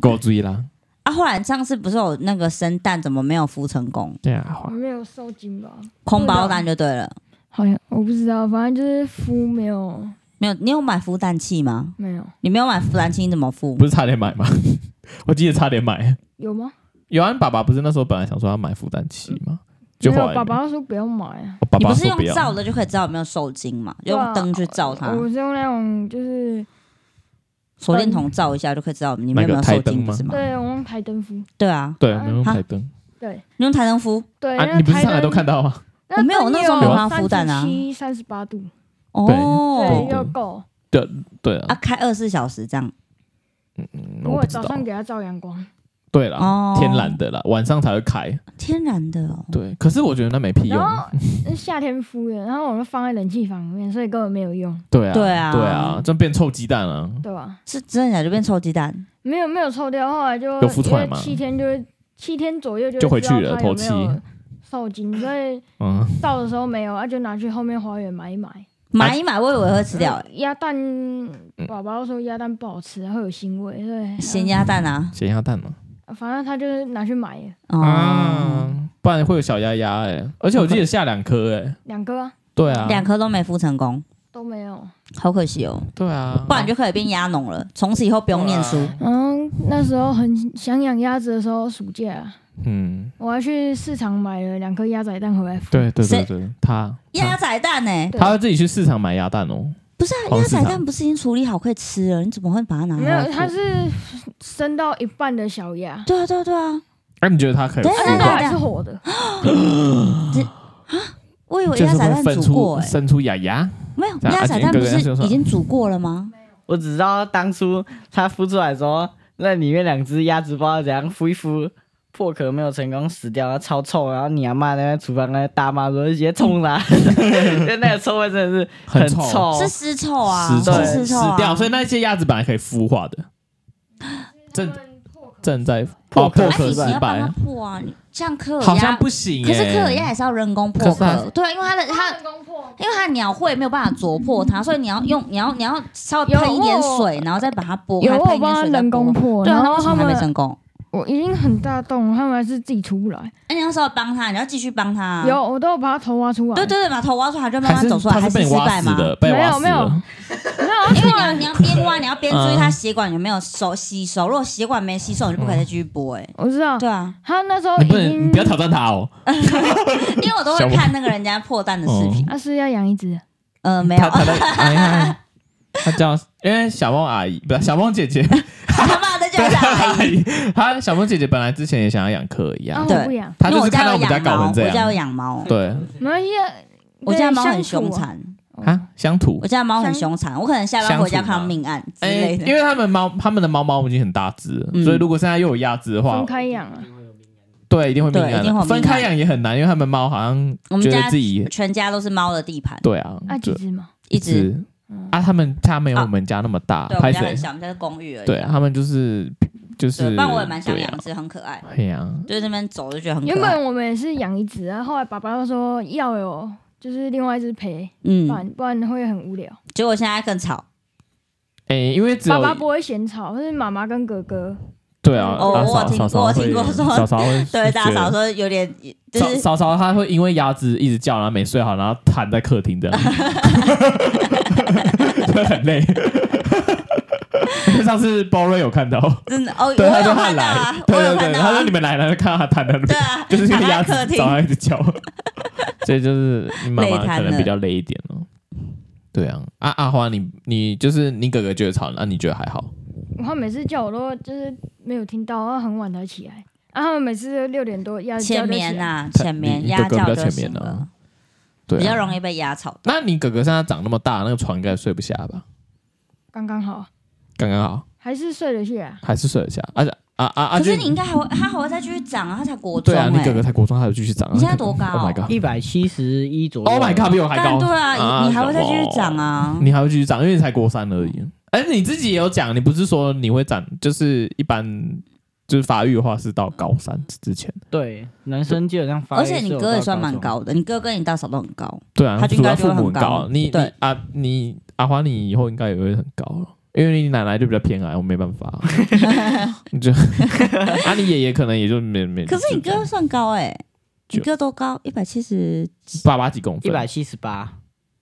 Speaker 1: 狗追啦，
Speaker 2: 啊。后来上次不是有那个生蛋，怎么没有孵成功？
Speaker 1: 对啊
Speaker 4: 我，没有受精吧？
Speaker 2: 空包蛋就对了。
Speaker 4: 好像我不知道，反正就是孵没有
Speaker 2: 没有，你有买孵蛋器吗？
Speaker 4: 没有
Speaker 2: 你没有买孵蛋器，你怎么孵？
Speaker 1: 不是差点买吗？ [laughs] 我记得差点买。
Speaker 4: 有吗？
Speaker 1: 尤安爸爸不是那时候本来想说要买孵蛋器吗？就
Speaker 4: 没
Speaker 1: 后
Speaker 4: 有
Speaker 1: 来，没
Speaker 4: 爸爸说不要买啊。
Speaker 1: 哦爸
Speaker 2: 你
Speaker 1: 爸
Speaker 2: 不是
Speaker 1: 说不
Speaker 2: 用照
Speaker 1: 要，
Speaker 2: 的就可以知道有没有受精嘛？
Speaker 4: 对啊
Speaker 2: 用灯去照它，
Speaker 4: 我是用那种就是，
Speaker 2: 手电嗯筒照一下就可以知道你
Speaker 1: 那
Speaker 2: 们有
Speaker 1: 个
Speaker 2: 没有
Speaker 1: 台
Speaker 2: 受
Speaker 1: 灯
Speaker 2: 精，不
Speaker 1: 吗
Speaker 2: 是吗？
Speaker 4: 对，我用台灯孵，
Speaker 2: 对啊，
Speaker 1: 对，没有用
Speaker 2: 啊
Speaker 1: 台灯
Speaker 4: 对
Speaker 2: 你用台灯孵
Speaker 4: 对。
Speaker 1: 啊，
Speaker 4: 那
Speaker 1: 你不是
Speaker 4: 台
Speaker 1: 上来都
Speaker 4: 灯
Speaker 1: 看，到
Speaker 4: [laughs]
Speaker 1: 吗？
Speaker 4: 那
Speaker 2: 我没有
Speaker 4: 灯
Speaker 2: 那时候没
Speaker 4: 有
Speaker 2: 有办法孵蛋啊
Speaker 4: 七三十八度，
Speaker 1: 对
Speaker 2: 哦
Speaker 4: 对，，又够。
Speaker 1: 对，对啊
Speaker 2: 啊，，开二十四小时这样。
Speaker 1: 嗯
Speaker 4: 我
Speaker 1: 我
Speaker 4: 有
Speaker 1: 不知
Speaker 4: 早
Speaker 1: 道。
Speaker 4: 上给它照阳光，
Speaker 1: 对啦
Speaker 2: 哦，
Speaker 1: 天然的啦，晚上才会开。
Speaker 2: 天然的哦，
Speaker 1: 对，可是我觉得那没屁用啊
Speaker 4: 然。后是夏天敷的，然后我们放在冷气房里面，所以根本没有用，
Speaker 1: 对啊，
Speaker 2: 对啊
Speaker 1: 对啊，这样变臭鸡蛋啊。
Speaker 4: 对吧、
Speaker 2: 是真的假的就变臭鸡蛋？
Speaker 4: 没有没有抽掉，后来就
Speaker 1: 有孵出来吗
Speaker 4: 因为七天就会七天左右就
Speaker 1: 就回去了
Speaker 4: 头
Speaker 1: 头七
Speaker 4: 受精，所以
Speaker 1: 嗯，
Speaker 4: 到的时候没有，啊就拿去后面花园买一买。
Speaker 1: 啊
Speaker 2: 买一买，我以为会吃掉、欸，
Speaker 4: 鸭蛋，宝宝说鸭蛋不好吃，会有腥味，
Speaker 1: 嗯
Speaker 4: 对，
Speaker 2: 咸鸭蛋啊，
Speaker 1: 咸鸭蛋嘛。
Speaker 4: 反正他就是拿去买了
Speaker 2: 哦，
Speaker 1: 啊，不然会有小鸭鸭哎，而且我记得下两颗哎。
Speaker 4: 两个、啊、
Speaker 1: 对啊，
Speaker 2: 两颗都没孵成功，
Speaker 4: 都没有。
Speaker 2: 好可惜哦，
Speaker 1: 对啊，
Speaker 2: 不然就可以变鸭农了，从此以后不用念书
Speaker 1: 对。啊。
Speaker 4: 然后那时候很想养鸭子的时候，暑假、
Speaker 1: 嗯，
Speaker 4: 我还去市场买了两颗鸭仔蛋回来孵。
Speaker 1: 对对对
Speaker 2: 谁
Speaker 1: 对，他
Speaker 2: 鸭
Speaker 1: 他
Speaker 2: 仔蛋呢、欸
Speaker 4: 对啊
Speaker 1: 他会自己去市场买鸭蛋哦。
Speaker 2: 不是啊，
Speaker 1: 黄
Speaker 2: 鸭
Speaker 1: 市场
Speaker 2: 仔蛋不是已经处理好可以吃了？你怎么会把它拿回
Speaker 4: 没
Speaker 2: 来
Speaker 4: 有，
Speaker 2: 做？
Speaker 4: 它是生到一半的小鸭，啊
Speaker 2: 对啊对啊对啊，
Speaker 1: 哎，你觉得它可以
Speaker 2: 对啊
Speaker 1: 孵
Speaker 2: 对
Speaker 4: 那个
Speaker 1: 化
Speaker 2: 对
Speaker 4: 还是活的，
Speaker 2: 我以为
Speaker 1: 就
Speaker 2: 鸭
Speaker 1: 是
Speaker 2: 仔
Speaker 1: 会
Speaker 2: 蛋
Speaker 1: 分
Speaker 2: 煮
Speaker 1: 出
Speaker 2: 过哎、欸，
Speaker 1: 生出芽芽，
Speaker 2: 没有
Speaker 1: 这样
Speaker 2: 鸭仔蛋
Speaker 1: 啊
Speaker 2: 不
Speaker 1: 你
Speaker 2: 是
Speaker 1: 哥哥
Speaker 2: 已经煮过了吗？
Speaker 3: 我只知道当初他孵出来的时候，那里面两只鸭子不知道怎样孵一孵，破壳没有成功死掉，然后超臭，然后你阿妈那边厨房那边大骂说直接冲啦， [laughs] 因为那个臭味真的是
Speaker 1: 很臭
Speaker 3: 臭，
Speaker 2: 是尸臭啊，
Speaker 1: 死
Speaker 3: 臭
Speaker 2: 是尸臭啊
Speaker 1: 哦死掉，所以那些鸭子本来可以孵化的，正正在
Speaker 3: 破
Speaker 1: 哦
Speaker 3: 壳
Speaker 1: 破
Speaker 2: 哎，
Speaker 1: 壳
Speaker 2: 你
Speaker 1: 失
Speaker 2: 你要帮
Speaker 1: 败
Speaker 2: 它，破啊，你像科尔
Speaker 1: 好
Speaker 2: 鸭
Speaker 1: 像，不行欸
Speaker 2: 可是科尔
Speaker 1: 耶。
Speaker 2: 鸭也是要人工
Speaker 1: 可
Speaker 2: 破
Speaker 1: 是它
Speaker 2: 壳，对，因为它的它。
Speaker 4: 攻破
Speaker 2: 因为它鸟喙没有办法啄破它，所以你要用你要你要稍微喷一点水，然后再把它拨
Speaker 4: 有
Speaker 2: 开，
Speaker 4: 我
Speaker 2: 喷一
Speaker 4: 有帮
Speaker 2: 点
Speaker 4: 他
Speaker 2: 水再
Speaker 4: 人工
Speaker 2: 剥。
Speaker 4: 破，
Speaker 2: 对啊，
Speaker 4: 然
Speaker 2: 那
Speaker 4: 后
Speaker 2: 为什
Speaker 4: 他
Speaker 2: 么还
Speaker 4: 们
Speaker 2: 没成功？
Speaker 4: 我已经很大洞，他们还是自己出不来。
Speaker 2: 哎，你要稍微帮它，你要继续帮它。
Speaker 4: 有，，我都有把它头挖出来。
Speaker 2: 啊对对对，把头挖出来，它就慢
Speaker 1: 还
Speaker 2: 慢
Speaker 1: 是
Speaker 2: 走出来，
Speaker 1: 它
Speaker 2: 还
Speaker 1: 是
Speaker 2: 是
Speaker 1: 被你
Speaker 2: 失
Speaker 1: 挖
Speaker 2: 败
Speaker 1: 死
Speaker 2: 吗？
Speaker 1: 的，被
Speaker 4: 没有
Speaker 1: 挖死
Speaker 4: 没有
Speaker 1: 了。
Speaker 2: 因为你要你要边挖，你要边注意
Speaker 1: 嗯
Speaker 2: 它血管有没有收吸收，如果血管没吸收，你就不可以再继续播。哎，
Speaker 4: 我
Speaker 1: 嗯
Speaker 4: 知道
Speaker 2: 对啊，
Speaker 4: 他那时候
Speaker 1: 你
Speaker 4: 已
Speaker 1: 不能，你
Speaker 4: 经
Speaker 1: 不要挑战它哦。
Speaker 2: 因为我都
Speaker 1: 小朋友
Speaker 2: 会看那个人家破蛋的视
Speaker 1: 哦
Speaker 2: 频。
Speaker 4: 他是要养一只，啊
Speaker 2: 呃，没有
Speaker 1: 它，
Speaker 2: [laughs]
Speaker 1: 它在，哎呀，它叫，因为小梦阿姨不是小梦姐姐，
Speaker 2: 他爸在叫
Speaker 1: 对
Speaker 2: [laughs] 小阿
Speaker 1: 阿
Speaker 2: 姨。
Speaker 1: [laughs] 姨，她小梦姐姐本来之前也想要养科一
Speaker 4: 然
Speaker 1: 样
Speaker 4: 后，
Speaker 2: 对
Speaker 4: 我不养，
Speaker 1: 她
Speaker 2: 因为
Speaker 1: 就是
Speaker 2: 我
Speaker 1: 看
Speaker 2: 家
Speaker 1: 到
Speaker 2: 有
Speaker 1: 我们家
Speaker 2: 养
Speaker 1: 搞
Speaker 2: 猫，
Speaker 1: 成这
Speaker 2: 我家有
Speaker 1: 样，
Speaker 2: 养猫，
Speaker 1: 对
Speaker 4: 没关系。啊
Speaker 2: 我家猫很
Speaker 4: 相
Speaker 2: 凶
Speaker 4: 处啊，
Speaker 2: 残，
Speaker 1: 啊，乡土
Speaker 2: 我。家猫很凶残，我可能下班回家
Speaker 1: 相处嘛
Speaker 2: 看到命案之
Speaker 1: 哎，
Speaker 2: 类
Speaker 1: 因
Speaker 2: 的。
Speaker 1: 为他们猫，他们的猫猫已经很大只了，
Speaker 2: 嗯
Speaker 1: 所以如果现在又有鸭子的话
Speaker 4: 分，开养啊。
Speaker 1: 哦对，一定会敏
Speaker 2: 对
Speaker 1: 感
Speaker 2: 一定会
Speaker 1: 的。
Speaker 2: 敏
Speaker 1: 分
Speaker 2: 感
Speaker 1: 开养也很难，因为他们猫好像
Speaker 2: 我们
Speaker 1: 觉得
Speaker 2: 家
Speaker 1: 自己
Speaker 2: 全家都是猫的地盘，
Speaker 1: 对啊，
Speaker 4: 那几
Speaker 1: 就
Speaker 4: 只嘛？
Speaker 2: 一直
Speaker 1: 是
Speaker 4: 嗯
Speaker 1: 啊，他们家没有
Speaker 2: 啊
Speaker 1: 我们家那么大，
Speaker 2: 对我
Speaker 1: 拍
Speaker 2: 们家
Speaker 1: 谁
Speaker 2: 很？小，我们家是公寓而已。
Speaker 1: 对啊，他们就是就是，
Speaker 2: 对，不然我也蛮想
Speaker 1: 对啊
Speaker 2: 养，一只，很可爱，
Speaker 1: 对呀，
Speaker 2: 就是那边走就觉得很
Speaker 4: 嗯原
Speaker 2: 可爱。
Speaker 4: 本我们也是养一只啊，后来爸爸又说要有，就是另外一只陪，不
Speaker 2: 嗯，
Speaker 4: 然不然会很无聊。
Speaker 2: 结果现在更吵。
Speaker 1: 哎，因为只
Speaker 4: 爸
Speaker 1: 有
Speaker 4: 爸不会嗯嫌吵，是妈妈跟哥哥。
Speaker 1: 对啊，
Speaker 2: 哦
Speaker 1: 啊
Speaker 2: 我
Speaker 1: 嫂
Speaker 2: 听
Speaker 1: 嫂嫂会
Speaker 2: 我听过说
Speaker 1: 嫂嫂 [laughs] 会
Speaker 2: 对，大嫂
Speaker 1: 觉得
Speaker 2: 说有点就
Speaker 1: 嫂
Speaker 2: 是
Speaker 1: 嫂嫂她会因为鸭子一直叫，然后没睡好，然后躺在客厅这
Speaker 2: [laughs]
Speaker 1: 样，很累。 [laughs] 上次包瑞有看到，
Speaker 2: 真的哦，我
Speaker 1: 对，他
Speaker 2: 有
Speaker 1: 说他
Speaker 2: 看到
Speaker 1: 来
Speaker 2: 啊，，我
Speaker 1: 对
Speaker 2: 有
Speaker 1: 对
Speaker 2: 看
Speaker 1: 对，
Speaker 2: 到
Speaker 1: 他说
Speaker 2: 啊
Speaker 1: 你，们来了，就看到他躺在那
Speaker 2: 对
Speaker 1: 边，
Speaker 2: 啊，
Speaker 1: [laughs] 就是因
Speaker 2: 躺
Speaker 1: 为
Speaker 2: 在
Speaker 1: 鸭子
Speaker 2: 客厅
Speaker 1: 早上一直
Speaker 2: [laughs]
Speaker 1: 叫，所以就是你妈妈可能比较累一点哦。对啊，啊阿花，你你就是你哥哥觉得吵，那、你觉得还好？
Speaker 4: 然后每次叫我都就是没有听到，然后很晚才起来。啊，他们每次都六点多要
Speaker 2: 前面
Speaker 4: 呐，
Speaker 2: 呐，
Speaker 1: 他
Speaker 2: 前面
Speaker 1: 你
Speaker 2: 压
Speaker 1: 哥哥比
Speaker 2: 叫
Speaker 1: 较
Speaker 2: 就
Speaker 1: 前
Speaker 2: 行
Speaker 1: 面啊
Speaker 2: 了，
Speaker 1: 对、啊，
Speaker 2: 比较容易被压吵。
Speaker 1: 那你哥哥现在长那么大，那个床应该睡不下吧？
Speaker 4: 刚刚好，
Speaker 1: 刚刚好，
Speaker 4: 还是睡得下。
Speaker 1: 还是睡得下？而且啊啊啊！
Speaker 2: 可是
Speaker 1: 就
Speaker 2: 你应该还会，他还会再继续长啊，他才国中
Speaker 1: 对啊，你
Speaker 2: 哎
Speaker 1: 哥。哥才国中，他就继续长。
Speaker 2: 你现在多高
Speaker 1: ？Oh my god！Oh
Speaker 3: 一百七十一左右。
Speaker 1: Oh my god！比我还
Speaker 2: 但
Speaker 1: 高。
Speaker 2: 对啊，你你还会再继续长啊
Speaker 1: 哦？你还会继续长，因为你才国三而已。哎，你自己也有讲，你不是说你会长，就是一般就是发育的话是到高三之前。
Speaker 3: 对，男生基本上发育
Speaker 2: 而且你
Speaker 3: 是有
Speaker 2: 哥也
Speaker 3: 到
Speaker 2: 算
Speaker 3: 高
Speaker 2: 蛮
Speaker 3: 中，
Speaker 2: 高的，你哥跟你大嫂都很高。
Speaker 1: 对啊，
Speaker 2: 他就应该
Speaker 1: 主要父母
Speaker 2: 就会很高
Speaker 1: 你你
Speaker 2: 对
Speaker 1: 啊，你阿华，你以后应该也会很高了。因为你奶奶就比较偏矮，我没办法、
Speaker 2: [laughs]
Speaker 1: 你就 [laughs] 啊，你爷爷可能也就没没。
Speaker 2: 可是你哥算高哎、
Speaker 1: 就
Speaker 2: 你哥多高？一百七十，
Speaker 1: 爸爸几公
Speaker 3: 一
Speaker 1: 分？
Speaker 3: 百七十八，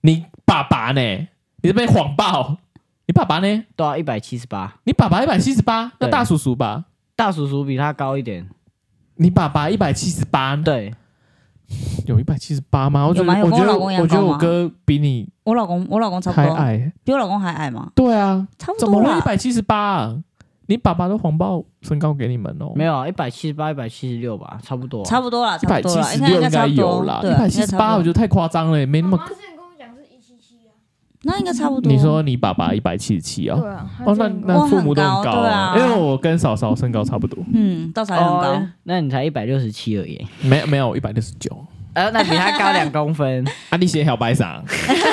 Speaker 1: 你爸爸呢？你是被谎报？你爸爸呢？
Speaker 3: 对啊，一百七十八。
Speaker 1: 你爸爸一百七十八，那
Speaker 3: 对
Speaker 1: 大叔叔吧？
Speaker 3: 大叔叔比他高一点，
Speaker 1: 你爸爸一百七十八，
Speaker 3: 对，
Speaker 1: 有一百七十八吗？我觉
Speaker 2: 有
Speaker 1: 得
Speaker 2: 吗有
Speaker 1: 我
Speaker 2: 跟
Speaker 1: 觉
Speaker 2: 我
Speaker 1: 得
Speaker 2: 老公一样
Speaker 1: 我觉得
Speaker 2: 高
Speaker 1: 我
Speaker 2: 吗
Speaker 1: 哥比你
Speaker 2: 我老公我老公差不
Speaker 1: 还
Speaker 2: 多，
Speaker 1: 矮。
Speaker 2: 比我老公还矮吗？
Speaker 1: 对啊，
Speaker 2: 差不
Speaker 1: 怎
Speaker 2: 多
Speaker 1: 么会一
Speaker 2: 啦。
Speaker 1: 百七十八？啊你爸爸都谎报身高给你们哦？
Speaker 3: 没有一百七十八、一百七十六吧，差不多。啊
Speaker 2: 差不多啦，
Speaker 1: 啊一
Speaker 2: 差
Speaker 1: 百
Speaker 2: 不
Speaker 1: 七
Speaker 2: 啊多啦，
Speaker 1: 十
Speaker 2: 应该
Speaker 1: 六
Speaker 2: 应
Speaker 1: 应
Speaker 2: 该差
Speaker 1: 该
Speaker 2: 不
Speaker 1: 有
Speaker 2: 多
Speaker 1: 啦，
Speaker 2: 对，
Speaker 1: 一百七十八我觉得
Speaker 2: 就
Speaker 1: 太夸张了，也没那么
Speaker 4: 妈之前跟我讲是一七七啊，
Speaker 2: 那应该差不多。
Speaker 1: 你说你爸
Speaker 2: 嗯
Speaker 1: 爸一百七十七啊？
Speaker 4: 对啊，他
Speaker 1: 哦，
Speaker 4: 这
Speaker 1: 那
Speaker 4: 样
Speaker 1: 那
Speaker 2: 我
Speaker 1: 父母都
Speaker 2: 很高
Speaker 1: 高啊，因
Speaker 2: 对啊
Speaker 1: 为我跟嫂嫂身高差不多，
Speaker 2: 嗯，倒才很高。
Speaker 3: 哦，那你才一百六十七而已，
Speaker 1: 没没有一百六十九。
Speaker 3: 呃，那比他高两公分。
Speaker 1: 啊，你写小白
Speaker 2: [laughs]
Speaker 1: 长，，
Speaker 2: [laughs]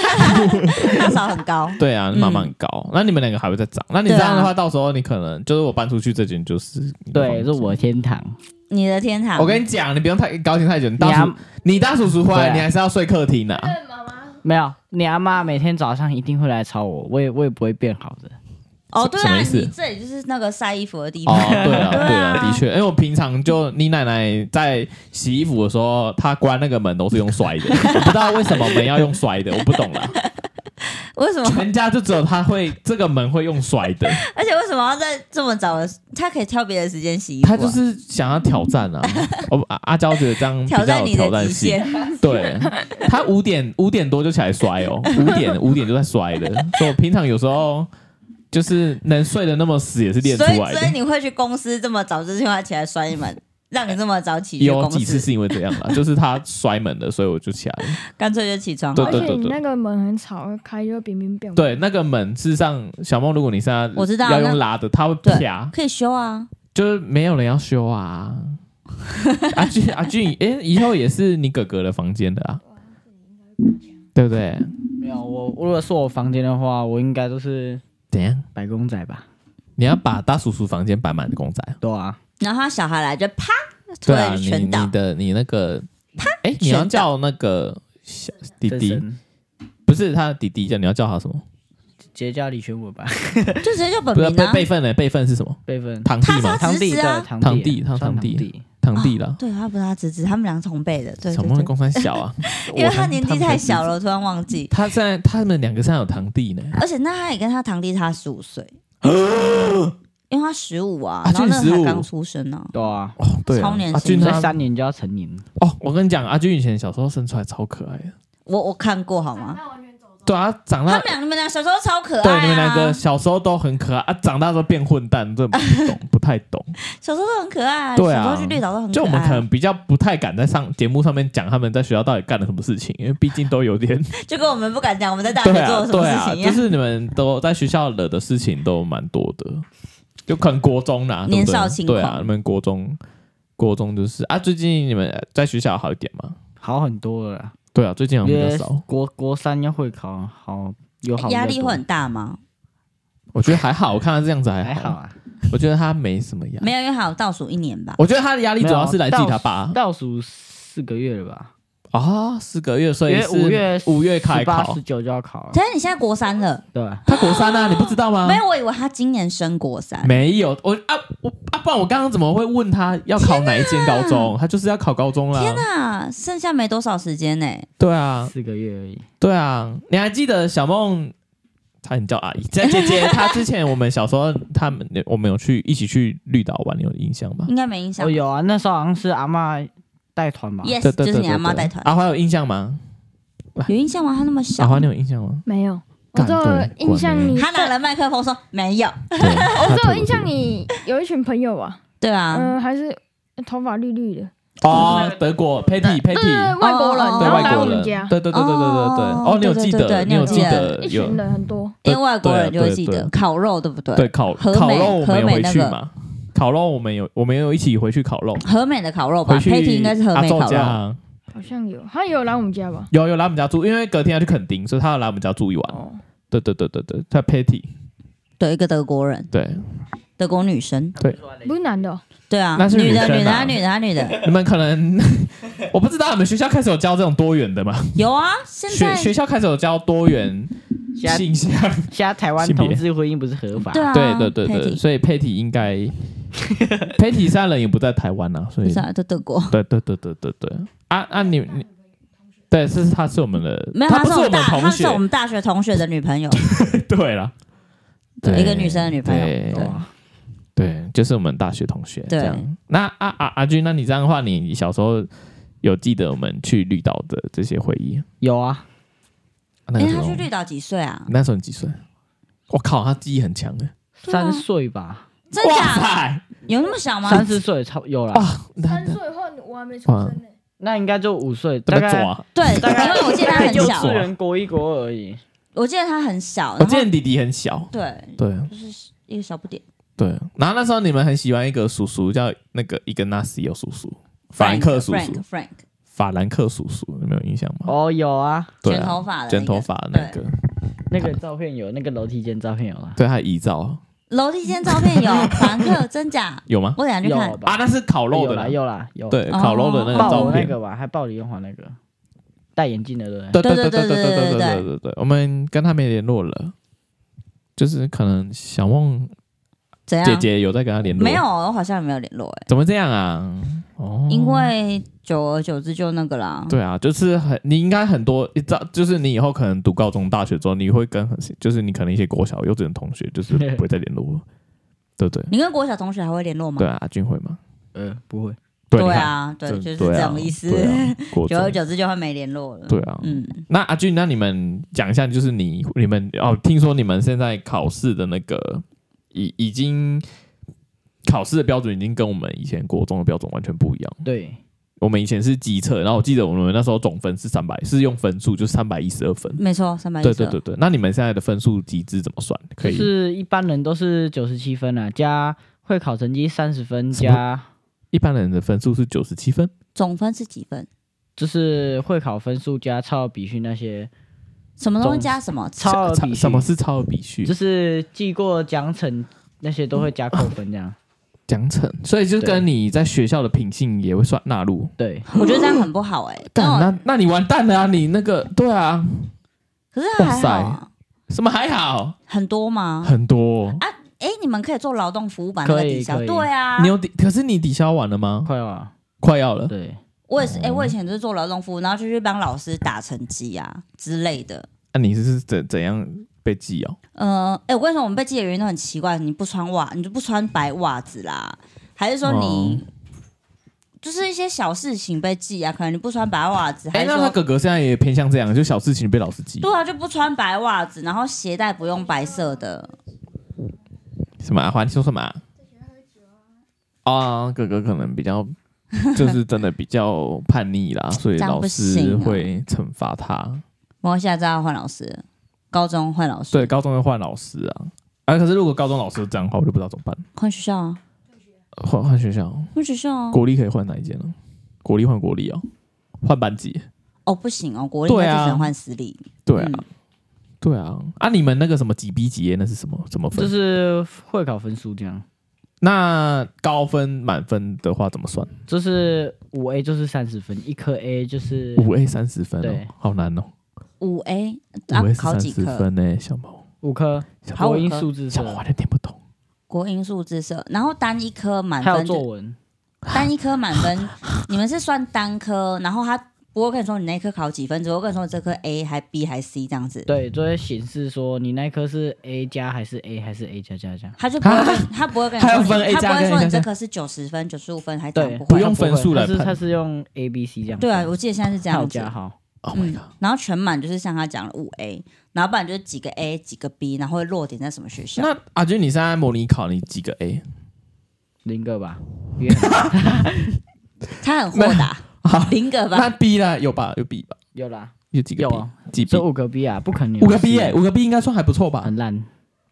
Speaker 2: 大嫂很高
Speaker 1: 对啊，
Speaker 2: 嗯
Speaker 1: 慢慢高。那你们两个还会再长？那你这样的
Speaker 2: 对啊
Speaker 1: 话，到时候你可能就是我搬出去这间就是你的
Speaker 3: [laughs] [laughs] 对，
Speaker 1: 房
Speaker 3: 是
Speaker 1: 间
Speaker 3: 我的天堂。
Speaker 2: 你的天堂。
Speaker 1: 我跟你讲，你不用太高兴太久。你
Speaker 3: 你
Speaker 1: 大
Speaker 3: 阿
Speaker 1: 叔，你大叔叔回
Speaker 3: 对
Speaker 1: 来，
Speaker 3: 啊
Speaker 1: 你还是要睡客厅啊。
Speaker 4: 对妈妈
Speaker 3: 没有，你阿妈每天早上一定会来吵我，我也我也不会变好的。
Speaker 2: 哦，对
Speaker 1: 什
Speaker 2: 啊，
Speaker 1: 么意思
Speaker 2: 你这里就是那个晒衣服的地
Speaker 1: 哦
Speaker 2: 方。，
Speaker 1: 对啊，
Speaker 2: 对啊
Speaker 1: 对啊，的确，因为我平常就你奶奶在洗衣服的时候，她关那个门都是用摔的，我不知道为什么门要用摔的，我不懂
Speaker 2: [laughs]
Speaker 1: 啦。
Speaker 2: [laughs] 为什么？
Speaker 1: 全家就只有她会这个门会用摔的，
Speaker 2: 而且为什么要在这么早的？他可以挑别的时间洗衣服、啊。
Speaker 1: 她就是想要挑战啊。我阿阿娇觉得这样比
Speaker 2: 挑
Speaker 1: 较
Speaker 2: 战
Speaker 1: 有
Speaker 2: 你
Speaker 1: 挑
Speaker 2: 的
Speaker 1: 战
Speaker 2: 极
Speaker 1: 性
Speaker 2: 限。。 [laughs]
Speaker 1: 对他五点五点多就起来摔哦，五点五点就在摔的，所以我平常有时候就是能睡得那么死也是练出
Speaker 2: 所以，
Speaker 1: 来
Speaker 2: 所以
Speaker 1: 的。
Speaker 2: 你会去公司这么早，就是因为他起来摔你们，让你这么早起去
Speaker 1: 有
Speaker 2: 公
Speaker 1: 几次
Speaker 2: 司，
Speaker 1: 是因为这样啦，就是他摔门了，所以我就起来了。
Speaker 2: 干脆就起床。
Speaker 1: 对
Speaker 4: 而
Speaker 1: 对
Speaker 4: 且你那个门很吵，开就乒乒乓。，
Speaker 1: 对，那个门事实上，小梦，如果你现在
Speaker 2: 嗯我知道
Speaker 1: 要
Speaker 2: 那
Speaker 1: 用拉的，他会
Speaker 2: 对
Speaker 1: 啪，
Speaker 2: 可以修啊，
Speaker 1: 就是没有人要修
Speaker 2: [laughs]
Speaker 1: 啊。阿俊阿俊，哎、以后也是你哥哥的房间的啊，对不对？
Speaker 3: 没有，我我如果是我房间的话，我应该都是
Speaker 1: 怎样？
Speaker 3: 白公仔吧？
Speaker 1: 你要把大叔叔房间摆满的公仔啊。
Speaker 3: 对啊，
Speaker 2: 然后他小孩来就啪推
Speaker 1: 对啊，
Speaker 2: 了
Speaker 1: 你
Speaker 2: 全倒
Speaker 1: 你。的你那个，哎，你要叫那个小弟
Speaker 3: 这
Speaker 1: 弟，
Speaker 3: 神
Speaker 1: 不是他的弟弟叫你要叫他什么？
Speaker 3: 直接叫李玄武吧， [laughs]
Speaker 2: 就直接叫本
Speaker 1: 不是
Speaker 2: 名
Speaker 1: 辈
Speaker 2: 啊。
Speaker 1: 辈分呢？辈分是什么？
Speaker 3: 辈分。
Speaker 1: 堂弟吗
Speaker 2: 他？
Speaker 3: 堂弟
Speaker 2: 侄子啊
Speaker 3: 对，堂
Speaker 1: 堂
Speaker 3: 弟
Speaker 1: 弟
Speaker 3: 啊
Speaker 1: 堂
Speaker 3: 算堂
Speaker 1: 弟
Speaker 3: 弟，
Speaker 1: 堂弟啦。
Speaker 2: 对，他不是他侄子，他们俩是同辈的。对
Speaker 1: 小
Speaker 2: 对
Speaker 1: 梦的
Speaker 2: 对，
Speaker 1: 公三小啊，
Speaker 2: [laughs] 因为
Speaker 1: 我
Speaker 2: 他
Speaker 1: 看
Speaker 2: 年纪
Speaker 1: 们才
Speaker 2: 太
Speaker 1: 知
Speaker 2: 小
Speaker 1: 道。
Speaker 2: 了，我突然忘记。
Speaker 1: 他现在他们两个现在有堂弟呢，
Speaker 2: 而且那他也跟他堂弟差十
Speaker 1: [gasps]
Speaker 2: 五岁，因为他十五啊，
Speaker 1: 啊
Speaker 2: 然后那
Speaker 1: 俊
Speaker 2: 个
Speaker 1: 15
Speaker 2: 才刚出生呢、
Speaker 3: 对啊，
Speaker 1: 哦，对啊，
Speaker 2: 超年
Speaker 1: 阿
Speaker 2: 轻
Speaker 1: 俊
Speaker 3: 你
Speaker 1: 他
Speaker 3: 在三年就要成年了，
Speaker 1: 哦，我跟你讲，阿俊以前小时候生出来超可爱的，
Speaker 2: 我我看过好吗？
Speaker 1: 对啊，长
Speaker 2: 他
Speaker 1: 大
Speaker 2: 们俩你们俩小时候超可爱、啊，
Speaker 1: 对你们两个小时候都很可爱啊，长大之后变混蛋，这不
Speaker 2: [laughs]
Speaker 1: 懂不太懂。
Speaker 2: 小时候都很可爱、
Speaker 1: 对啊
Speaker 2: 小时候去绿岛都很可
Speaker 1: 就
Speaker 2: 爱。
Speaker 1: 我们可能比较不太敢在上节目上面讲他们在学校到底干了什么事情，因为毕竟都有点
Speaker 2: 就跟我们不敢讲我们在 [laughs] 大学
Speaker 1: 对
Speaker 2: 做
Speaker 1: 啊
Speaker 2: 了什么
Speaker 1: 对
Speaker 2: 事
Speaker 1: 啊，
Speaker 2: 情一
Speaker 1: 就
Speaker 2: 样。
Speaker 1: 是你们都在学校惹的事情都蛮多的，就可能国中啦，对不对
Speaker 2: 年少轻狂
Speaker 1: 对啊，你们国中国中就是啊，最近你们在学校好一点吗？
Speaker 3: 好很多了啦。
Speaker 1: 对啊，最近好像
Speaker 3: 因
Speaker 1: 比较
Speaker 3: 为
Speaker 1: 少，
Speaker 3: 国国三要会考，好有好
Speaker 2: 压
Speaker 3: 比
Speaker 2: 力
Speaker 3: 较
Speaker 2: 会
Speaker 3: 多
Speaker 2: 很大吗？
Speaker 1: 我觉得还好，我看他这样子还
Speaker 3: 还
Speaker 1: 好，
Speaker 3: 好啊。
Speaker 1: 我觉得他没什么压力，
Speaker 2: 没有，因为还有倒数一年吧。
Speaker 1: 我觉得他的压力主要是来自于他爸
Speaker 3: 倒数四个月了吧？
Speaker 1: 啊，四个月，所
Speaker 3: 因
Speaker 1: 以
Speaker 3: 为
Speaker 1: 是
Speaker 3: 五月
Speaker 1: 五月开考
Speaker 3: 十，九就要考了，
Speaker 2: 但是你现在国三了，
Speaker 3: 对吧？
Speaker 1: 他国三啊，你不知道吗？
Speaker 2: 没有？我以为他今年升国三。
Speaker 1: 没有，我啊我啊，不然我刚刚怎么会问他要考哪一间高中？他就是要考高中啦。
Speaker 2: 天哪、剩下没多少时间呢、
Speaker 1: 对啊，
Speaker 3: 四个月而已。
Speaker 1: 对啊，你还记得小梦？差点叫阿姨，这姐姐。她之前我们小时候，他们我们有去一起去绿岛玩，你有印象吗？
Speaker 2: 应该没影响
Speaker 3: 哦，。有啊，那时候好像是阿嬷带团吧。
Speaker 2: yes，
Speaker 1: 啊对对对
Speaker 2: 就是你
Speaker 1: 对
Speaker 2: 阿妈
Speaker 1: 对
Speaker 2: 带团，
Speaker 1: 阿华有印象吗？
Speaker 2: 有印象吗？他那么小
Speaker 1: 阿，华，啊你有印象吗？
Speaker 4: 没有，我
Speaker 1: 干
Speaker 4: 只有
Speaker 1: 对
Speaker 4: 印象
Speaker 1: 果然
Speaker 4: 你，
Speaker 2: 他拿了麦克风说没有。
Speaker 1: 对，我
Speaker 4: 我只有印象你有一群朋友啊，
Speaker 2: 对啊，
Speaker 4: 嗯，还是头发绿绿的，
Speaker 1: 哦，德国 Patty
Speaker 4: 对对，对
Speaker 1: Patty，
Speaker 4: 外国人，
Speaker 2: 哦
Speaker 1: 对
Speaker 4: 然后
Speaker 1: 外
Speaker 4: 来我
Speaker 1: 国
Speaker 4: 们
Speaker 1: 人，
Speaker 4: 家，
Speaker 1: 对对对对对对对。哦，你有记
Speaker 2: 对对
Speaker 1: 得，
Speaker 2: 对对
Speaker 1: 你有记
Speaker 2: 你有记
Speaker 1: 得
Speaker 4: 一
Speaker 1: 有
Speaker 4: 群人很多，
Speaker 2: 因为外国人就会记
Speaker 1: 对
Speaker 2: 得
Speaker 1: 啊
Speaker 2: 烤肉，对不对？
Speaker 1: 对烤
Speaker 2: 和
Speaker 1: 烤
Speaker 2: 美
Speaker 1: 肉我们有
Speaker 2: 和美
Speaker 1: 回
Speaker 2: 那
Speaker 1: 去
Speaker 2: 个
Speaker 1: 嘛？烤肉我们有我们有一起回去烤肉，
Speaker 2: 和美的烤肉吧
Speaker 1: 回去
Speaker 2: 佩蒂应该是和
Speaker 1: 阿
Speaker 2: 美
Speaker 1: 昼
Speaker 2: 烤
Speaker 1: 家
Speaker 2: 肉。
Speaker 1: 啊
Speaker 4: 好像有，他也有来我们家吧？
Speaker 1: 有有来我们家住，因为隔天要去垦丁，所以他要来我们家住一晚。
Speaker 4: 哦，
Speaker 1: 对对对对对，他 Patty
Speaker 2: 对，一个德国人，
Speaker 1: 对，
Speaker 2: 德国女生，
Speaker 4: 不是男的哦，
Speaker 2: 对啊，
Speaker 1: 那是
Speaker 2: 女
Speaker 1: 女
Speaker 2: 的，
Speaker 1: 生
Speaker 2: 女的，
Speaker 1: 啊
Speaker 2: 她女的，她
Speaker 1: [laughs]
Speaker 2: 女的，
Speaker 1: 你们可
Speaker 2: [laughs]
Speaker 1: 能我不知道你们学校开始有教这种多元的吗？
Speaker 2: 有啊，现
Speaker 1: 学
Speaker 2: 在
Speaker 1: 学校开始有教多元
Speaker 3: 现在
Speaker 1: 性向，
Speaker 3: 现在台湾
Speaker 1: 性别
Speaker 3: 同志婚姻不是合法？
Speaker 2: 对啊，
Speaker 1: 对对对对，
Speaker 2: Patty
Speaker 1: 所以 Patty 应
Speaker 2: [laughs]
Speaker 1: 该 Patty 现在人也不在台湾啊，所
Speaker 2: 不
Speaker 1: 以
Speaker 2: 是啊，在德国，
Speaker 1: 对对对对对对，啊啊你你。对，是他是我们的，
Speaker 2: 没有，
Speaker 1: 他
Speaker 2: 她
Speaker 1: 不
Speaker 2: 是
Speaker 1: 是我
Speaker 2: 我
Speaker 1: 们
Speaker 2: 们大，
Speaker 1: 同
Speaker 2: 她
Speaker 1: 学
Speaker 2: 是我，们大学同学的女朋友，
Speaker 1: [laughs] 对了，
Speaker 2: 对一个女生的女朋友
Speaker 1: 对
Speaker 3: 对啊，
Speaker 1: 对，就是我们大学同学
Speaker 2: 对
Speaker 1: 这样。那阿阿阿军，那你这样的话，你小时候有记得我们去绿岛的这些回忆？
Speaker 3: 有啊，
Speaker 1: 啊那
Speaker 2: 因
Speaker 1: 个
Speaker 2: 为
Speaker 1: 时
Speaker 2: 哎她
Speaker 1: 候
Speaker 2: 去，绿岛几岁啊？
Speaker 1: 那时候你几岁？我靠，他记忆很强哎！
Speaker 2: 对啊
Speaker 3: 三岁吧，
Speaker 2: 真
Speaker 1: 哇
Speaker 2: 假？
Speaker 1: 塞，啊
Speaker 2: 有那么小吗？
Speaker 3: 三四岁差不有
Speaker 1: 哦
Speaker 3: 了，
Speaker 1: 那
Speaker 4: 三
Speaker 1: 那
Speaker 4: 岁后我还没出
Speaker 1: 生
Speaker 4: 生
Speaker 1: 呢
Speaker 4: 呢，
Speaker 3: 那应该就五岁，
Speaker 1: 怎
Speaker 3: 大
Speaker 1: 么啊
Speaker 3: 概
Speaker 1: 抓？
Speaker 2: 对，
Speaker 3: 大概
Speaker 2: 因为我记得她
Speaker 3: 大概
Speaker 2: 很
Speaker 3: 幼
Speaker 2: 小啊
Speaker 3: 稚，园国一国二而已。
Speaker 2: 我记得它很小，
Speaker 1: 我
Speaker 2: 然后
Speaker 1: 记得弟弟很小，
Speaker 2: 对，
Speaker 1: 对
Speaker 2: 就是一个小不点，
Speaker 1: 对。然后那时候你们很喜欢一个叔叔，叫那个伊格纳西欧叔叔，法兰克叔叔
Speaker 2: Frank，，Frank，
Speaker 1: 法兰克叔叔，你们有印象吗？
Speaker 3: 哦，有啊，
Speaker 1: 对
Speaker 2: 卷头
Speaker 1: 啊，
Speaker 2: 发的那个
Speaker 1: 卷头发的那个，
Speaker 3: 那个照片有，那个楼梯间照片有啊。
Speaker 1: 对他的遗照
Speaker 2: 楼梯间
Speaker 1: [laughs]
Speaker 2: 照片有法兰克真假，
Speaker 1: 有吗？
Speaker 2: 我等一下去
Speaker 3: 有
Speaker 2: 看。
Speaker 1: 啊，
Speaker 3: 吧？
Speaker 1: 那是烤肉
Speaker 3: 有
Speaker 1: 的
Speaker 3: 啦，
Speaker 1: 啦，
Speaker 3: 有啦，有。，
Speaker 1: 对
Speaker 2: 哦
Speaker 1: 烤肉的那个
Speaker 2: 爆
Speaker 1: 呃照
Speaker 3: 鲍那
Speaker 1: 片，
Speaker 3: 个吧，还鲍李永华那个，戴眼镜的对不对？
Speaker 1: 对对对
Speaker 2: 对对
Speaker 1: 对
Speaker 2: 对对
Speaker 1: 对
Speaker 2: 对
Speaker 1: 对对对，我们跟他没联络了，就是可能小梦
Speaker 2: 怎样？
Speaker 1: 姐姐有在跟他联络，
Speaker 2: 没有，？我好像也没有联络哎、
Speaker 1: 怎么这样啊？哦，
Speaker 2: 因为久而久之就那个啦。
Speaker 1: 对啊，就是很你应该很多一照，就是你以后可能读高中、大学之后，你会跟很就是你可能一些国小、幼稚园同学，
Speaker 2: [laughs]
Speaker 1: 就是不会再联络了，对不对？
Speaker 2: 你跟国小同学还会联络吗？
Speaker 1: 对啊，俊会吗？
Speaker 3: 呃，不会。
Speaker 1: 你看
Speaker 2: 啊，对，就是这种意思。
Speaker 1: 对
Speaker 2: [laughs]
Speaker 1: 啊对啊国
Speaker 2: 久而
Speaker 1: 中
Speaker 2: 久之就会没联络了。
Speaker 1: 对啊，
Speaker 2: 嗯，
Speaker 1: 那阿俊，那你们讲一下，就是你你们哦，听说你们现在考试的那个已已经考试的标准已经跟我们以前国中的标准完全不一样。
Speaker 3: 对，
Speaker 1: 我们以前是机测，然后我记得我们那时候总分是三百，是用分数，就是三百一十二分。
Speaker 2: 没错，三百一
Speaker 1: 对对对对，那你们现在的分数机制怎么算？可
Speaker 3: 就
Speaker 1: 以
Speaker 3: 是一般人都是九十七分啊，加会考成绩三十分，
Speaker 1: 什么
Speaker 3: 加
Speaker 1: 一般人的分数是九十七分，
Speaker 2: 总分是几分？
Speaker 3: 就是会考分数加超额比序那些，
Speaker 2: 什么东西
Speaker 3: 总
Speaker 2: 加什么？
Speaker 3: 超额
Speaker 1: 什
Speaker 3: 比序
Speaker 1: 什么是超额比序
Speaker 3: 就？是记过奖惩那些都会加扣分这样。
Speaker 1: 嗯奖惩，所以就
Speaker 3: 对
Speaker 1: 跟你在学校的品性也会算纳入。
Speaker 3: 对，
Speaker 2: 我觉得这样很不好哎、欸。
Speaker 1: [laughs] 干，
Speaker 2: 那我
Speaker 1: 那那你完蛋了啊！你那个对啊，
Speaker 2: 可是还
Speaker 1: 哇
Speaker 2: 好啊，
Speaker 1: 什么还好？
Speaker 2: 很多
Speaker 3: 啊
Speaker 2: 吗？
Speaker 1: 很多、
Speaker 2: 哎、你们可以做劳动服务版那个
Speaker 3: 可以
Speaker 2: 抵消，
Speaker 3: 可以
Speaker 2: 对啊
Speaker 1: 你，有抵，可是你抵消完了吗？
Speaker 3: 快了。
Speaker 1: 快要了。
Speaker 3: 对，
Speaker 2: 我也是，哎、我以前就是做劳动服务，然后就去帮老师打成绩啊之类的。
Speaker 1: 那、你是怎怎样被记哦？
Speaker 2: 呃，哎、我跟你说，我们被记的原因都很奇怪，你不穿袜，你就不穿白袜子啦，还是说
Speaker 1: 哦
Speaker 2: 你、就是一些小事情被记啊？可能你不穿白袜子，
Speaker 1: 哎、
Speaker 2: 还是
Speaker 1: 那他
Speaker 2: 说
Speaker 1: 哥哥现在也偏向这样，就小事情被老师记，
Speaker 2: 对啊，就不穿白袜子，然后鞋带不用白色的，
Speaker 1: 什么、啊？华，你说什么、啊？啊，哥哥可能比较， [laughs] 就是真的比较叛逆啦，所以
Speaker 2: 这样
Speaker 1: 老
Speaker 2: 不
Speaker 1: 师
Speaker 2: 行啊
Speaker 1: 会惩罚他。
Speaker 2: 然后现在知道换老师了，高中换老师，
Speaker 1: 对，，高中要换老师啊。啊，可是如果高中老师这样的话，我就不知道怎么办。
Speaker 2: 换学校啊，
Speaker 1: 呃换换学校，
Speaker 2: 换学校啊，
Speaker 1: 国立可以换哪一间呢？国立换国立哦，换班级。
Speaker 2: 哦不行哦，国立那
Speaker 1: 对
Speaker 2: 就
Speaker 1: 啊
Speaker 2: 只能换私立，
Speaker 1: 对啊，
Speaker 2: 嗯
Speaker 1: 对啊，啊，你们那个什么几 B 几 A 那是什么什么分？
Speaker 3: 就是会考分数这样，
Speaker 1: 那高分满分的话怎么算？
Speaker 3: 就是五 A 就是三十分，一科 A 就是
Speaker 1: 五 A 三十分、
Speaker 3: 对
Speaker 1: 哦，好难哦。
Speaker 2: 五 A 啊
Speaker 1: 五 A
Speaker 2: 考
Speaker 1: 三
Speaker 2: 几
Speaker 1: 十
Speaker 2: 科？
Speaker 1: 分呢、小毛，
Speaker 3: 五科，
Speaker 1: 小
Speaker 2: 好
Speaker 1: 毛，
Speaker 3: 国
Speaker 2: 五
Speaker 3: 英
Speaker 2: 科
Speaker 3: 数字
Speaker 1: 小
Speaker 3: 社
Speaker 1: 毛，完全听不懂。
Speaker 2: 国英数自社，然后单一科满
Speaker 3: 还有
Speaker 2: 分
Speaker 3: 作
Speaker 2: 就
Speaker 3: 文，
Speaker 2: 单一科满分， [laughs] 你们是算单科，然后他不会跟你说你那一科考几分，只会跟你说这科 A 还 B 还 C 这样子，
Speaker 3: 对，就会显示说你那科是 A 加还是 A 还是 A 加加这样。
Speaker 2: 他就不会跟他不会跟你
Speaker 1: 还
Speaker 2: 说
Speaker 1: 有
Speaker 2: 你，
Speaker 1: 分 A
Speaker 2: 他不
Speaker 1: 加
Speaker 2: 会
Speaker 1: 跟
Speaker 2: 说
Speaker 1: A
Speaker 2: 你
Speaker 1: 加
Speaker 2: 这科是九十分、九十五分还怎
Speaker 3: 对
Speaker 2: 样，
Speaker 1: 不
Speaker 2: 会
Speaker 1: 用分数来
Speaker 3: 它不会它
Speaker 1: 判
Speaker 3: 是它是用 A B C 这样。
Speaker 2: 对啊，我记得现在是这
Speaker 3: 还
Speaker 2: 样
Speaker 3: 有
Speaker 2: 子
Speaker 3: 加，号，
Speaker 1: Oh my
Speaker 2: 嗯
Speaker 1: god！、，
Speaker 2: 然后全满就是像他讲的五 A，然后不然就是几个 A 几个 B，然后会落点在什么学校？
Speaker 1: 那阿军，你现在模拟考你几个 A？
Speaker 3: 零个吧。
Speaker 2: 他很豁达， [laughs] 零个吧？
Speaker 1: [laughs] 那 B 呢？有吧？有 B 吧？
Speaker 3: 有啦，
Speaker 1: 有几个 B？
Speaker 3: 有啊
Speaker 1: 几 B？
Speaker 3: 这五个 B 啊，不可能有
Speaker 1: 五个 B
Speaker 3: 四
Speaker 1: 哎、五个 B 应该算还不错吧
Speaker 3: 很？烂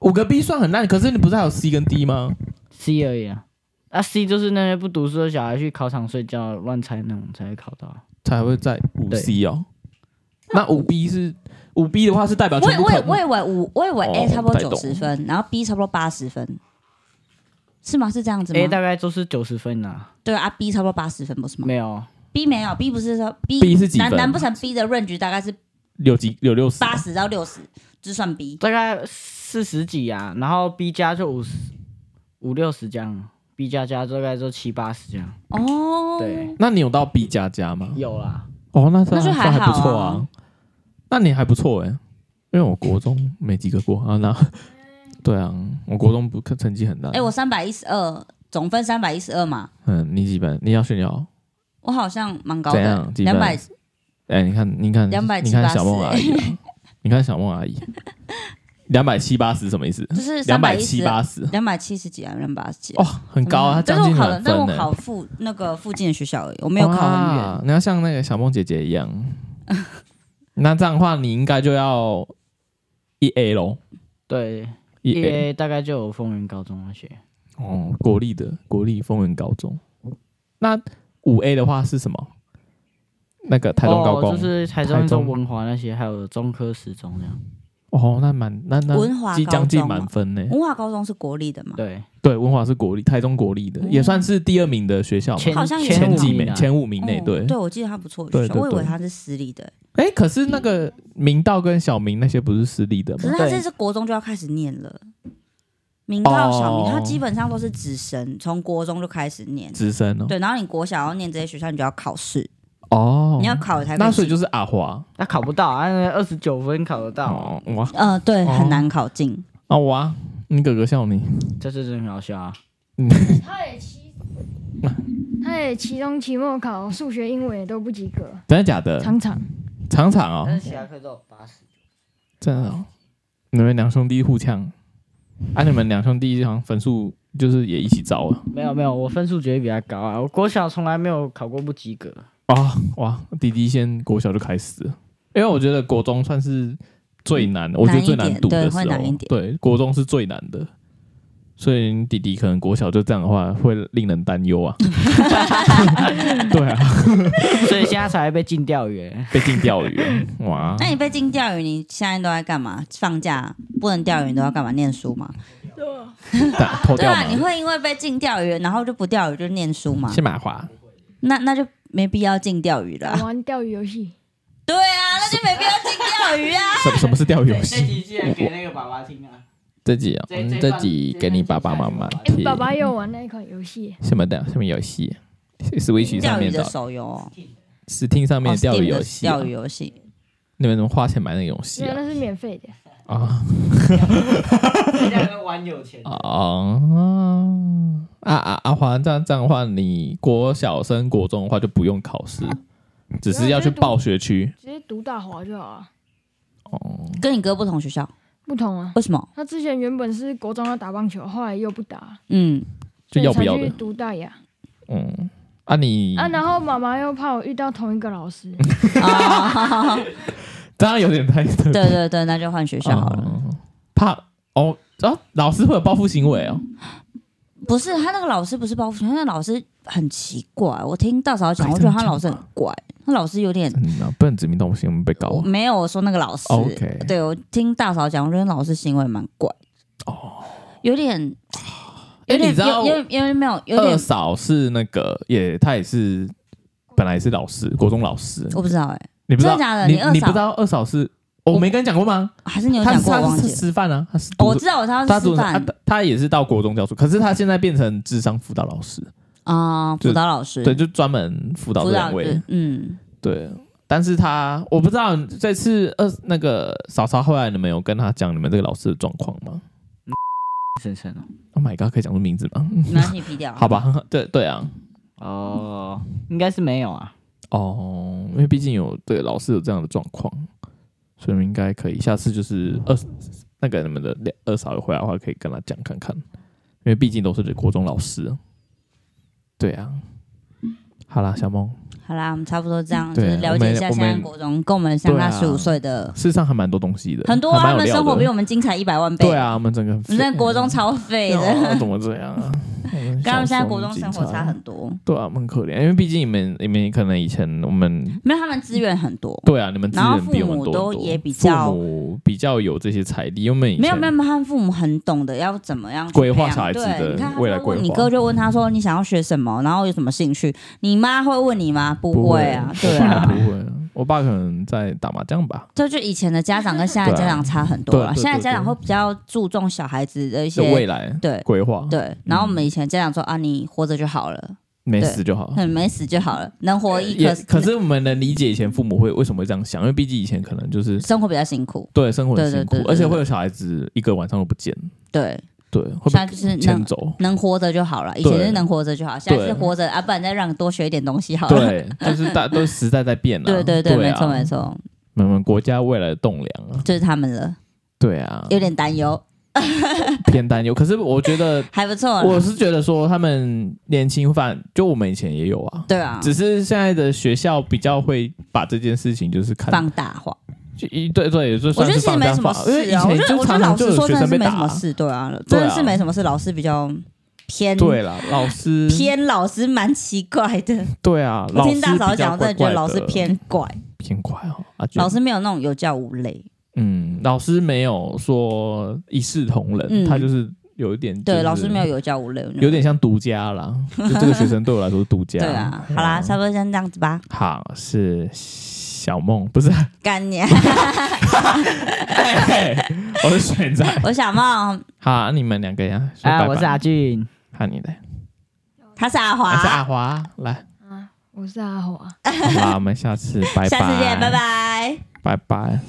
Speaker 1: 五个 B 算很烂，可是你不是还有 C 跟 D 吗？
Speaker 3: ，C 而已啊。啊，C 就是那些不读书的小孩去考场睡觉乱猜那种才会考到。啊
Speaker 1: 才会在五
Speaker 3: 对
Speaker 1: C 哦。那五 B 是五 B 的话是代表
Speaker 2: 我
Speaker 1: 全
Speaker 2: 以
Speaker 1: 部
Speaker 2: 我以
Speaker 1: 考
Speaker 2: 我以为五，我以为 A
Speaker 1: 哦
Speaker 2: 差不多
Speaker 1: 不太
Speaker 2: 九
Speaker 1: 懂
Speaker 2: 十分，然后 B 差不多八十分，是吗？是这样子
Speaker 3: A
Speaker 2: 吗？
Speaker 3: 大概都是九十分啦，
Speaker 2: 对啊，B 差不多八十分不是吗
Speaker 3: 没有，
Speaker 2: ？B 没有，B 不是说 B
Speaker 1: B 是几
Speaker 2: 难
Speaker 1: 分
Speaker 2: 难不成 B 的 range 大概是
Speaker 1: 有几有六十
Speaker 2: 八十到六十，就算 B？
Speaker 3: 大概四十几啊，然后 B 加就五十五六十这样，B 加加大概就七八十这样。
Speaker 2: 哦，
Speaker 3: 对，
Speaker 1: 那你有到 B 加加吗？
Speaker 3: 有啦，
Speaker 1: 哦，那
Speaker 2: 那
Speaker 1: 算
Speaker 2: 就还
Speaker 1: 算还不
Speaker 2: 好
Speaker 1: 错
Speaker 2: 啊
Speaker 1: 啊。那你还不错哎、因为我国中没及格过啊。那 [laughs] 对啊，我国中不成绩很烂。
Speaker 2: 哎、我三百一十二，总分三百一十二嘛，
Speaker 1: 嗯，你几分？你要炫耀？
Speaker 2: 我好像蛮高
Speaker 1: 怎
Speaker 2: 的
Speaker 1: 样，几分
Speaker 2: 两百
Speaker 1: 哎、你看，你看，
Speaker 2: 270
Speaker 1: 你看小梦阿姨、
Speaker 2: [laughs]
Speaker 1: 啊，你看小梦阿姨，两百七八十什么意思？ [laughs]
Speaker 2: 就是
Speaker 1: 两百
Speaker 2: 一
Speaker 1: 七
Speaker 2: 十啊
Speaker 1: 八十，
Speaker 2: 两百七十几啊，两百八十几啊。
Speaker 1: 哇、很高啊，她将
Speaker 2: 但是我
Speaker 1: 近
Speaker 2: 考了
Speaker 1: 满，
Speaker 2: 但是
Speaker 1: 分
Speaker 2: 我
Speaker 1: 呢、
Speaker 2: 考附那个附近的学校而已，我没有考很远。
Speaker 1: 哇你
Speaker 2: [laughs]
Speaker 1: 要像那个小梦姐姐一样，那这样的话，你应该就要一 A 咯，
Speaker 3: 对，
Speaker 1: 一 A，
Speaker 3: 为大概就有丰原高中那些，
Speaker 1: 哦，国立的国立丰原高中。那五 A 的话是什么？那个台中高工
Speaker 3: 哦、就是台中一
Speaker 1: 台中
Speaker 3: 中文华那些，还有中科十中这样。
Speaker 1: 哦，那满那那
Speaker 2: 文华
Speaker 1: 即
Speaker 2: 高
Speaker 1: 将近
Speaker 2: 中啊
Speaker 1: 满
Speaker 2: 嘛
Speaker 1: 分呢。
Speaker 2: 文化高中是国立的嘛？
Speaker 3: 对，
Speaker 1: 对，文华是国立，台中国立的，也算是第二名的学校嘛，
Speaker 3: 前
Speaker 2: 好像有
Speaker 1: 前
Speaker 3: 前
Speaker 1: 几名
Speaker 3: 啊
Speaker 1: 前五名内。
Speaker 2: 哦
Speaker 1: 对，
Speaker 2: 对，我记得他不错，
Speaker 1: 对对对
Speaker 2: 我以为他是私立的，
Speaker 1: 哎，可是那个明道跟小明那些不是私立的
Speaker 2: 可
Speaker 1: 吗？
Speaker 2: 是他
Speaker 3: 对
Speaker 2: 这是国中就要开始念了。明道、小明，
Speaker 1: 哦
Speaker 2: 他基本上都是直升，从国中就开始念。
Speaker 1: 直升哦，
Speaker 2: 对，然后你国小要念这些学校，你就要考试，
Speaker 1: 哦，
Speaker 2: 你要考才可以进。
Speaker 1: 那所以就是阿华
Speaker 3: 他考不到，啊，二十九分考得到，
Speaker 1: 哦，哇
Speaker 2: 呃，对，
Speaker 1: 哦
Speaker 2: 很难考进。
Speaker 1: 啊哇，你哥哥笑你， [laughs]
Speaker 3: 这是真的很好笑啊！
Speaker 4: 他也期，他也期中、期末考数学、英文也都不及格，
Speaker 1: 真的假的？
Speaker 4: 常常
Speaker 1: 常常哦，
Speaker 3: 其他科都有八十。
Speaker 1: 真的哦，你们两兄弟互呛，啊，你们两兄弟好像分数就是也一起招啊了
Speaker 3: 没有没有，我分数绝对比他高啊！我国小从来没有考过不及格。
Speaker 1: 啊，哇，弟弟先国小就开始了，因为我觉得国中算是最难，我觉得最难读的时候，
Speaker 2: 难一点对会难一点
Speaker 1: 对，国中是最难的。所以你弟弟可能国小就这样的话，会令人担
Speaker 2: [laughs]
Speaker 1: 忧啊。对啊，
Speaker 3: 所以现在才会被禁钓鱼。
Speaker 1: 被禁钓鱼了哇！
Speaker 2: 那你被禁钓鱼，你现在都在干嘛？放假不能钓鱼，你都要干嘛？念书吗？
Speaker 1: 打偷
Speaker 2: 对
Speaker 1: 哦钓
Speaker 2: 啊，你
Speaker 1: 嘛，
Speaker 2: 会因为被禁钓鱼，然后就不钓鱼，就念书嘛？
Speaker 1: 先买花。
Speaker 2: 那那就没必要禁钓
Speaker 1: [laughs]
Speaker 2: 鱼了啊。
Speaker 4: 玩钓鱼游戏，
Speaker 2: 对啊，那就没必要禁钓鱼啊。
Speaker 1: [laughs] 什什么是钓鱼游戏？
Speaker 3: 集竟然给那个爸爸听啊！
Speaker 1: 这集啊，
Speaker 3: 这
Speaker 1: 嗯
Speaker 3: 这
Speaker 1: 这
Speaker 3: 段
Speaker 1: 集给你爸爸妈妈
Speaker 4: 哎、
Speaker 1: 听。
Speaker 4: 爸爸也有玩那一款游戏，
Speaker 1: 什么的？什么游戏？Switch 上
Speaker 2: 钓鱼
Speaker 1: 面
Speaker 2: 的
Speaker 1: 的
Speaker 2: 手游哦，
Speaker 1: ，Steam 上面
Speaker 2: 哦
Speaker 1: 的钓鱼
Speaker 2: Steam 的
Speaker 1: 游戏啊，
Speaker 2: 钓鱼游戏，
Speaker 1: 你们怎么花钱买那个游戏
Speaker 4: 没有，
Speaker 1: 啊？
Speaker 4: 那是免费的。
Speaker 1: 啊
Speaker 3: 这两个玩有钱
Speaker 1: 啊啊啊！阿华，这样这样的话，你国小升国中的话就不用考试，只
Speaker 2: 啊
Speaker 1: 是要去报学区
Speaker 4: 直接读大华就好了。
Speaker 1: 哦。
Speaker 2: 跟你哥不同学校，
Speaker 4: 不同啊，
Speaker 2: 为什么？
Speaker 4: 他之前原本是国中要打棒球，后来又不打，
Speaker 2: 嗯，
Speaker 1: 就要不要的
Speaker 4: 所以才去读大雅
Speaker 1: 嗯，啊你
Speaker 4: 啊。然后妈妈又怕我遇到同一个老师，
Speaker 2: 啊，
Speaker 1: 当然有点太对
Speaker 2: [laughs] 对对对，那就换学校好了。
Speaker 1: 怕哦啊，老师会有报复行为 [laughs] 哦。
Speaker 2: 不是他那个老师不是报复他那个老师很奇怪。我听大嫂讲，我觉得他老师很怪，他老师有点
Speaker 1: 嗯，啊不能指名道姓，我们被告
Speaker 2: 我
Speaker 1: 啊。
Speaker 2: 没有说那个老师
Speaker 1: 哦 OK
Speaker 2: 对我听大嫂讲，我觉得老师行为蛮怪哦，有点有
Speaker 1: 哎
Speaker 2: 点
Speaker 1: 你知道
Speaker 2: 有有有点没有有
Speaker 1: 二
Speaker 2: 点
Speaker 1: 嫂是那个也，她也是本来是老师，国中老师。
Speaker 2: 我不知道哎、
Speaker 1: 你不知道
Speaker 2: 真的假的
Speaker 1: 你
Speaker 2: 你二嫂
Speaker 1: 你不知道二嫂是？哦我没跟你讲过吗？
Speaker 2: 还是你有
Speaker 1: 她
Speaker 2: 讲
Speaker 1: 是
Speaker 2: 过我
Speaker 1: 她
Speaker 2: 忘
Speaker 1: 是
Speaker 2: 记了。
Speaker 1: 师范啊，她是
Speaker 2: 哦
Speaker 1: 读
Speaker 2: 我知道，我知道
Speaker 1: 她
Speaker 2: 他是
Speaker 1: 读
Speaker 2: 师
Speaker 1: 她
Speaker 2: 范
Speaker 1: 她也是到国中教书，可是她现在变成智商辅导老师，
Speaker 2: 啊，
Speaker 1: 就
Speaker 2: 辅导老师，
Speaker 1: 对，就专门辅导
Speaker 2: 辅
Speaker 1: 这两
Speaker 2: 导
Speaker 1: 位
Speaker 2: 对，，嗯，
Speaker 1: 对。但是她我不知道这次二那个嫂嫂后来你们有跟她讲你们这个老师的状况吗
Speaker 3: 深深哦。
Speaker 1: ？Oh my god，可以讲出名字吗？
Speaker 2: 没关系，你批掉，
Speaker 1: [laughs] 好，吧，对对啊，
Speaker 3: 哦，应该是没有啊。
Speaker 1: 哦，因为毕竟有对老师有这样的状况，所以你们应该可以下次就是二那个你们的两二嫂有回来的话，可以跟他讲看看，因为毕竟都是国中老师。对啊，好啦，小梦，
Speaker 2: 好啦，我们差不多这样，就
Speaker 1: 对
Speaker 2: 是了解一下
Speaker 1: 我们
Speaker 2: 现在
Speaker 1: 我们
Speaker 2: 国中跟我们相差
Speaker 1: 对啊
Speaker 2: 十五岁的
Speaker 1: 事实上还蛮多东西的，
Speaker 2: 很多
Speaker 1: 还
Speaker 2: 啊，
Speaker 1: 蛮有
Speaker 2: 他们
Speaker 1: 料
Speaker 2: 生活
Speaker 1: 的
Speaker 2: 比我们精彩一百万倍。
Speaker 1: 对，啊，我们整个
Speaker 2: 我们在国中超废的，
Speaker 1: 哦怎么这样啊？
Speaker 2: [laughs] 跟他们现
Speaker 1: 小
Speaker 2: 在
Speaker 1: 时候
Speaker 2: 国中生活
Speaker 1: 精彩
Speaker 2: 差很多，
Speaker 1: 对啊，我们很可怜，因为毕竟你们你们可能以前我们
Speaker 2: 没有他们资源很多。
Speaker 1: 对啊，你们资
Speaker 2: 然后
Speaker 1: 源
Speaker 2: 父
Speaker 1: 比我们
Speaker 2: 母
Speaker 1: 多
Speaker 2: 都
Speaker 1: 很多
Speaker 2: 也比较
Speaker 1: 父母比较有这些财力，因为我们以前
Speaker 2: 没有没有，没有他们父母很懂得要怎么样去
Speaker 1: 规划
Speaker 2: 培养
Speaker 1: 小孩子
Speaker 2: 对
Speaker 1: 的
Speaker 2: 你看他
Speaker 1: 未来
Speaker 2: 会
Speaker 1: 规
Speaker 2: 问你
Speaker 1: 划
Speaker 2: 哥就问他说你想要学什么，然后有什么兴趣？你妈会问你吗？不
Speaker 1: 不
Speaker 2: 会啊，对
Speaker 1: 我爸 [laughs]
Speaker 2: 啊，
Speaker 1: 不会啊，我爸可能在打麻将吧。
Speaker 2: 这就以前的家长跟现在的
Speaker 1: 对啊
Speaker 2: 家长差很多
Speaker 1: 对
Speaker 2: 了。
Speaker 1: 对啊
Speaker 2: 现在
Speaker 1: 对
Speaker 2: 家长
Speaker 1: 对
Speaker 2: 会比较注重小孩子的一
Speaker 1: 就未
Speaker 2: 些
Speaker 1: 来嗯
Speaker 2: 对
Speaker 1: 规划，，
Speaker 2: 对，然后我们以前家长说啊，你活着就好了，
Speaker 1: 没
Speaker 2: 对
Speaker 1: 死就好。
Speaker 2: 很没死就好了，能活
Speaker 1: 哦
Speaker 2: 一
Speaker 1: 呃也
Speaker 2: 颗
Speaker 1: 可是我们能理解以前父母会为什么会这样想，因为毕竟以前可能就是
Speaker 2: 生活比较辛苦，
Speaker 1: 对生活很
Speaker 2: 对对
Speaker 1: 辛苦
Speaker 2: 对，对
Speaker 1: 而且
Speaker 2: 对
Speaker 1: 会有小孩子一个晚上都不见，
Speaker 2: 对，哦
Speaker 1: 对，会
Speaker 2: 现在就
Speaker 1: 被
Speaker 2: 是能
Speaker 1: 牵走。
Speaker 2: 能活着就好了，以前是能活着就好，现在是
Speaker 1: 对
Speaker 2: 活着啊，不然再让你多学一点东西好了。
Speaker 1: 对，就是大 [laughs] 都时代在变啊。
Speaker 2: [laughs] 对对对，没错没
Speaker 1: 错，
Speaker 2: 错，
Speaker 1: 我们国家未来的栋梁啊，
Speaker 2: 就是他们了，
Speaker 1: 对啊，
Speaker 2: 有点担忧，
Speaker 1: 偏担忧。可是我觉
Speaker 2: [laughs]
Speaker 1: 得
Speaker 2: 还不错啊啦。
Speaker 1: 我是觉得说，他们年轻犯，就我们以前也有啊，
Speaker 2: 对啊，
Speaker 1: 只是现在的学校比较会把这件事情就是看
Speaker 2: 放大化，
Speaker 1: 就一对对，也就
Speaker 2: 我
Speaker 1: 算
Speaker 2: 觉得
Speaker 1: 是
Speaker 2: 其实
Speaker 1: 放
Speaker 2: 没
Speaker 1: 假
Speaker 2: 什么
Speaker 1: 法，因为
Speaker 2: 事
Speaker 1: 以
Speaker 2: 啊。我
Speaker 1: 前
Speaker 2: 觉得我觉得
Speaker 1: 常
Speaker 2: 老
Speaker 1: 常就
Speaker 2: 师说
Speaker 1: 有学
Speaker 2: 真的
Speaker 1: 生
Speaker 2: 是
Speaker 1: 被
Speaker 2: 没
Speaker 1: 打
Speaker 2: 什么
Speaker 1: 啊，
Speaker 2: 事，对啊，
Speaker 1: 对
Speaker 2: 真
Speaker 1: 啊
Speaker 2: 的是没什么事。老师比较偏
Speaker 1: 对啦，老师
Speaker 2: 偏，老师蛮奇怪
Speaker 1: [laughs]
Speaker 2: 的。
Speaker 1: 对啊，
Speaker 2: 我
Speaker 1: 老师
Speaker 2: 听大嫂
Speaker 1: 比较
Speaker 2: 讲，我
Speaker 1: 怪
Speaker 2: 真的觉
Speaker 1: 怪
Speaker 2: 得老师偏怪，
Speaker 1: 偏怪哦，啊，就
Speaker 2: 老师没有那种有教无类。
Speaker 1: 嗯，老师没有说一视同仁，
Speaker 2: 嗯
Speaker 1: 他就是有一点、
Speaker 2: 对，老师没有。有教无类，我觉得
Speaker 1: 有点像独家啦，就
Speaker 2: [laughs]
Speaker 1: 这个学生对我来说是独家。
Speaker 2: 对啊。好
Speaker 1: 嗯
Speaker 2: 啦，差不多先这样子吧。
Speaker 1: 好是小梦，不是， [laughs]
Speaker 2: 干你啊，
Speaker 1: 嘿我是选择。
Speaker 2: 我想梦，
Speaker 1: 好，啊你们两个呀，说拜
Speaker 3: 啊，
Speaker 1: 拜
Speaker 3: 我是阿，俊，
Speaker 1: 看你的，
Speaker 2: 他是阿华，
Speaker 1: 我是阿华，来，
Speaker 4: 啊，我是阿华。
Speaker 1: 好啦，我们下次拜拜，
Speaker 2: 下次见，拜，拜。
Speaker 1: 拜拜。